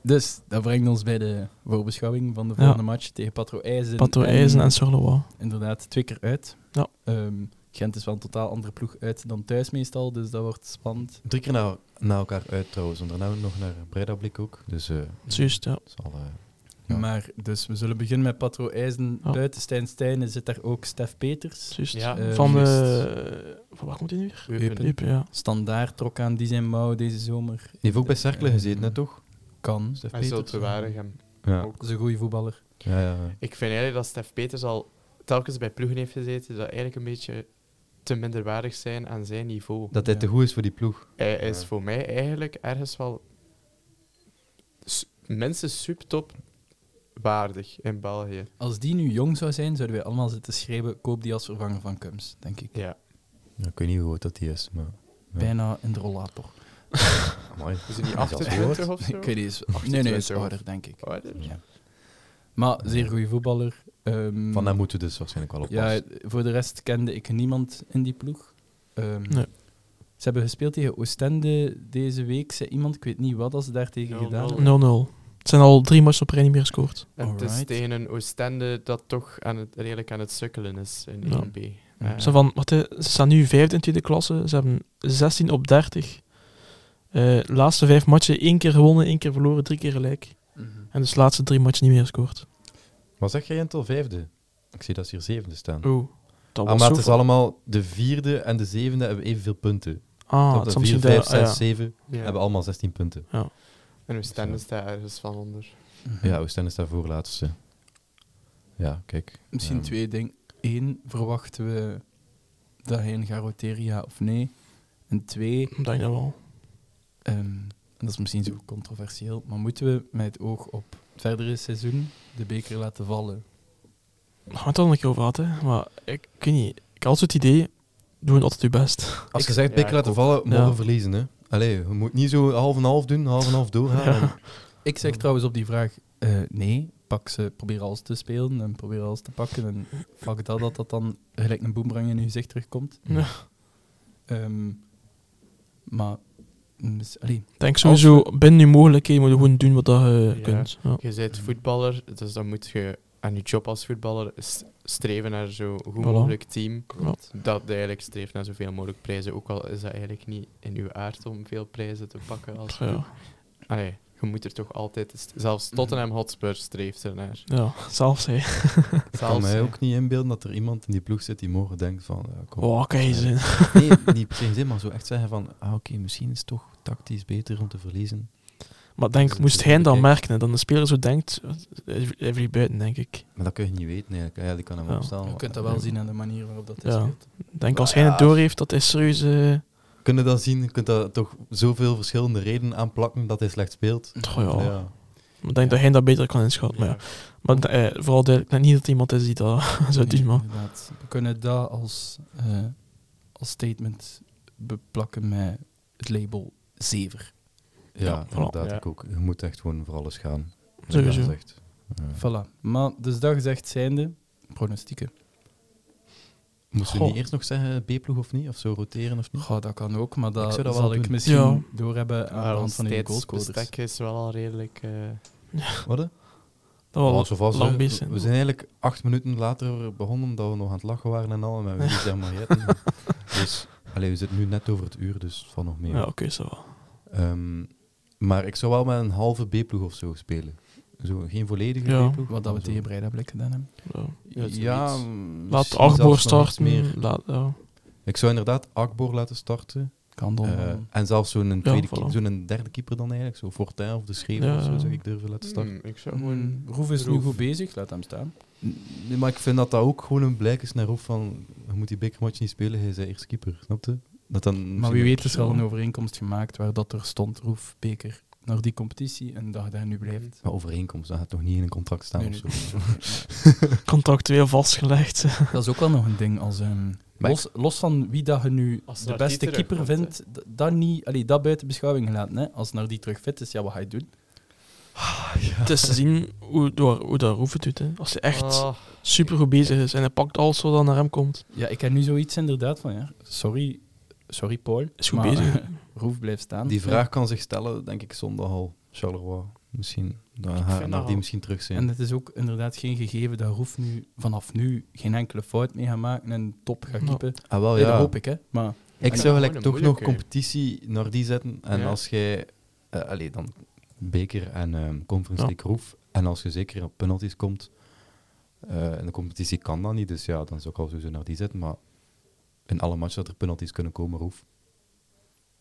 S4: dus dat brengt ons bij de voorbeschouwing van de volgende match tegen Patro IJzen.
S2: Pato IJzen en Charleroi.
S4: Inderdaad, twee keer uit.
S2: Ja.
S4: Ehm, Gent is wel een totaal andere ploeg uit dan thuis meestal, dus dat wordt spannend.
S1: Drie keer naar, naar elkaar uit trouwens, en daarna nog naar Breda Blik ook. Dus eh,
S2: Juist, ja.
S1: het zal... eh, Ja.
S4: Maar dus we zullen beginnen met Patro IJzen.
S2: Ja.
S4: Buiten Stijn Stijnen zit daar ook Stef Peters.
S2: Juist.
S3: Ja.
S4: Eh,
S2: van, eh van waar komt hij nu weer?
S4: Eupen.
S2: Eupen, ja.
S4: Standaard trok aan die zijn mouw deze zomer.
S1: Die heeft ook bij Cercle gezeten, net toch?
S4: Kan.
S1: Stef
S3: Hij zult
S1: Peters?
S3: te Waregem.
S1: Ja.
S4: Dat is een goede voetballer.
S1: Ja, ja, ja.
S3: Ik vind eigenlijk dat Stef Peters al telkens bij ploegen heeft gezeten, dat eigenlijk een beetje te minderwaardig zijn aan zijn niveau.
S1: Dat hij te goed is voor die ploeg.
S3: Hij is
S1: Ja.
S3: voor mij eigenlijk ergens wel s- mensen subtop waardig in België.
S4: Als die nu jong zou zijn, zouden wij allemaal zitten schreeuwen: koop die als vervanger van Kums, denk ik.
S3: Ja.
S1: Ja, ik weet niet hoe oud dat hij is, maar... Ja.
S4: Bijna in de rollator.
S1: Amai.
S3: Is hij niet
S1: Dat is al
S3: 28
S1: oud.
S3: of zo?
S4: Ik weet niet eens. Nee, nee,
S3: 28
S4: is
S3: of-
S4: ouder, denk ik.
S3: Ouder?
S4: Ja. Maar zeer goede voetballer. Ehm,
S1: Van hem moeten we dus waarschijnlijk wel oppassen.
S4: Ja, voor de rest kende ik niemand in die ploeg. Ehm,
S2: Nee.
S4: Ze hebben gespeeld tegen Oostende deze week. Zei iemand, ik weet niet wat, als ze daar tegen
S3: Nul,
S4: gedaan
S3: nul.
S2: 0-0. Het zijn al drie matchen op rij niet meer gescoord.
S3: En het is
S4: Alright.
S3: tegen een Oostende dat toch aan het, redelijk aan het sukkelen is in
S2: Ja.
S3: 1B.
S4: Ja.
S3: Eh,
S2: Zo van, wat, hè, ze staan nu vijfde in tweede klasse. Ze hebben 16 op 30. Eh, laatste vijf matchen één keer gewonnen, één keer verloren, drie keer gelijk.
S3: Eh,
S2: En dus de laatste drie matchen niet meer gescoord.
S1: Maar zeg jij Gentel vijfde? Ik zie dat ze hier zevende staan.
S2: Oeh. Dat
S1: Ah,
S2: was
S1: maar
S2: zo
S1: het is
S2: veel.
S1: allemaal de vierde en de zevende hebben evenveel punten.
S2: Ah,
S1: Ah,
S2: het
S1: de
S2: is
S1: vier,
S2: misschien
S1: vijf,
S2: dat- ah,
S1: zes,
S2: ja.
S1: zeven
S3: ja.
S1: hebben allemaal 16 punten.
S3: En Oostende staat ergens van onder.
S4: Mhm.
S1: Ja, Oostende staat voorlaatste. Ja, kijk.
S4: Misschien
S1: Ehm,
S4: twee dingen. Eén, verwachten we dat hij een gaat roteren, ja of nee? En twee,
S2: Ik Denk dat wel.
S4: ehm, en dat is misschien zo controversieel, maar moeten we met het oog op het verdere seizoen de beker laten vallen?
S2: Daar gaan we het al een keer over hadden, hè. maar ik, ik weet niet. Ik had altijd het idee, doen altijd je best.
S1: Als
S3: Ik-
S1: je zegt
S3: ja,
S1: pik
S3: ik
S1: laten
S3: ook.
S1: vallen, morgen
S2: Ja.
S1: verliezen. Hè. Allee, je moet niet zo half en half doen, half en half doorgaan.
S2: Ja.
S4: Ik zeg trouwens op die vraag eh, nee. Pak ze, probeer alles te spelen en probeer alles te pakken. En fuck dat dat dat dan gelijk een boemerang in je gezicht terugkomt.
S2: Ja.
S4: Ehm, maar, mm, dus, allee,
S2: Ik Denk sowieso, binnen je mogelijkheden moet je gewoon doen wat dat je
S3: Ja.
S2: kunt. Ja.
S3: Je bent voetballer, dus dan moet je aan je job als voetballer s- streven naar zo goed
S2: Voilà.
S3: mogelijk team.
S2: Ja.
S3: Dat eigenlijk streeft naar zoveel mogelijk prijzen. Ook al is dat eigenlijk niet in uw aard om veel prijzen te pakken als ploeg.
S2: Ja. Mhm.
S3: Allee, je moet er toch altijd... st- Zelfs Tottenham Hotspur streeft er naar.
S2: ja, zelfs hè.
S1: Ik kan
S3: Zelfs,
S1: mij
S3: hè.
S1: ook niet inbeelden dat er iemand in die ploeg zit die morgen denkt van... ja, kom.
S2: Oh, kan je zin.
S1: Nee, niet per se geen zin, maar zo echt zeggen van... Ah, oké, misschien is het toch tactisch beter om te verliezen.
S2: Maar
S1: Dus
S2: denk,
S1: het
S2: moest
S1: is
S2: hij dat
S1: bekijken.
S2: merken, hè, dan de speler zo denkt, hij hij vliegt buiten, denk ik.
S1: Maar dat kun je niet weten eigenlijk. Ja, die kan hem
S2: Ja.
S1: opstellen.
S4: je
S1: maar-
S4: kunt dat wel zien aan de manier waarop dat is.
S2: Ja.
S4: speelt.
S2: Denk, als hij het door heeft, dat hij serieus... eh,
S1: Kunnen dat zien? Je kunt daar toch zoveel verschillende redenen aan plakken dat hij slecht speelt?
S2: Goh, ja.
S1: Ja.
S2: Ik denk dat hij dat beter kan inschatten. Maar, ja. maar eh, vooral duidelijk, ik denk niet dat iemand is die dat zou
S4: Nee,
S2: doen. Maar.
S4: inderdaad. We kunnen dat als, eh, als statement beplakken met het label zever.
S1: Ja,
S2: Ja, voilà.
S1: inderdaad,
S3: Ja.
S1: ik ook. Je moet echt gewoon voor alles gaan.
S2: Sowieso.
S1: Ja, dat is echt, ja.
S4: Voilà. Maar dus dat gezegd zijnde, pronostieken.
S1: Moesten we
S2: Goh.
S1: niet eerst nog zeggen B-ploeg of niet? Of zo roteren
S2: Hm.
S1: of niet?
S4: Goh, dat kan ook, maar dat
S1: Ik zou dat wel
S4: zal ik
S1: doen.
S4: misschien
S2: Ja.
S4: doorhebben aan
S3: Maar
S4: de hand
S3: ons
S4: van die goalscorers.
S3: tijdsbestek is wel al redelijk... eh,
S1: Wat? hè?
S2: Dat was
S1: Oh, zo vast,
S2: lang
S1: hè.
S2: bezig zijn.
S1: We zijn eigenlijk acht minuten later begonnen, omdat we nog aan het lachen waren en al. En we hebben niet zeg maar jetten. Dus, allee, we zitten nu net over het uur, dus van nog meer.
S2: Ja, oké, zo.
S1: Ehm, maar ik zou wel met een halve B-ploeg of zo spelen. Zo, geen volledige
S2: Ja.
S1: B-ploeg,
S4: Wat dat we
S1: maar zo.
S4: tegen Breda Blik gedaan hebben.
S2: Ja.
S1: Dus
S3: zoiets.
S1: mm,
S4: misschien
S2: Laat
S4: zelfs nog
S2: Arbor
S4: iets
S2: starten.
S4: meer.
S2: Laat, ja.
S1: Ik zou inderdaad Akbor laten starten.
S4: Kan dan.
S1: Eh, en zelfs zo'n tweede
S2: voilà.
S1: keeper, zo'n derde keeper dan eigenlijk. Zo Fortin of de Schreven
S2: Ja,
S1: of zo
S2: ja.
S1: zou ik durven laten starten.
S3: Hmm, ik
S4: Hm.
S3: zou gewoon...
S4: Roef is nu
S3: Roef.
S4: goed bezig, laat hem staan.
S1: Nee, maar ik vind dat dat ook gewoon een blijk is naar Roef van... Je moet die bekermatch niet spelen, hij is de eerste keeper. Snap je? Dat dan
S4: Maar wie weet is er al
S2: zo.
S4: een overeenkomst gemaakt waar dat er stond Roef Beker naar die competitie en dat je daar nu blijft.
S3: Mm.
S1: Maar overeenkomst, dat gaat toch niet in een contract staan
S4: Nee,
S1: of
S4: nee,
S1: zo.
S4: nee, nee,
S2: Contractueel vastgelegd.
S4: nee. Dat is ook wel nog een ding als... ehm,
S1: Maar
S4: los, los van wie dat je nu
S3: Als
S4: de
S3: Nardi
S4: beste
S3: terugkomt,
S4: keeper
S3: hè.
S4: vindt, d- dat, niet, allee, dat buiten beschouwing gelaten. Hè? Als naar die terug fit is, ja, wat ga je doen?
S2: Het is te zien hoe, door, hoe dat Roef het doet. Hè. Als hij echt
S3: Ah,
S2: super goed bezig is en hij pakt alles wat dan naar hem komt,
S4: Ja, ik heb nu zoiets inderdaad van, ja, sorry, sorry Paul.
S2: is goed
S4: maar,
S2: bezig.
S4: Roef blijft staan.
S1: Die vraag kan zich stellen, denk ik, zondag al. Charleroi, misschien. Dan
S3: vind
S1: haar,
S3: dat
S1: naar die
S3: al.
S1: misschien terug zijn.
S4: En het is ook inderdaad geen gegeven dat Roef nu vanaf nu geen enkele fout meer gaat maken en top gaat
S2: Ja.
S4: keepen.
S1: ah, wel,
S4: Nee,
S1: ja.
S4: dat hoop ik, hè. Maar
S1: Ik
S3: En
S1: zou
S3: dan
S1: gelijk
S3: gewoon
S1: toch
S3: een
S1: nog
S3: moeilijke.
S1: competitie naar die zetten. En
S3: Ja.
S1: als jij... eh allee, dan beker en ehm, conference
S2: Ja.
S1: league roef. En als je zeker op penalties komt... eh, en de competitie kan dat niet, dus ja, dan zou ik al sowieso naar die zetten. Maar in alle matchen dat er penalties kunnen komen, roef.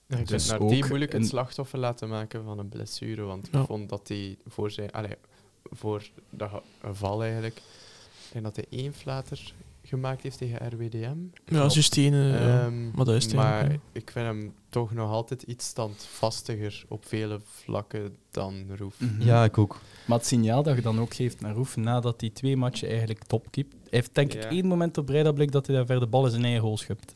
S3: ik
S4: Dus
S3: dus naar die
S4: ook
S3: moeilijk
S4: een-
S3: het slachtoffer laten maken van een blessure. Want
S2: Ja.
S3: ik vond dat hij voor zijn... Allee, voor dat ge- een val eigenlijk... Ik denk dat hij één flater gemaakt heeft tegen RWDM.
S2: Ja, eh, systemen.
S3: Ehm,
S2: Maar dat is het
S3: maar
S2: eigenlijk,
S3: ik vind hem toch nog altijd iets standvastiger op vele vlakken dan Roef.
S2: Mhm.
S4: Mhm.
S1: Ja, ik ook.
S4: Maar het signaal dat je dan ook geeft naar Roef nadat die twee matchen eigenlijk top keept. Hij heeft denk ik
S3: Ja.
S4: één moment op blik dat hij daar verder bal in zijn eigen hol schupt.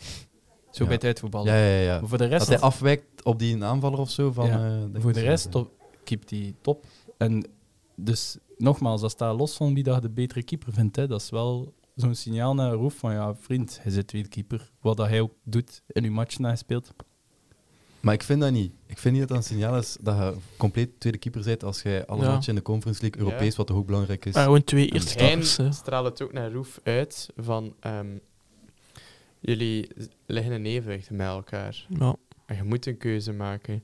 S4: Zo
S1: Ja.
S4: bij het uitvoetballen.
S1: Ja, ja, ja.
S4: Maar voor de
S1: Dat
S4: rest,
S1: hij afwijkt op die aanvaller of zo. Van,
S4: Ja.
S1: eh, denk
S4: voor
S1: ik
S4: de
S1: zo.
S4: rest top, keept hij top. En dus nogmaals, dat staat los van wie dat je de betere keeper vindt. Hè. Dat is wel zo'n signaal naar Roef van ja, vriend, hij zit tweede keeper. Wat dat hij ook doet in uw match na hij speelt.
S1: Maar ik vind dat niet. Ik vind niet dat dat een signaal is dat je compleet tweede keeper bent als jij alle
S2: Ja.
S1: matchen in de Conference League, Europees,
S3: Ja.
S1: wat toch ook belangrijk is.
S2: Maar gewoon twee eerste
S3: Hij
S2: starters. hè.
S3: straalt het ook naar Roef uit van... ehm, jullie z- liggen in evenwicht met elkaar.
S2: Ja.
S3: En je moet een keuze maken.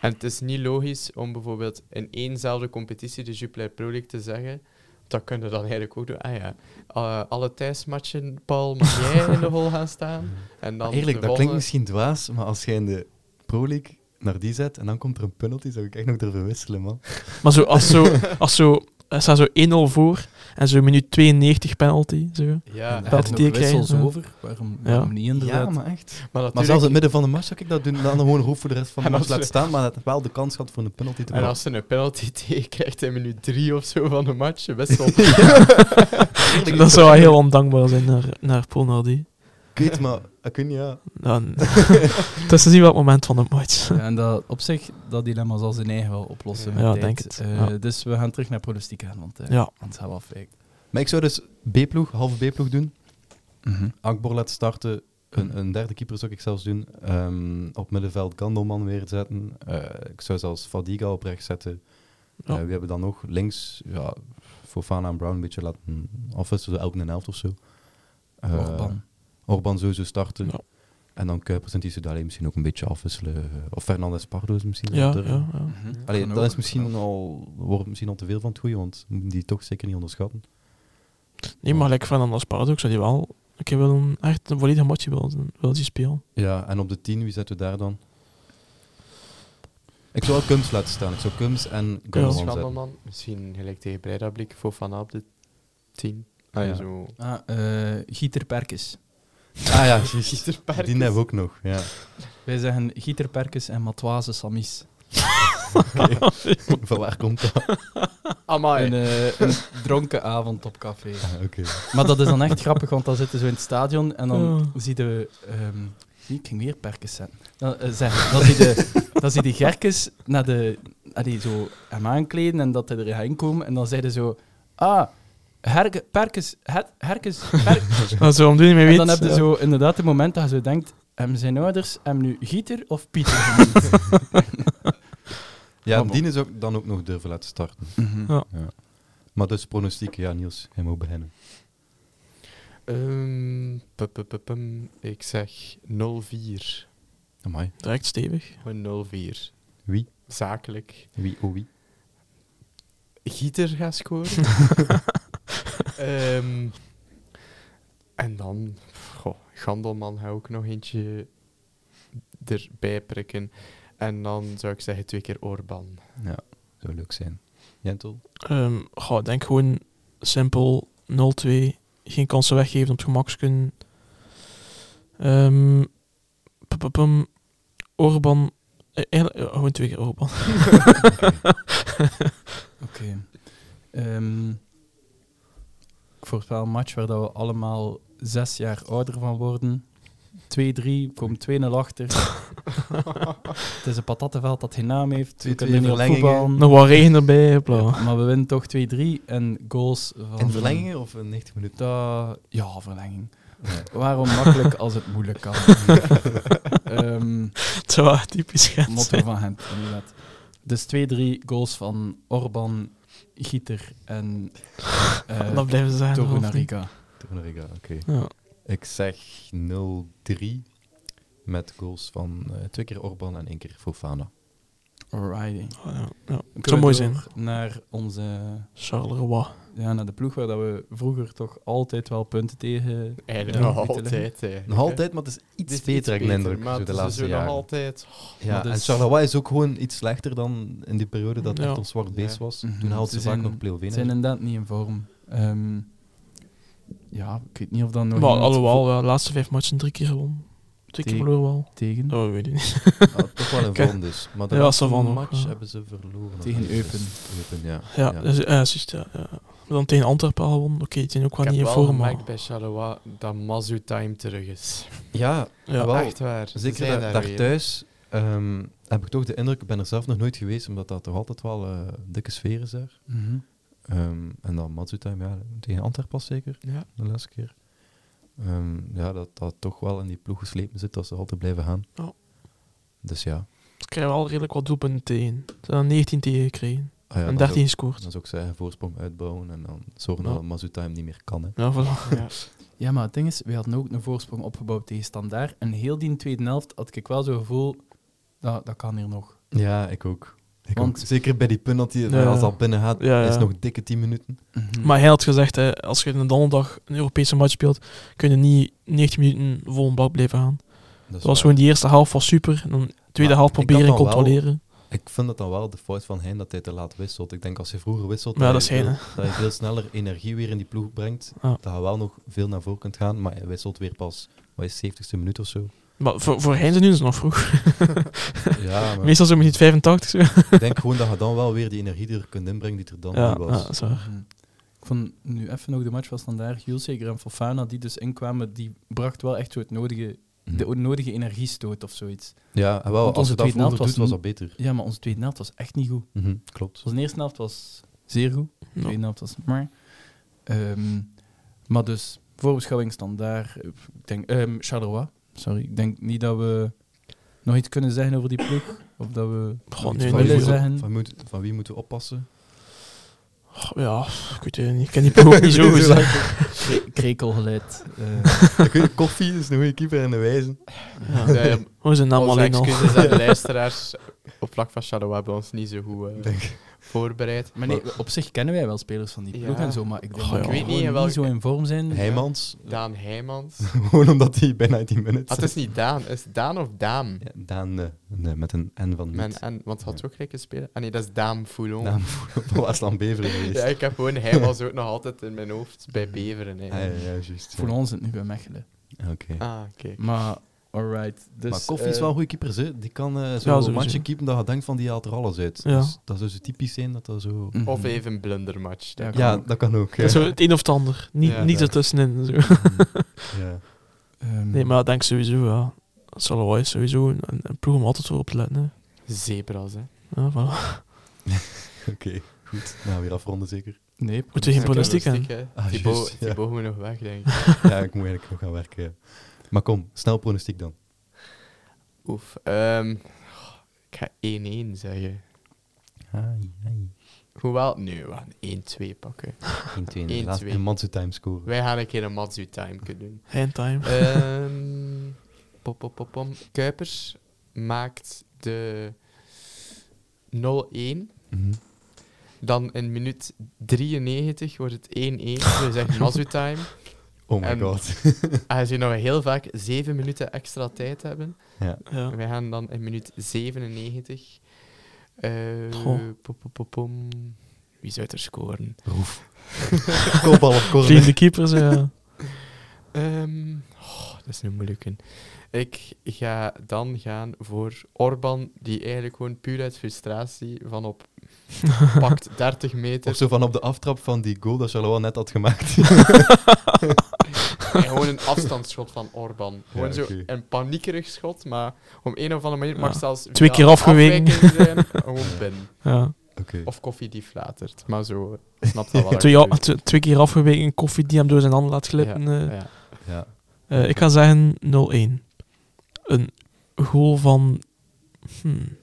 S3: En het is niet logisch om bijvoorbeeld in éénzelfde competitie de Jupiler Pro League te zeggen... Dat kunnen we dan eigenlijk ook doen. Ah ja, eh, alle thuismatchen, Paul, moet jij in de hol gaan staan. En dan
S1: Eerlijk,
S3: de
S1: dat klinkt
S3: volgende-
S1: misschien dwaas, maar als jij in de Pro League naar die zet en dan komt er een penalty, zou ik echt nog durven wisselen, man.
S2: Maar zo, als zo, als zo, er staat zo 1-0 voor en zo minuut 92 penalty. Zo.
S3: Ja,
S4: En
S2: dat
S4: hij had
S2: die
S4: nog wissels
S2: krijgen, ja.
S4: over. Waarom,
S2: Ja.
S4: waarom niet inderdaad?
S1: Ja, maar echt.
S3: maar,
S1: Maar
S3: natuurlijk-
S1: zelfs in het midden van de match zou ik dat doen, dan gewoon roep voor de rest van de
S3: En
S1: match
S3: als
S1: laten
S3: ze-
S1: staan, maar dat wel de kans had voor een penalty te
S3: En
S1: pakken.
S3: als ze een penalty tegenkrijgt in minuut 3 of zo van de match, best wel.
S2: Dat zou wel heel ondankbaar zijn naar, naar Polnardi.
S1: Ik weet, maar ik weet niet, ja.
S2: Dan, het is te zien welk moment van de match.
S4: Ja, en dat, op zich, dat dilemma zal zijn eigen wel oplossen.
S3: Ja,
S4: met tijd.
S2: denk het.
S4: Eh,
S2: Ja.
S4: Dus we gaan terug naar pronostiek gaan, want eh
S2: Ja.
S4: anders gaan we afwijken.
S1: Maar ik zou dus B-ploeg, half B-ploeg doen.
S2: Mhm.
S1: Akbor laten starten. Een, een derde keeper zou ik zelfs doen. Ehm, op middenveld Gandelman weer zetten. Eh, ik zou zelfs Fadiga op rechts zetten.
S2: Ja.
S1: Eh, we hebben dan nog links ja, Fofana en Brown een beetje laten afwisselen. Elk een helft of zo. Eh,
S4: Orban.
S1: Orban sowieso starten.
S2: Ja.
S1: En dan Kuipers en Tissoudali misschien ook een beetje afwisselen. Eh, Of Fernandes Pardo's misschien.
S2: Ja,
S1: Dat er-
S2: ja, ja.
S4: Mhm.
S1: Allee,
S4: Kan
S1: dat
S4: ook.
S1: is misschien al, wordt misschien al te veel van het goede, want we moeten die toch zeker niet onderschatten.
S2: Nee, maar lekker van anders paradox zou die wel. Ik heb wel een echt een volledige match wil, wil zien spelen.
S1: Ja, en op de 10, wie zetten we daar dan? Ik zou wel Kums laten staan. Ik zou Kums en Goals zetten.
S3: Schandelman, misschien gelijk tegen Breida blik voor Van Aap de 10. Ah,
S1: Ah, ja.
S3: zo.
S4: Ah, eh, Gieter Perkes.
S1: Ah ja, juist.
S3: Gieter
S1: die
S3: Perkins.
S1: hebben we ook nog. Ja.
S4: Wij zeggen Gieter Perkes en Matoise Samis.
S1: Van waar komt dat?
S3: Amai.
S4: Een, eh, een dronken avond op café.
S1: Ah, Oké.
S4: Maar dat is dan echt grappig, want dan zitten ze in het stadion en dan
S2: Ja.
S4: zien we... ehm, zie, ik ging weer Perkes zetten. Dan, eh, zeggen. dan zie je dan zie je die Gerkes naar de, allee, zo hem aankleden en dat hij er gaat inkomen. En dan zeiden zo... Ah, Herke, Perkes, het, Herkes, Perkes.
S2: Dat zou hem doen, niet meer
S4: En
S2: weet.
S4: dan heb je
S2: ja.
S4: zo inderdaad het moment dat je zo denkt... Hem zijn ouders, hem nu Gieter of Pieter genoemd?
S1: Ja,
S4: Kom op.
S1: die is ook dan ook nog durven laten starten. Maar dus pronostiek, ja, Niels, hij moet beginnen.
S3: Ehm, pu- pu- pu- pum. ik zeg 0-4.
S1: Amai.
S2: Direct stevig.
S3: Gewoon 0-4.
S1: Wie?
S3: Zakelijk.
S1: Wie? Oh, wie?
S3: Gieter gaat scoren. Ehm, en dan, goh, Gandelman gaat ook nog eentje erbij prikken. En dan zou ik zeggen twee keer Orban.
S1: Ja, zou leuk zijn. Jentel?
S2: Ehm, goh, denk gewoon simpel 0-2. Geen kansen weggeven op het gemaksken. Ehm pa- pa- pam. Orban. Eh, eigenlijk, eh, gewoon twee keer Orban.
S4: Oké. Ehm, ik voorspel een match waar dat we allemaal zes jaar ouder van worden. 2-3, kom 2-0 achter. het is een patattenveld dat geen naam heeft. We
S1: 2-2
S4: kunnen niet op
S1: verlengingen.
S4: voetballen.
S2: Nog wat regen erbij. Bla.
S4: Maar we winnen toch 2-3 en goals van...
S1: In verlengingen of in 90 minuten?
S4: Dat- ja, verlenging.
S1: Ja.
S4: Waarom makkelijk als het moeilijk kan? Ehm
S2: Het zou wel typisch gaan
S4: motto
S2: zijn.
S4: van hem, inderdaad. Dus 2-3 goals van Orban, Gieter en eh
S2: Dat blijven ze zijn. of niet?
S4: Torunariga.
S1: Torunariga, oké.
S2: Ja.
S1: Ik zeg 0-3 met goals van eh, twee keer Orban en één keer Fofana.
S4: Alrighty.
S2: Oh, ja, ja. Het zou
S4: Kunnen we
S2: mooi
S4: door
S2: zijn.
S4: Naar onze,
S2: Charleroi.
S4: ja, naar de ploeg waar dat we vroeger toch altijd wel punten tegen.
S3: Eigenlijk
S4: Ja,
S3: nog
S4: niet te leggen.
S3: altijd. eigenlijk,
S1: Nog
S3: hè.
S1: altijd, maar het is
S3: Het
S1: iets
S3: is
S1: beter, heb ik de indruk,
S3: maar
S1: zo de
S3: het is
S1: laatste
S3: zo nog
S1: jaren.
S3: altijd.
S1: Ja,
S4: Maar
S1: en
S4: dus-
S1: Charleroi is ook gewoon iets slechter dan in die periode dat het
S2: Ja.
S1: echt een zwart beest
S3: Ja.
S1: was.
S4: Mhm.
S1: Toen haalden
S4: Ze
S1: ze vaak
S4: zijn-
S1: nog Pleovena.
S4: Ze zijn inderdaad niet in vorm. Ehm, ja, ik weet niet of dan nog
S2: Maar
S4: iemand
S2: alhoewel, ja, de laatste vijf matchen drie keer gewonnen. Twee keer
S4: Die- Hmm.
S2: verloren wel.
S4: tegen.
S2: Oh, weet ik niet.
S1: Ah, toch wel in
S2: Kijk.
S1: vorm dus. Maar de
S2: Ja,
S1: laatste
S2: ze van ook,
S1: match
S2: ja.
S1: hebben ze verloren.
S4: Tegen
S1: Dus
S4: Eupen.
S1: Eupen, ja.
S2: Ja, ja. Dus, eh, juist, ja, ja. Maar Dan tegen Antwerpen al gewonnen. Oké, die zijn ook wel
S3: ik
S2: niet in
S3: heb wel
S2: vorm. maar-
S3: gemerkt bij Charleroi dat Mazu time terug is.
S1: Ja,
S2: Ja.
S1: Wel,
S3: Echt waar. ze
S1: zeker
S3: zijn
S1: daar, daar
S3: weer.
S1: thuis ehm, heb ik toch de indruk, ik ben er zelf nog nooit geweest, omdat dat toch altijd wel eh, dikke sfeer is daar.
S4: Mhm.
S1: Ehm, en dan Matsutime, ja, tegen Antwerpen was zeker,
S3: Ja.
S1: de laatste keer. Ehm, ja, dat dat toch wel in die ploeg geslepen zit, dat ze altijd blijven gaan.
S2: Ja.
S1: Dus ja.
S2: Ze krijgen wel redelijk wat doelpunten tegen. Ze hebben er 19 tegen gekregen.
S1: Ah ja
S2: en
S1: dat
S2: 13
S1: is ook-
S2: gescoord.
S1: Dat is ook zeggen, voorsprong uitbouwen en dan zorgen
S2: Ja.
S1: dat Matsutime niet meer kan. Hè.
S2: Ja, voilà.
S3: Ja.
S4: Ja, maar het ding is, we hadden ook een voorsprong opgebouwd tegen Standaard. En heel die tweede helft had ik wel zo'n gevoel, dat, dat kan hier nog.
S1: Ja, ik ook. Ik
S4: Want-
S1: ook. Zeker bij die penalty,
S2: Ja.
S1: als dat binnen gaat,
S2: Ja, ja.
S1: is nog dikke 10 minuten.
S4: Mhm.
S2: Maar hij had gezegd, hè, als je een donderdag een Europese match speelt, kun je niet 19 minuten vol een bak blijven gaan.
S1: Dat is
S2: Het was
S1: waar.
S2: gewoon die eerste half was super. En dan de tweede
S1: Maar
S2: helft
S1: ik had
S2: proberen en
S1: dan wel-
S2: controleren.
S1: Ik vind het dan wel de fout van Hein dat hij te laat wisselt. Ik denk als hij vroeger wisselt,
S2: Ja, dat is
S1: hij
S2: Hein,
S1: veel, dat hij veel sneller energie weer in die ploeg brengt.
S2: Ja.
S1: Dat hij wel nog veel naar voren kunt gaan, maar hij wisselt weer pas, wat is het, 70ste minuut of zo.
S2: Maar voor, voor hen zijn nu nog vroeg.
S1: Ja, maar
S2: Meestal zo minuut 85. Zo.
S1: ik denk gewoon dat je dan wel weer die energie er kunt inbrengen die er dan
S2: Ja,
S1: niet was.
S2: ja, dat is waar.
S4: Mhm. Ik vond nu even nog de match van Standaard, Hulseger en Fofana, die dus inkwamen, die bracht wel echt zo het nodige,
S1: Mhm.
S4: de nodige energiestoot of zoiets.
S1: Ja, en wel,
S4: Want
S1: als
S4: onze
S1: je dat
S4: tweede helft
S1: vroeger doet,
S4: was
S1: was dat beter.
S4: Ja, maar onze tweede helft was echt niet goed.
S1: Mhm, klopt.
S4: Onze eerste helft was zeer goed, de
S2: Ja.
S4: tweede helft was maar. Ehm, maar dus, voorbeschouwing Standaard, eh, ik denk, ehm, Charleroi, sorry, ik denk niet dat we nog iets kunnen zeggen over die ploeg. Of dat we...
S2: Goh,
S4: nog
S2: nee,
S4: iets
S1: van, wie
S2: nee,
S4: willen
S2: nee.
S1: moet-
S4: zeggen.
S1: van, moet- van wie moeten we oppassen?
S2: Goh, Ja, ik weet het niet. Ik ken die ploeg ook niet zo goed. hè.
S4: Kre- Krekelgeluid. eh,
S1: Koffie is een goede keeper en de wijze.
S2: Ja.
S3: Ja, ja,
S2: Hoe Oh, zijn naam
S3: Onze
S2: alleen al.
S3: excuses aan de luisteraars. Op vlak van Shadow hebben we ons niet zo goed eh, voorbereid.
S4: Maar nee, op zich kennen wij wel spelers van die
S3: Ja.
S4: ploeg en zo, maar ik denk
S2: Oh,
S4: dat
S2: ja.
S4: we
S2: Ik weet
S4: gewoon
S3: niet in
S4: niet
S3: welk-
S4: zo in vorm zijn.
S1: Heijmans,
S3: Daan Heijmans.
S1: gewoon omdat hij bijna 10 minutes
S3: Ah, het is niet Daan. Is het Daan of Daam?
S1: Ja, Daan, eh, nee, met een N van
S3: Men,
S1: niet.
S3: en, want had
S1: Ja.
S3: ze ook gelijk spelen? Ah nee, dat is Daam Foulon.
S1: Naam voor voor Waasland Beveren geweest.
S3: Ja, ik heb gewoon Heijmans ook nog altijd in mijn hoofd bij Beveren. hè.
S1: Ah, ja, ja, juist. ja.
S4: Voor ons het nu bij Mechelen.
S1: Oké.
S3: Ah, kijk.
S4: Maar, alright. Dus,
S1: maar Koffie is
S4: eh,
S1: wel een goede keeper, hè? Die kan eh
S2: Ja,
S1: zo
S2: sowieso.
S1: een matje keepen dat je denkt van die haalt er alles uit.
S2: Ja.
S1: Dus dat zou zo typisch zijn dat dat zo.
S4: mhm.
S3: Of even een blundermatch. Dat-
S4: Ja, kan
S1: Mm. Ja,
S4: ook.
S1: dat kan ook. hè.
S2: Zo het een of het ander. Niet,
S3: Ja,
S2: niets
S1: ja.
S2: ertussenin. Zo.
S1: Ja.
S4: Ehm,
S2: Nee, maar ik denk sowieso, ja. Salawai is sowieso een, een- een ploeg om altijd voor op te letten. Hè.
S3: Zebras, hè.
S2: Ja, voilà.
S1: Oké, goed. Nou, weer afronden zeker.
S4: nee,
S2: Moeten we geen pronostiek
S3: Pronostiek,
S2: hebben?
S3: hè.
S1: Ah,
S3: Thibaut
S1: juist, ja.
S3: Thibaut moet nog weg, denk ik.
S1: ja, ik moet eigenlijk nog gaan werken. ja. Maar kom, snel pronostiek dan.
S3: Oef. ehm, ik ga 1-1 zeggen. Hoewel, nee, we gaan 1-2 pakken.
S1: 1-2 in
S3: 1-2.
S1: de laatste in Mansu time scoren.
S3: Wij gaan een keer een Matsu time kunnen doen.
S2: Handtime.
S3: Ehm, pop, pop, pop, pom. Kuipers maakt de 0-1.
S1: Mhm.
S3: Dan in minuut 93 wordt het 1-1. We zeggen Mazu time.
S1: Oh my
S3: En-
S1: god.
S3: Aangezien dat we heel vaak 7 minuten extra tijd hebben.
S2: Ja.
S3: Wij gaan dan in minuut 97. Eh,
S2: Goh.
S3: pom, pom, pom, pom. Wie zou er scoren?
S1: Roef. Kopbal of corner.
S2: Vrienden keepers, ja.
S3: Ehm, oh, dat is een moeilijke. Ik ga dan gaan voor Orban, die eigenlijk gewoon puur uit frustratie van op pakt 30
S1: Of
S3: meter
S1: zo van op de aftrap van die goal dat Charleroi net had gemaakt.
S3: en gewoon een afstandsschot van Orban. Gewoon
S1: Ja,
S3: zo
S1: oké.
S3: een paniekerig schot, maar om een of andere manier mag
S2: Ja.
S3: zelfs
S2: Twee
S3: via
S2: keer afgeweken.
S3: afwijking zijn, gewoon binnen.
S2: ja.
S1: Oké.
S3: Of koffiedief flatert, maar zo snapt dat wel.
S2: Twee,
S3: wat ik
S2: al- tw- twee keer afgeweken, een koffie die hem door zijn handen laat glippen.
S3: bedoel.
S2: eh.
S3: Ja.
S1: Ja.
S2: Eh, ik ga zeggen 0-1. Een goal van... Hmm.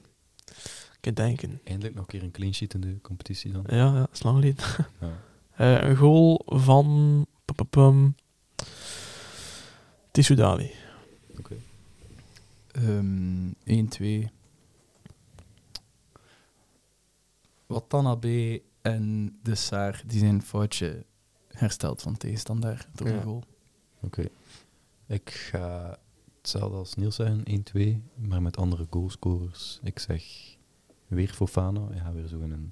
S2: Ik kan denken.
S1: Eindelijk nog een keer een clean sheet in de competitie dan.
S2: Ja, ja, dat is lang geleden.
S1: Ja.
S2: Eh, een goal van... pa, pa, pam, Tissoudali.
S4: Ehm 1, 2. Watanabe en De Saar die zijn foutje hersteld van tegenstander door
S3: Ja.
S4: een goal.
S1: Ik ga hetzelfde als Niels zeggen, 1-2, maar met andere goalscorers. Ik zeg weer Fofana, ja, weer zo in een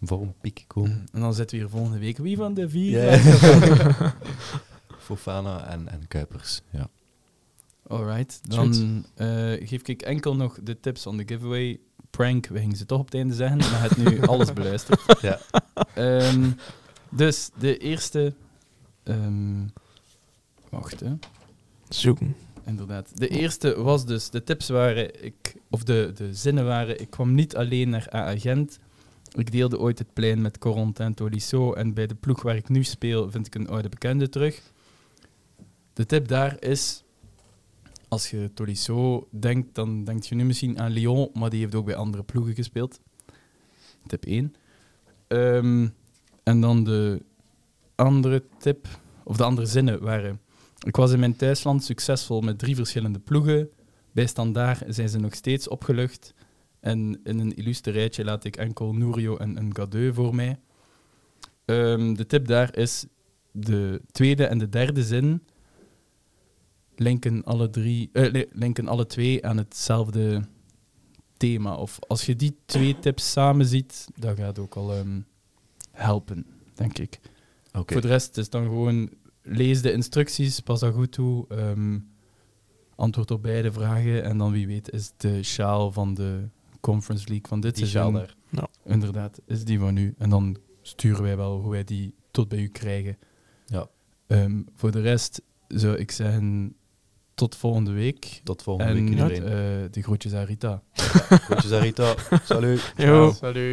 S1: vormpiek komen.
S4: En dan zitten we hier volgende week. Mm. Wie van de vier?
S1: Fofana en, en Kuipers, ja.
S4: Alright,
S2: Is goed.
S4: dan eh, geef ik enkel nog de tips van de giveaway. Prank, we gingen ze toch op het einde zeggen, maar het nu alles beluisterd.
S1: Ja.
S4: Ehm, dus de eerste. ehm, wacht, hè.
S2: Zoeken.
S4: Inderdaad. De eerste was dus, de tips waren, ik, of de, de zinnen waren, ik kwam niet alleen naar A-agent. Ik deelde ooit het plein met Corentin en Tolisso en bij de ploeg waar ik nu speel vind ik een oude bekende terug. De tip daar is, als je Tolisso denkt, dan denk je nu misschien aan Lyon, maar die heeft ook bij andere ploegen gespeeld. Tip 1. Ehm, en dan de andere tip, of de andere zinnen waren... Ik was in mijn thuisland succesvol met drie verschillende ploegen. Bij Standaar zijn ze nog steeds opgelucht. En in een illustre rijtje laat ik enkel Nourio en een Gadeu voor mij. Ehm, de tip daar is de tweede en de derde zin linken alle, drie, eh, li- linken alle twee aan hetzelfde thema. Of als je die twee tips samen ziet, dat gaat ook al ehm, helpen, denk ik.
S1: Oké.
S4: Voor de rest is dan gewoon lees de instructies, pas dat goed toe. ehm, antwoord op beide vragen. En dan wie weet is de sjaal van de Conference League van dit
S1: Die
S4: seizoen.
S1: sjaal daar.
S2: Ja.
S4: Inderdaad, is die van u. En dan sturen wij wel hoe wij die tot bij u krijgen.
S1: Ja.
S4: Ehm, voor de rest zou ik zeggen tot volgende week.
S1: Tot volgende
S4: en
S1: week iedereen.
S4: eh, de groetjes aan Rita.
S1: Groetjes aan Rita. Salut.
S2: Yo.
S3: Salut.